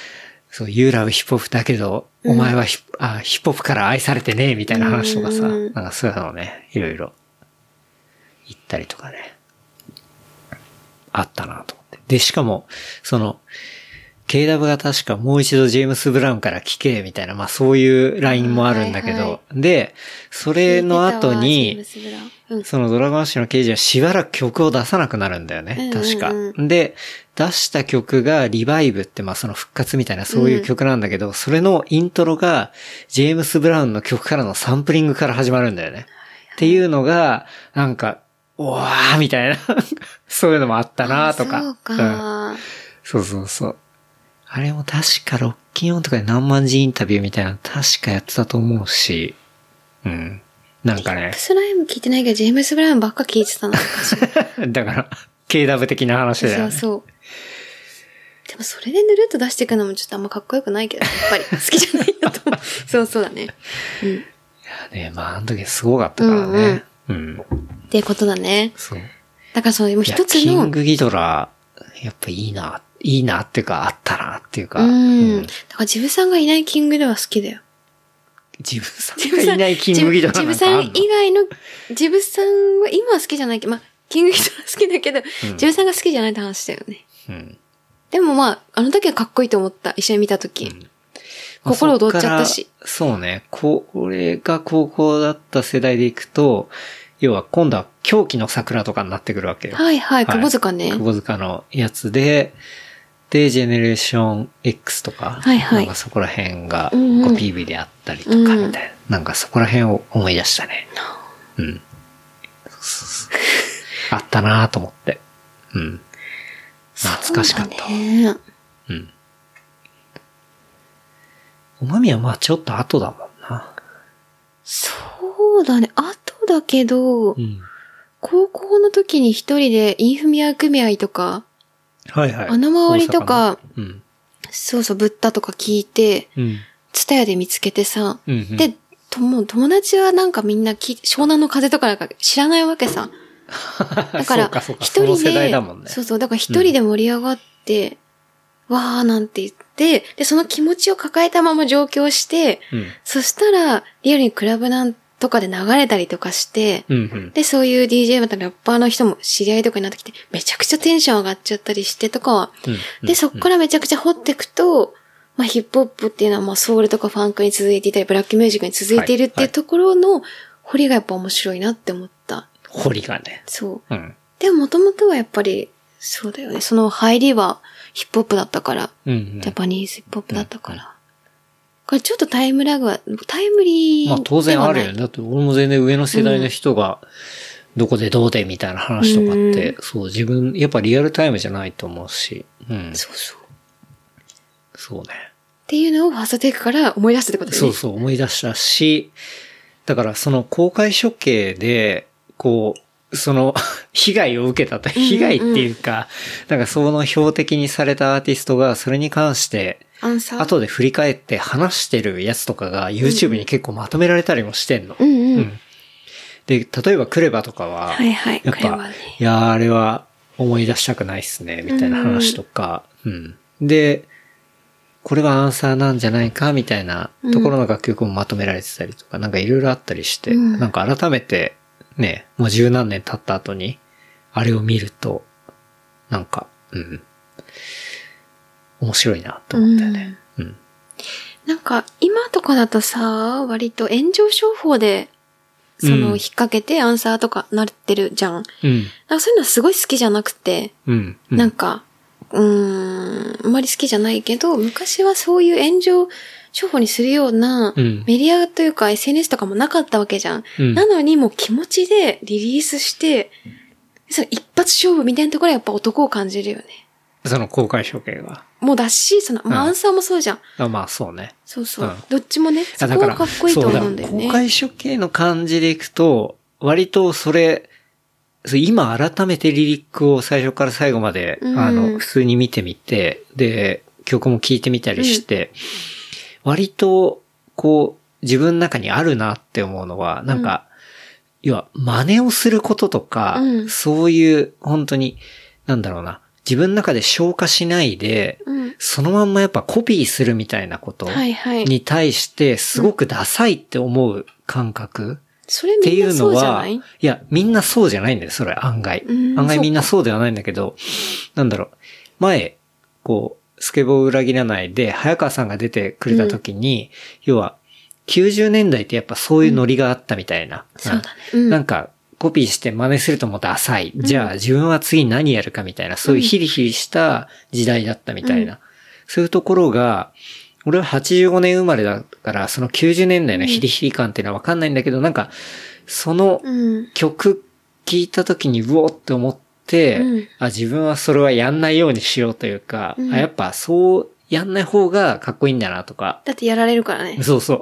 B: そう、You love hip hop だけど、お前はヒップ、あ、ヒップホップから愛されてねえみたいな話とかさ、
C: うん
B: なんかそういうのをね、いろいろ言ったりとかね。あったなと思って。で、しかも、その、KW が確かもう一度ジェームス・ブラウンから聞け、みたいな、まあそういうラインもあるんだけど、
C: はいは
B: で、それの後
C: ジェーム
B: に、
C: スブラウンうん
B: そのドラゴン氏の刑事はしばらく曲を出さなくなるんだよね。
C: うんうん
B: 確か。
C: うん
B: で、出した曲がリバイブって、まあその復活みたいなそういう曲なんだけど、それのイントロがジェームス・ブラウンの曲からのサンプリングから始まるんだよね。っていうのが、なんか、おわーみたいな、 そういうのもあったなとか。
C: そう
B: うん
C: か。
B: そうそうそう。あれも確かロッキンオンとかで何万字インタビューみたいなの確かやってたと思うし、うん。なんかね
C: ク。スライム聞いてないけど、ジェームス・ブラウンばっか聞い てたな。
B: だから、KW 的な話
C: そう
B: だよ
C: そ
B: ね。
C: うでもそれでぬるっと出していくのもちょっとあんまかっこよくないけど、やっ ぱり好きじゃないよと思う。そうそうだね。うん。っ
B: ねまあ、あの時すごかったからね。うん、
C: ていうことだね。
B: そう。
C: だからその、もう
B: いや
C: 一つ
B: キン
C: の、
B: グギドラ、やっぱいいな、いいなっていうか、あったなっていうか。
C: うん。
B: うん
C: だからジブさんがいないキングでは好きだよ。
B: 自分さ
C: ジ
B: ん
C: ブ
B: が
C: さん
B: いないキングギドラなんかあんの
C: ジブジブさん以外の、ジブさんは今は好きじゃないけど、まあ、キングギドラ好きだけど、ジブさんが好きじゃないって話だよね。
B: うん。
C: でもまあ、あの時はかっこいいと思った。一緒に見た時。
B: まあ
C: 心躍っちゃったし。
B: そっからそうね。これが高校だった世代でいくと、要は今度は狂気の桜とかになってくるわけよ。
C: はいはい、
B: はい
C: 窪塚ね。
B: 久保塚のやつで、で、ジェネレーション X とか、
C: はいはい
B: なんかそこら辺が、こう
C: うんうん
B: PV であったりとか、みたいな、
C: うん
B: なんかそこら辺を思い出したね。うん。あったなぁと思って。うん。懐かしかった。
C: そうだね
B: うん。おまみはまあちょっと後だもんな。
C: そうだね。あとだけど、
B: ん。
C: 高校の時に一人でインフミア組合とか、
B: はいはい。
C: あの周りとか
B: 大阪の。
C: そうそう、ブッダとか聞いて、
B: うん。うん。
C: ツタヤで見つけてさ、
B: うんうん
C: で、ともう友達はなんかみんなき湘南の風とかなんか知らないわけさ。だか
B: そう
C: ら、
B: かそうか
C: 一人
B: その世代
C: で、
B: だもんね。
C: そうそう、だから一人で盛り上がって、わーなんて言って、で、その気持ちを抱えたまま上京して、
B: うん。
C: そしたら、リアルにクラブなんとかで流れたりとかして、
B: うんうん。
C: で、そういう DJ またラッパーの人も知り合いとかになってきて、めちゃくちゃテンション上がっちゃったりしてとかは、
B: うん
C: で、そっからめちゃくちゃ掘っていくと、まあヒップホップっていうのはまあソウルとかファンクに続いていたり、ブラックミュージックに続いているって
B: はいいう
C: ところの掘りがやっぱ面白いなって思った。
B: 彫りがね。
C: そう。
B: うん。
C: でも元々はやっぱり、そうだよね。その入りはヒップホップだったから、
B: うん、うん
C: ジャ。パニーズヒップホップだったから。これちょっとタイムラグは、タイムリーで
B: ま
C: は
B: あ
C: ない。
B: 当然あるよね。だって俺も全然上の世代の人が、どこでどうでみたいな話とかって、そう、自分、やっぱリアルタイムじゃないと思うし、うん。
C: そうそう。っ
B: そうね。
C: ていうのをファーストテイクから思い出すってことです
B: そ
C: ね
B: う。そう、思い出したし、だからその公開処刑で、こう、その、 被害を受けたと、被害っていうか、なんかその標的にされたアーティストが、それに関して、
C: アンサー。
B: 後で振り返って話してるやつとかが YouTube に結構まとめられたりもしてんの。
C: うんうん。
B: で、例えばクレバとかは、
C: はいはい。
B: や
C: こ
B: っ
C: れ
B: ぱ、
C: はね。
B: いやーあれは思い出したくないっすね、みたいな話とか、うん、で、これはアンサーなんじゃないか、みたいなところの楽曲もまとめられてたりとか、なんかいろいろあったりして、
C: うん
B: なんか改めて、ね、もう十何年経った後に、あれを見ると、なんか、うん、面白いな、と思ったよね。うん。
C: なんか、今とかだとさ、割と炎上商法で、その、
B: うん
C: 引っ掛けてアンサーとかなってるじゃん。なん
B: うん。
C: かそういうのすごい好きじゃなくて、
B: うん。うん
C: なんか、うーん、あんまり好きじゃないけど、昔はそういう炎上商法にするような、
B: うん
C: メディアというか SNS とかもなかったわけじゃん。
B: うん
C: なのにもう気持ちでリリースして、その一発勝負みたいなところはやっぱ男を感じるよね。
B: その公開処刑が。
C: もうだし、その、まあ
B: うん
C: アンサーもそうじゃん。
B: あまあそうね。。
C: そうそううんどっちもね、そ
B: あ
C: こはかっこいいと思うんだよ
B: そう
C: ね
B: 公。開処刑の感じでいくと、割とそれ、そう今改めてリリックを最初から最後まで、
C: うん
B: あの、普通に見てみて、で、曲も聴いてみたりして、割と、こう、自分の中にあるなって思うのは、なんか、要は、真似をすることとか、
C: うん
B: そういう、本当に、なんだろうな、自分の中で消化しないで、
C: うん。
B: そのまんまやっぱコピーするみたいなこと
C: はいはい。
B: に対して、すごくダサいって思う感覚
C: それ
B: って
C: みん
B: い
C: な
B: う
C: そ
B: の
C: うじゃ
B: は、
C: ない
B: いや、みんなそうじゃないんだよ、それ、案外。
C: うん
B: 案外みんなそうではないんだけど、なんだろう、前、こう、スケボーを裏切らないで、早川さんが出てくれた時に、要は、90年代ってやっぱそういうノリがあったみたいな。
C: そうだね。うん。
B: なんか、コピーして真似するともうダサい。じゃあ自分は次何やるかみたいな、そういうヒリヒリした時代だったみたいな。そういうところが、俺は85年生まれだから、その90年代のヒリヒリ感っていうのはわかんないんだけど、なんか、その
C: うん。
B: 曲聴いた時にうおって思って、
C: うん
B: あ、自分はそれはやんないようにしようというか、
C: うん
B: あやっぱそうやんない方がかっこいいんだなとか、
C: だってやられるからね。
B: そう そ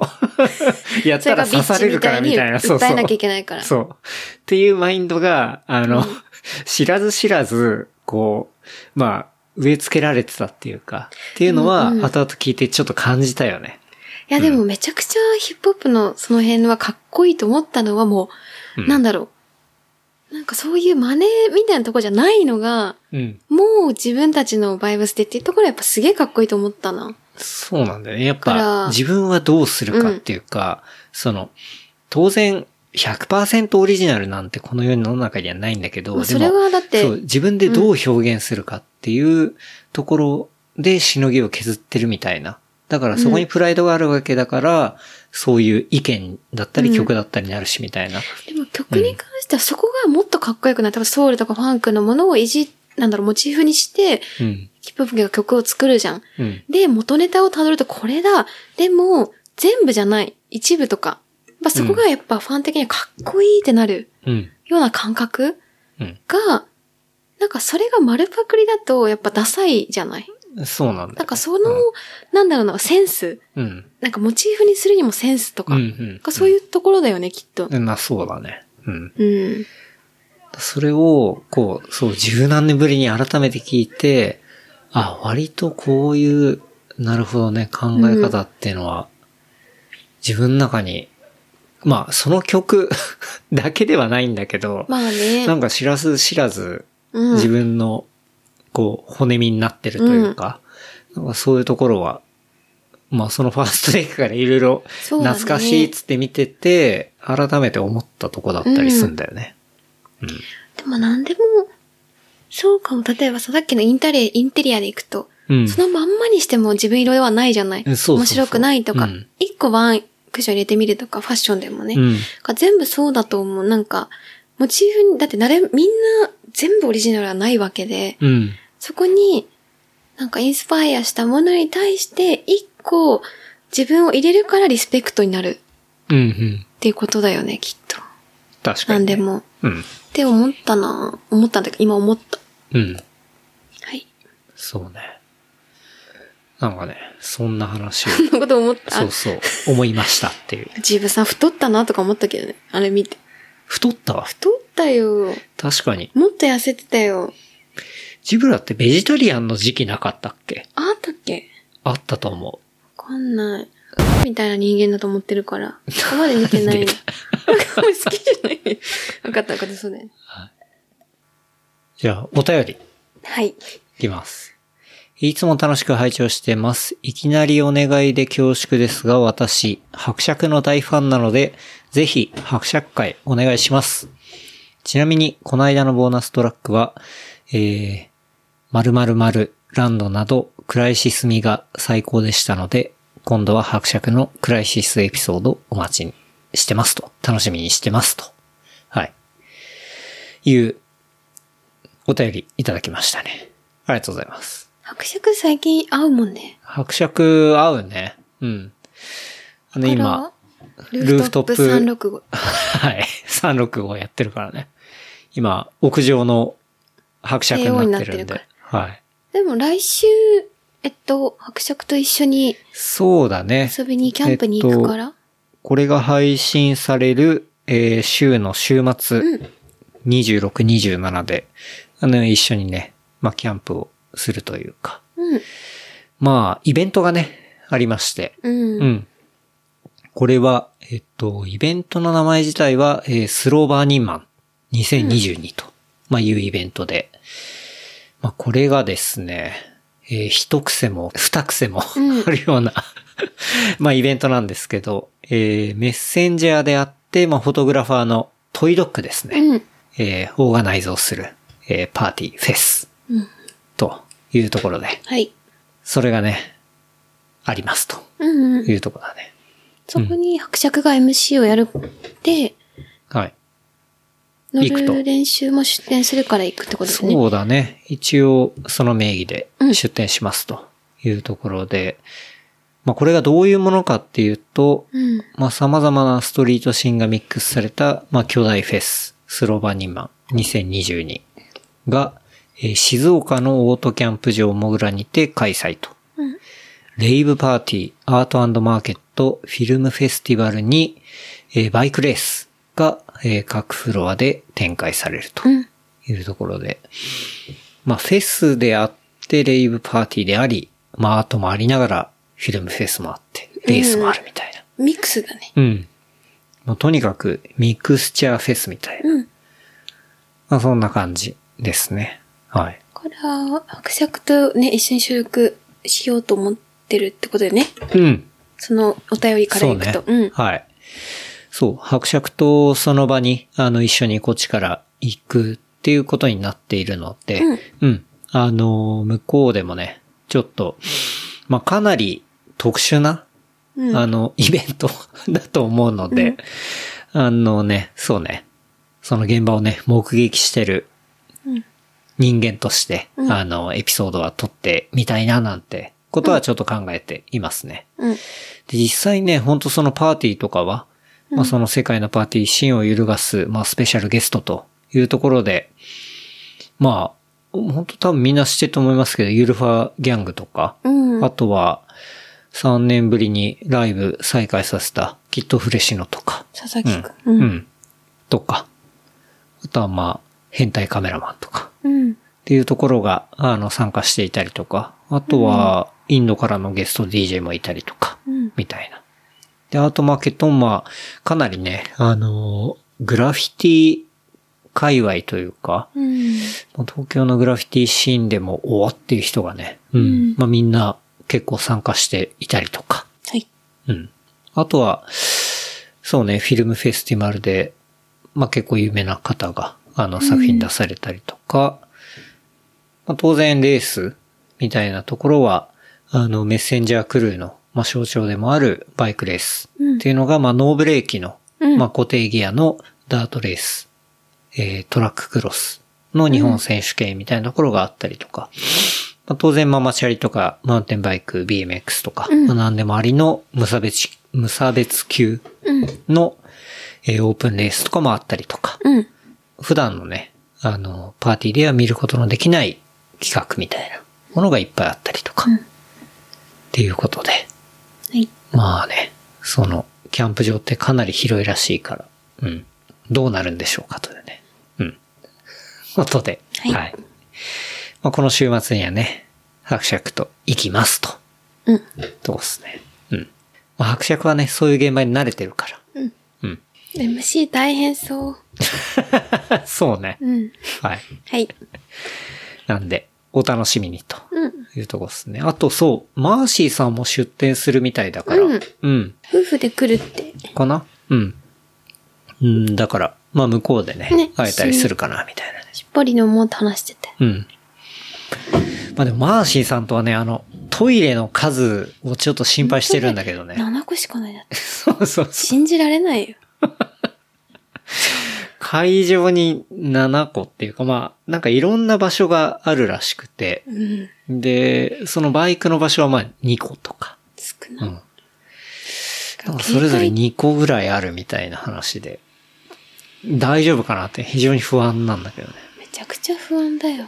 B: う。やっ
C: そ
B: た
C: れが
B: ら
C: ビ
B: 刺さ
C: ッチ
B: れる
C: み
B: か
C: た
B: ら
C: い
B: み
C: に
B: たいな、そう
C: 訴
B: そ
C: え
B: う
C: なきゃ。いけないから。
B: そう。っていうマインドが、あの、知らず知らず、こう、まあ、植え付けられてたっていうか、っていうのは、
C: うんうん
B: 後々聞いてちょっと感じたよね。
C: いやでもめちゃくちゃヒップホップのその辺はかっこいいと思ったのはもう、
B: うん
C: なんだろう。なんかそういう真似みたいなとこじゃないのが、
B: うん。
C: もう自分たちのバイブスでっていうところはやっぱすげえかっこいいと思ったな。
B: そうなんだよね。やっ
C: だから
B: ぱ、自分はどうするかっていうか、その、当然、100%オリジナルなんてこの世の中にはないんだけど、
C: まあ
B: でも
C: それはだって
B: そう、自分でどう表現するかっていうところでしのぎを削ってるみたいな。だからそこにプライドがあるわけだから、そういう意見だったり
C: うん
B: 曲だったりになるしみたいな。
C: でも曲に関してはそこがもっとかっこよくなって、多分ソウルとかファンクのものをいじ、なんだろう、モチーフにして、
B: うん。
C: ヒップホップが曲を作るじゃん。
B: うん。
C: で、元ネタをたどるとこれだ。でも、全部じゃない。一部とか。やっぱそこがやっぱファン的にはかっこいいってなる
B: うん。
C: ような感覚
B: うん。
C: が、なんかそれが丸パクリだとやっぱダサいじゃない
B: そうなんだよ。
C: なんかその、なんだろうな、センス。
B: うん。
C: なんかモチーフにするにもセンスと
B: う
C: か。
B: ん。う
C: なん
B: ん。
C: かそういうところだよね、きっと。
B: うん。まあそうだね。うん。
C: うん。
B: それを、こう、そう、十何年ぶりに改めて聞いて、あ、割とこういう、なるほどね、考え方っていうのは、自分の中に、まあ、その曲 だけではないんだけど、
C: まあね。
B: なんか知らず知らず、
C: うん、
B: 自分の、こう、骨身になってるというか、なんかそういうところは、まあ、そのファーストテイクからいろいろ、
C: そうだね
B: 懐かしいっつって見てて、改めて思ったとこだったりするんだよね。
C: でもなんでも、そうかも。例えばさ、さっきのインタリア、インテリアで行くと、
B: うん。
C: そのまんまにしても自分色ではないじゃな
B: う
C: い。
B: んそうそうそう
C: 面白くないとか
B: うん、
C: 一、個ワンクッション入れてみるとか、ファッションでもね。
B: うん。
C: なんか全部そうだと思う。なんか、モチーフに、だって誰、みんな全部オリジナルはないわけで、
B: うん。
C: そこに、なんかインスパイアしたものに対して、一個自分を入れるからリスペクトになる
B: うんうん。
C: っていうことだよね、きっと。
B: 確か
C: な
B: に、
C: んで。も。
B: うん。
C: って思ったな思ったんだけど、今思った。
B: うん。
C: はい。
B: そうね。なんかね、そんな 話を、
C: そんなこと思った。
B: そうそう、思いましたっていう。
C: ジブさん太ったなとか思ったけどね。あれ見て。
B: 太ったわ。
C: 太ったよ。
B: 確かに。
C: もっと痩せてたよ。
B: ジブラってベジタリアンの時期なかったっけ
C: あったっけ
B: あったと思
C: わかんない。みたいな人間だと思ってるから。そこまで見てない。
B: 出
C: な
B: た
C: んかあんまり好きじゃない。わかったわかった、そうだよね。
B: う。じゃあ、お便り。
C: はい。
B: いきます。いつも楽しく拝聴してます。いきなりお願いで恐縮ですが、私、伯爵の大ファンなので、ぜひ、伯爵会お願いします。ちなみに、この間のボーナストラックは、えー、〇〇〇ランドなど、クライシス味が最高でしたので、今度は伯爵のクライシスエピソードお待ちしてますと。楽しみにしてますと。はい。いう、お便りいただきましたね。ありがとうございます。
C: 伯爵最近合うもんね。
B: 伯爵合うね。うん。あの、今、
C: これは、
B: ルー
C: ルー
B: フ
C: フ
B: ト
C: ト
B: ッ
C: ッ
B: プ
C: プ365。
B: はい。365やってるからね。今、屋上の伯爵になってるん
C: 帝王になってる
B: で。はい。
C: でも来週、えっと、伯爵と一緒に
B: そうだね。
C: 遊びにキャンプに行くから。
B: これが配信される、えー週の週末26、27で、あの、一緒にね、まあ、キャンプをするというか。
C: うん。
B: まあ、イベントがね、ありまして。
C: うん。
B: う
C: うん。
B: ん。これは、えっと、イベントの名前自体は、えースローバーニンマン2022と、まあ、いうイベントで。まあ、これがですね、えー一癖も二癖も
C: うん
B: あるような、まあ、イベントなんですけど、えーメッセンジャーであって、まあ、フォトグラファーのトイドックですね。
C: うん。
B: えーオーガナイズをする、えーパーティー、フェス、
C: うん
B: というところで、
C: はい。
B: それがね、ありますと
C: うん、うん。
B: いうところだね。
C: そこに伯爵が MC をやるって、
B: はい。
C: 乗
B: 行くと
C: る練習も出展するから行くってことですね。
B: そうだね。一応、その名義で
C: うん
B: 出店しますというところで、まあこれがどういうものかっていうと、
C: うん。
B: まあ様々なストリートシーンがミックスされた、まあ巨大フェス、スロバニマン2022が、えー静岡のオートキャンプ場モグラにて開催と。
C: うん
B: レイブパーティー、アートマーケット、フィルムフェスティバルに、えーバイクレースが、えー各フロアで展開されると。
C: うん。
B: いうところで。まあ、フェスであって、レイブパーティーであり、まあ、アートもありながら、フィルムフェスもあって、レースもあるみたい
C: ミックスだね。
B: な。うん。まあ、とにかく、ミクスチャーフェスみたいな。
C: うん。
B: まあ、そんな感じですね。はい。
C: これは、伯爵とね、一緒に収録しようと思ってるってことだよね。
B: うん。
C: そのお便りから
B: そう
C: 行く
B: ね
C: と。。
B: はい。そう。伯爵とその場に、あの、一緒にこっちから行くっていうことになっているので、
C: うん
B: あの、向こうでもね、ちょっと、まあ、かなり特殊な、
C: うん。うん。
B: あの、イベント だと思うので、あのね、そうね、その現場をね、目撃してる
C: うん
B: 人間として、
C: うん
B: あの、エピソードは撮ってみたいななんてことはちょっと考えていますね。
C: うん。
B: で、実際ね、ほんとそのパーティーとかは、まあその世界のパーティーシーンを揺るがす、まあスペシャルゲストというところで、まあ、ほんと多分みんな知ってると思いますけど、ゆるファギャングとか、
C: うん。
B: あとは、3年ぶりにライブ再開させた、キットフレシノとか。
C: 佐々
B: う
C: 木
B: ん。
C: くん。
B: う。ん。とか。あとはまあ、変態カメラマンとか。
C: うん。
B: っていうところが、あの、参加していたりとか。あとは、インドからのゲスト DJ もいたりとか。
C: うん。
B: みたいな。で、アートマーケットもまあ、かなりね、あの、グラフィティ界隈というか、
C: うん。
B: まあ東京のグラフィティシーンでも終わっていう人がね、うん。
C: うん
B: まあみんな結構参加していたりとか。
C: はい。
B: うん。あとは、そうね、フィルムフェスティバルで、まあ結構有名な方が、あの作品出されたりとか、まあ当然レースみたいなところは、あのメッセンジャークルーの、まあ象徴でもあるバイクレース
C: うん
B: っていうのが、まあノーブレーキの、
C: うん
B: まあ固定ギアのダートレース、えートラッククロスの日本選手権みたいなところがあったりとか、まあ、当然ママチャリとかマウンテンバイク、BMX とか、
C: うん
B: まあ何でもありの無差別、無差別級
C: うん。
B: の、えーオープンレースとかもあったりとか、
C: うん。
B: 普段のね、あの、パーティーでは見ることのできない企画みたいなものがいっぱいあったりとか、
C: うん
B: っていうことで、
C: はい。
B: まあね、その、キャンプ場ってかなり広いらしいから、うん。どうなるんでしょうかというね。うん。ことで、
C: はい
B: まあ、この週末にはね、伯爵と行きますと。
C: うん。
B: どうっすね。うん。まあ、伯爵はね、そういう現場に慣れてるから。
C: うん。
B: うん。
C: MC 大変そう。
B: そうね。
C: うん。
B: はい。
C: はい。
B: なんで、お楽しみにと。
C: うん。
B: いうとこですね。あとそう、マーシーさんも出店するみたいだから。
C: うん
B: うん
C: 夫婦で来るって。
B: かなうん。うん、だから、まあ向こうでね、
C: ね
B: 会えたりするかな、みたいなね。
C: しっぽりのもうと話してて。
B: うん。まあでも、マーシーさんとはね、あの、トイレの数をちょっと心配してるんだけど ね。
C: 7個しかないだって。
B: そうそうそう。
C: 信じられないよ。
B: 会場に7個っていうか、まあ、なんかいろんな場所があるらしくて。
C: うん。
B: で、そのバイクの場所はまあ2個とか。
C: 少
B: う
C: ない。
B: ん。なんかそれぞれ2個ぐらいあるみたいな話で。大丈夫かなって非常に不安なんだけどね。
C: めちゃくちゃ不安 だよ。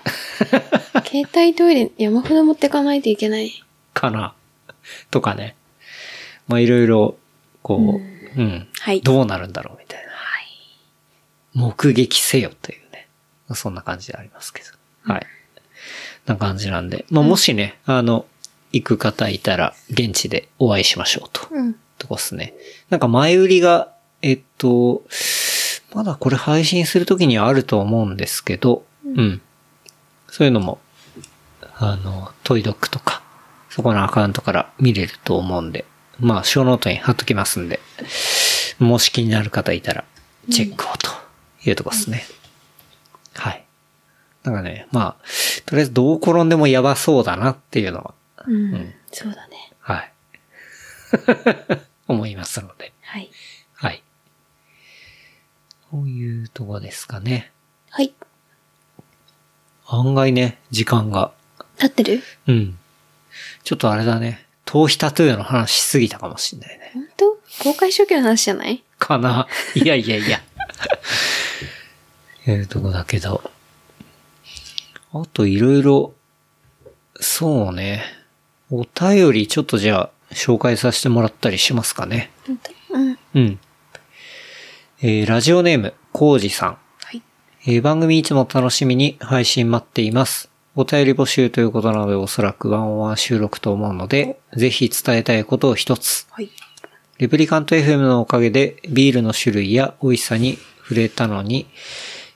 C: 携帯トイレ山ほど持ってかないといけない。
B: かな。とかね。まあいろいろ、こう、うん、
C: はい
B: どうなるんだろうみたいな。目撃せよというね。そんな感じでありますけど。はい。な感じなんで。まあ、もしね、あの、行く方いたら、現地でお会いしましょうと。
C: うん。
B: とこっすね。なんか前売りが、えっと、まだこれ配信するときにはあると思うんですけど、うん。そういうのも、あの、トイドックとか、そこのアカウントから見れると思うんで、まあ、小ノートに貼っときますんで、もし気になる方いたら、チェックをというとこですね。はい。なんかね、まあ、とりあえずどう転んでもやばそうだなっていうのは、
C: うん。そうだね。
B: はい。 思いますので。
C: はい。
B: はい。こういうとこですかね。
C: はい。
B: 案外ね、時間が。
C: 立ってる
B: うん。ちょっとあれだね。頭皮タトゥーの話しすぎたかもしんないね。
C: 本当公開処刑の話じゃない
B: かな。いやいやいや。 いうとこだけど。あといろいろ、そうね。お便りちょっとじゃあ紹介させてもらったりしますかね。
C: 本当うん。は
B: うん。えーラジオネーム、コウジさん。
C: い。
B: えー番組いつも楽しみに配信待っています。お便り募集ということなのでおそらくワンオンワン収録と思うので、ぜひ伝えたいことを一つ。
C: はい。
B: レプリカント FM のおかげでビールの種類や美味しさに触れたのに、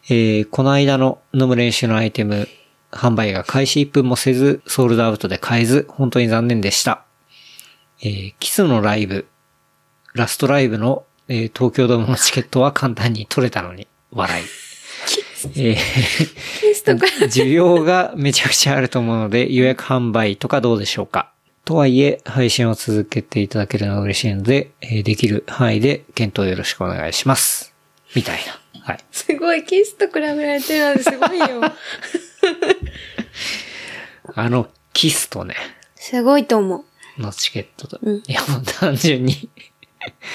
B: えーこの間の飲む練習のアイテム、販売が開始1分もせず、ソールドアウトで買えず、本当に残念でした。えーキスのライブ、ラストライブの、えー東京ドームのチケットは簡単に取れたのに、笑い。えー
C: テストか。
B: 需要がめちゃくちゃあると思うので、予約販売とかどうでしょうかとはいえ、配信を続けていただけるのは嬉しいので、えーできる範囲で検討よろしくお願いします。みたいな。はい。
C: すごい、キスと比べられてるなんてすごいよ。
B: あの、キスとね、
C: すごいと思う。
B: のチケットと。
C: うん
B: いや、もう単純に、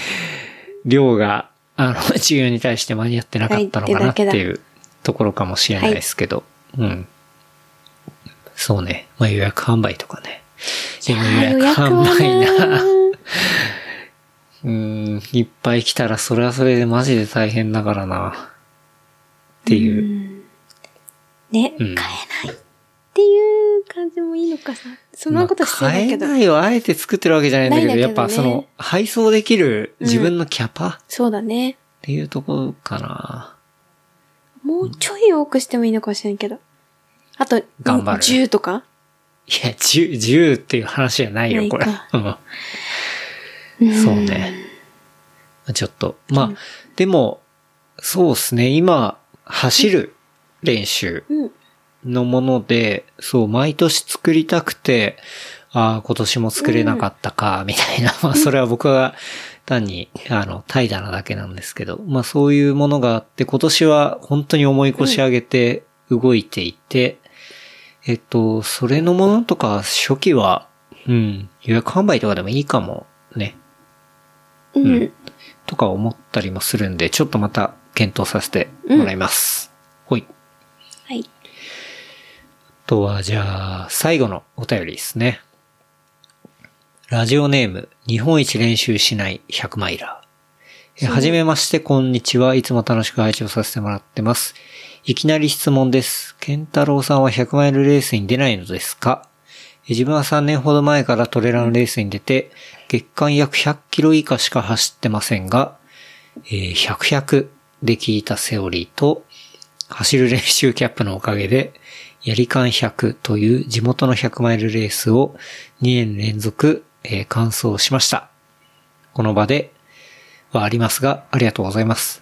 B: 量が、あの、 需要に対して間に合ってなかったのかなって
C: はいって
B: いうところかもしれないですけど。うん。そうね。まあ予約販売とかね。でも予約販売な。うん、いっぱい来たらそれはそれでマジで大変だからな。っていう。
C: ね、
B: う
C: 買え
B: ん
C: ないっていう感じもいいのかさ。そんなことしてないけど
B: まあ。買えないをあえて作ってるわけじゃないんだけど、
C: ないんだ
B: や
C: け
B: っ
C: どね
B: ぱその、配送できる自分のキャパっ
C: そうだね。
B: ていうところかな。
C: もうちょい多くしてもいいのかもしれんけど。あと、
B: 頑張る
C: 10とか
B: いや、10、10っていう話じゃないよ、これ。
C: ないか
B: うん
C: うん
B: そうね。ちょっと。まあ、でも、そうですね。今、走る練習
C: うん。
B: のもので、そう、毎年作りたくて、ああ、今年も作れなかったか、みたいな。まあ、それは僕は単に、あの、怠惰なだけなんですけど、まあ、そういうものがあって、今年は本当に思い越し上げて動いていて、えっと、それのものとか、初期は、うん、予約販売とかでもいいかも、ね。
C: うん。
B: とか思ったりもするんで、ちょっとまた検討させてもらいます。ほい。
C: はい。
B: あとは、じゃあ、最後のお便りですね。ラジオネーム、日本一練習しない100マイラー。えはじめまして、こんにちは。いつも楽しく配置をさせてもらってます。いきなり質問です。ケンタロウさんは100マイルレースに出ないのですかえ自分は3年ほど前からトレランレースに出て、月間約100キロ以下しか走ってませんが、えー100、100で聞いたセオリーと、走る練習キャップのおかげで、やりかん100という地元の100マイルレースを2年連続、えー完走しました。この場ではありますが、ありがとうございます。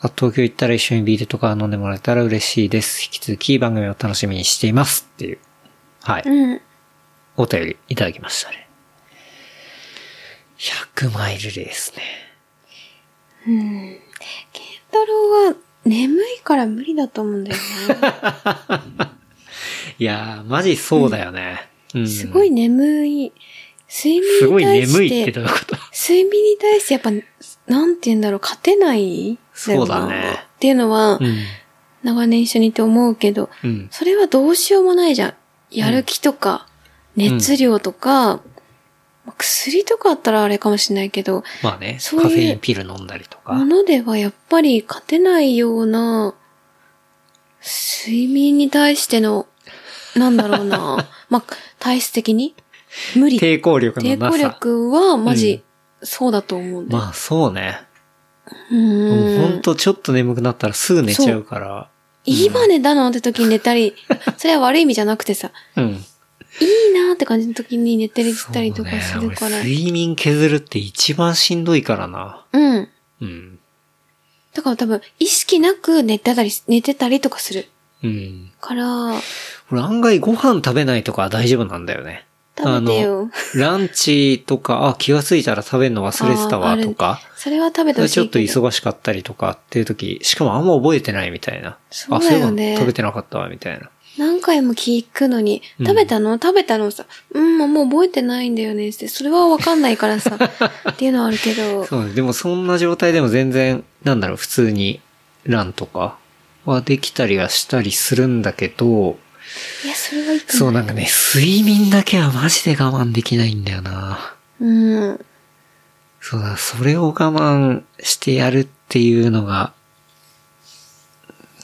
B: あ東京行ったら一緒にビールとか飲んでもらえたら嬉しいです。引き続き番組を楽しみにしています。っていう、はい、
C: うん。
B: お便りいただきましたね。100マイルレースね。
C: ケンタロウは眠いから無理だと思うんだよね。
B: いやー、マジそうだよね。うん。
C: すごい眠い。睡
B: す
C: 眠
B: ごい
C: に対して。
B: 眠いってどういうこと
C: 睡眠に対してやっぱ、なんて言うんだろう、勝てないんよな
B: そうだね
C: っていうのは、
B: うん。
C: 長年一緒にいて思うけど、
B: うん。
C: それはどうしようもないじゃん。やる気とか、熱量とか、まあ薬とかあったらあれかもしれないけど、
B: まあね、
C: そういう
B: カフェインピル飲んだりとか
C: も。のではやっぱり勝てないような睡眠に対しての、なんだろう な。まあ、体質的に無理。
B: 抵抗力の
C: 抵
B: な
C: 抗
B: さ。
C: 力はマジ、そうだと思うんだよ。
B: まあそうね。
C: う
B: もうほ
C: ー
B: ん
C: ん。
B: とちょっと眠くなったらすぐ寝ちゃうから。
C: 今寝たのって時に寝た り、それは悪い意味じゃなくてさ、
B: うん。
C: いいなーって感じの時に寝てたりとかするから。
B: そうね俺睡眠削るって一番しんどいからな。
C: うん。
B: うん。
C: だから多分、意識なく寝てたり、寝てたりとかする。
B: うん。
C: から、
B: 俺案外ご飯食べないとかは大丈夫なんだよね。
C: 食べてよ。
B: ランチとか、あ、気がついたら食べるの忘れてた
C: あーあ
B: わ
C: る
B: とか、
C: それは食べてほしい
B: ち
C: け
B: ょっ
C: ど。
B: と忙しかったりとかっていう時、しかもあんま覚えてないみたいな。
C: そうだよね
B: あ、そういえば食べてなかったわみたいな。
C: 何回も聞くのに、
B: うん
C: 食べたの、食べたのさ、うん、もう覚えてないんだよねって、それはわかんないか らさ、っていうのはあるけど、
B: そうねでもそんな状態でも全然、なんだろう、普通にランとかはできたりはしたりするんだけど、
C: いや、それはいく
B: そうなんかね、睡眠だけはマジで我慢できないんだよな。
C: うん。
B: そうだ、それを我慢してやるっていうのが、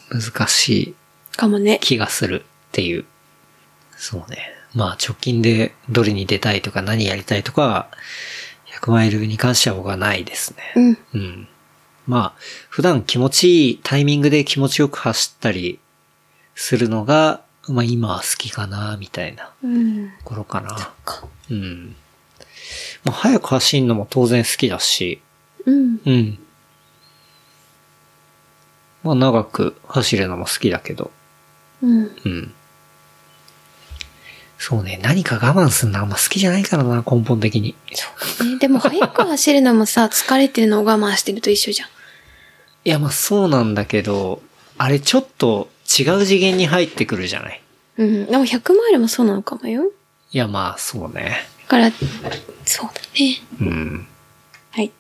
B: 難しい
C: かもね。
B: 気がするっていう。そうね。まあ、直近でどれに出たいとか何やりたいとかは、100マイルに関しては僕はないですね。
C: うん。
B: うん。まあ、普段気持ちいいタイミングで気持ちよく走ったりするのが、まあ今は好きかな、みたいな
C: うん。
B: ところかな。
C: か。
B: うん。まあ早く走るのも当然好きだし、
C: うん。
B: うん。まあ長く走るのも好きだけど、
C: うん。
B: うん。そうね、何か我慢するのあんま好きじゃないからな、根本的に。
C: ね、でも、早く走るの もさ、疲れてるのを我慢してると一緒じゃん。
B: いや、まあそうなんだけど、あれちょっと違う次元に入ってくるじゃない。
C: うん。でも、100マイルもそうなのかもよ。
B: いや、まあそうね。
C: だから、そうだね。
B: うん。
C: はい。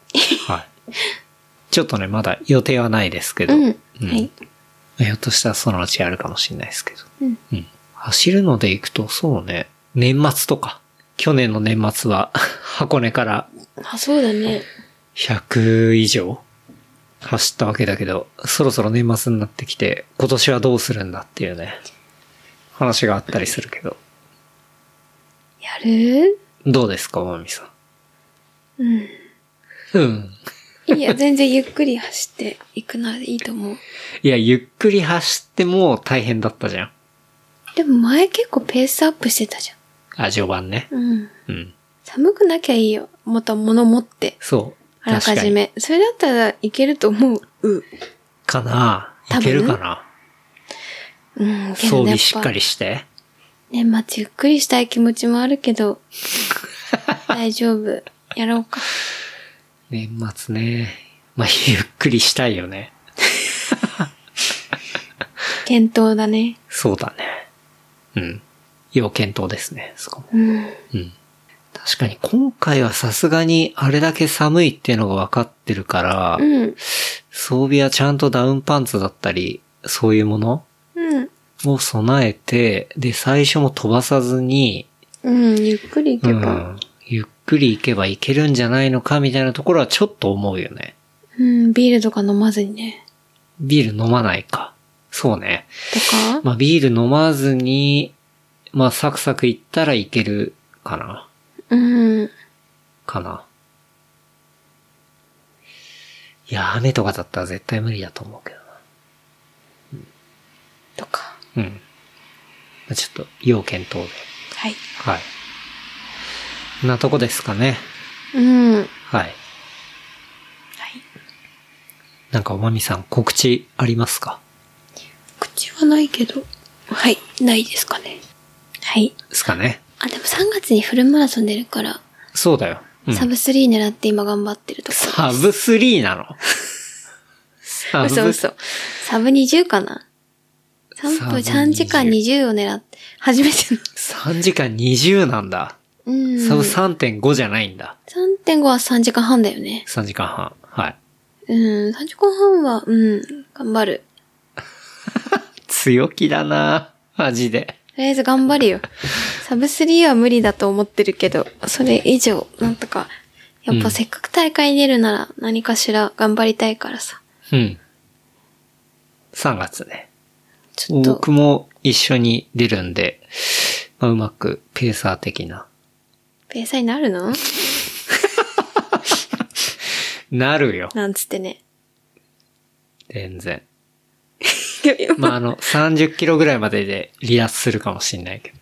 B: はい。ちょっとね、まだ予定はないですけ
C: う
B: ど。
C: ん。
B: うん
C: はい。
B: ひょっとしたらそのうちあるかもしれないですけど。
C: うん。
B: うん。走るので行くと、そうね。年末とか。去年の年末は、 箱根から
C: あ、そうだね。
B: 100以上走ったわけだけど、そろそろ年末になってきて、今年はどうするんだっていうね、話があったりするけど。
C: やる
B: どうですか、まみさ
C: うん。
B: ん。うん。
C: いや、全然ゆっくり走っていくならいいと思う。
B: いや、ゆっくり走っても大変だったじゃん。
C: でも前結構ペースアップしてたじ
B: あ、序盤ね。
C: ゃん。うん。
B: うん。
C: 寒くなきゃいいよ。また物持って。
B: そう。
C: あらか
B: 確か
C: じ
B: に。
C: め。それだったらいけると思う。
B: かな
C: 多
B: い
C: 分
B: けるかな
C: うん。け
B: 装
C: どね
B: 備
C: やっ
B: しっ
C: ぱ
B: かりして。
C: 年末ゆっくりしたい気持ちもあるけ ど。大丈夫。やろうか。
B: 年末ね。まあ、 ゆっくりしたいよね。
C: 検討だね。
B: そうだね。うん。要検討ですね、そこも。
C: うん。
B: うん。確かに今回はさすがにあれだけ寒いっていうのが分かってるから、
C: うん。
B: 装備はちゃんとダウンパンツだったり、そういうもの
C: うん。
B: を備えて、で、最初も飛ばさずに、
C: うん。ゆっくり行
B: う
C: けば。
B: ん、ゆっくり行けば行けるんじゃないのかみたいなところはちょっと思うよね。
C: うん。ビールとか飲まずにね。
B: ビール飲まないか。そうね。
C: とか。
B: まあ、ビール飲まずに、まあ、サクサク行ったらいけるかな。
C: うん。
B: かな。いや、雨とかだったら絶対無理だと思うけど
C: とか。
B: な。うん。まあちょっと、要検討で。
C: はい。
B: はい。こんなとこですかね。
C: うん。はい。
B: はい。なんか、おまみさん、告知ありますか
C: 口はないけど。はい。ないですかね。はい。
B: ですかね。
C: あ、でも3月にフルマラソン出るから、
B: そうだよ。うん
C: サブ3狙って今頑張ってるところ。
B: サブ3なのサブ
C: 嘘嘘。サブ20かな ?3 分、
B: サブ20
C: 3時間20を狙って、初めての。
B: 3時間20なんだ。
C: うん。
B: サブ3.5じゃないんだ。
C: 3.5は3時間半だよね。
B: 3時間半。はい。
C: うん。3時間半は、うん。頑張る。
B: 強気だなマジで。
C: とりあえず頑張るよ。サブ3は無理だと思ってるけど、それ以上、なんとか。やっ
B: う
C: ぱ
B: ん
C: せっかく大会に出るなら何かしら頑張りたいからさ。
B: うん。3月ね。
C: ちょっと、
B: 僕も一緒に出るんで、まあ、うまくペーサー的な。
C: ペーサーになるの
B: なるよ。
C: なんつってね。
B: 全然。 まあ、あの、30キロ ぐらいまでで離脱するかもしんないけど。い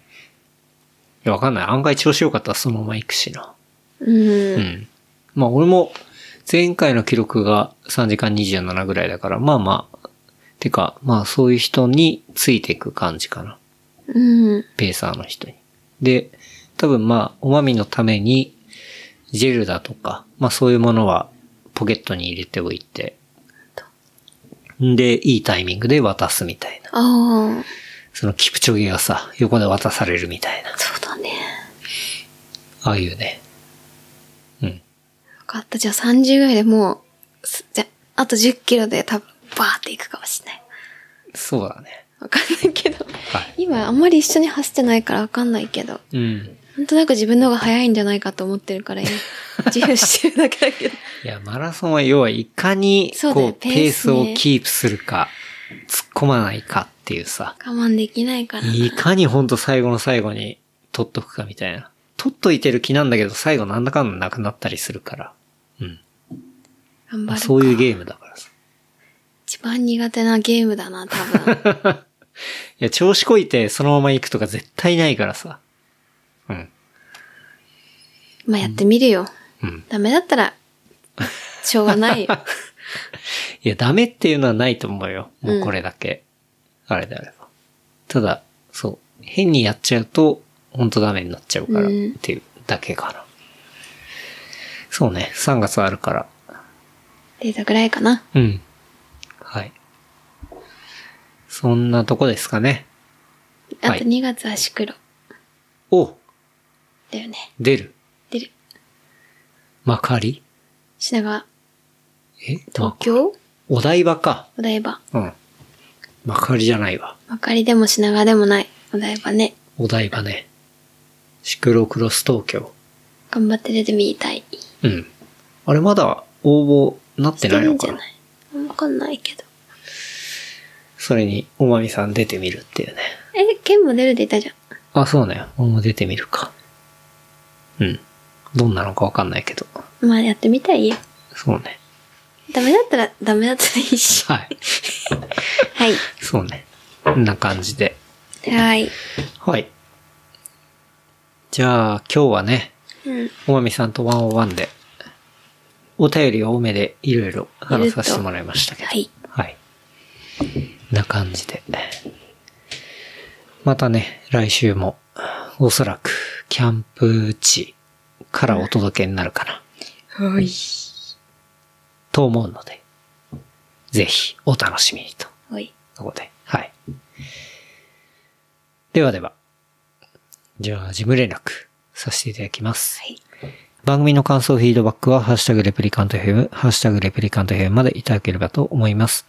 B: や、わかんない。案外調子良かったらそのまま行くしな。
C: うん。
B: うん。まあ、俺も、前回の記録が3時間27ぐらいだから、まあまあ、てか、まあそういう人についていく感じかな。
C: うん。
B: ペーサーの人に。で、多分まあ、おまみのために、ジェルだとか、まあそういうものはポケットに入れておいて、んで、いいタイミングで渡すみたいな。
C: ああ、
B: そのキプチョゲがさ、横で渡されるみたいな。
C: そうだね。
B: ああいうね。うん。
C: 分かった。じゃあ30ぐらいでもう、すじゃあ、あと10キロで多分、バーっていくかもしれない。
B: そうだね。
C: わかんないけど。
B: はい。
C: 今、あんまり一緒に走ってないからわかんないけど。
B: うん。
C: なんとなく自分の方が早いんじゃないかと思って るから、今自由してるだけだけど。
B: いや、マラソンは要はいかに、
C: そうだ
B: こ
C: よ
B: う、
C: ペ
B: ペ
C: ー
B: ー
C: ス
B: ス
C: ね
B: をキープするか、突っ込まないかっていうさ、
C: 我慢できないから。
B: いかにほんと最後の最後に取っとくかみたいな。取っといてる気なんだけど、最後なんだかんだなくなったりするから。うん。
C: 頑張
B: まあ
C: るか。
B: そういうゲームだからさ。
C: 一番苦手なゲームだな、多分。
B: いや、調子こいてそのまま行くとか絶対ないからさ。うん。
C: まあやってみるよ。
B: うん。
C: ダメだったら、しょう がないよ。
B: いや、ダメっていうのはないと思うよ。もうこれだけ。あれであれば。ただ、そう。変にやっちゃうと、ほんとダメになっちゃうから、
C: うん
B: っていうだけかな。そうね。3月あるから。
C: 出たぐらいかな。
B: うん。はい。そんなとこですかね。
C: あ
B: はい
C: と2月はシクロ。
B: お
C: だよね。
B: 出る。
C: 出る。
B: まかり
C: 品川。
B: え
C: 東
B: ま
C: 京
B: お台場か。
C: お台場。
B: うん。まかりじゃないわ。
C: まかりでも品川でもない。お台場ね。
B: お台場ね。シクロクロス東京。
C: 頑張って出てみたい。
B: うん。あれまだ応募なって
C: 出
B: ない
C: る
B: の
C: んじ
B: か
C: ゃ
B: な
C: ないわかんないけど。
B: それに、おまみさん出てみるっていうね。
C: え、剣も出るでいたじゃん。
B: あ、そうね。俺も出てみるか。うん。どんなのかわかんないけど。
C: まあやってみたらいいよ。
B: そうね。
C: ダメだったら、ダメだったらいいし。
B: はい。
C: はい。
B: そうね。こんな感じで。
C: はい。
B: はい。じゃあ、今日はね、
C: うん。
B: おまみさんとワンオワンで、お便り多めでいろいろ話させてもらいましたけど。
C: はい。
B: はい。な感じで。またね、来週も、おそらく、キャンプ地からお届けになるかな、
C: はい。
B: と思うので、ぜひ、お楽しみにと。
C: はい。
B: ここで。はい。ではでは。じゃあ、事務連絡させていただきます。
C: はい
B: 番組の感想、フィードバックは、ハッシュタグレプリカント FM、ハッシュタグレプリカント FM までいただければと思います。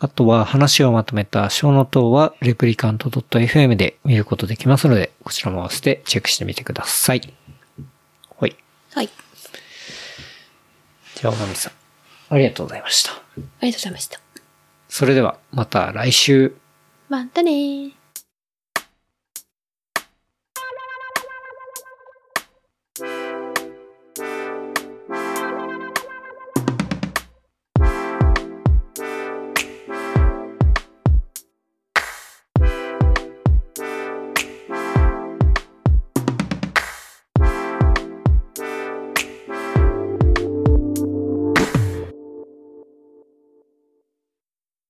B: あとは、話をまとめた小の等は、レプリカント .fm で見ることできますので、こちらも合わせてチェックしてみてください。はい。
C: はい。
B: じゃあ、おまみさん、ありがとうございました。
C: ありがとうございました。
B: それでは、また来週。
C: またねー。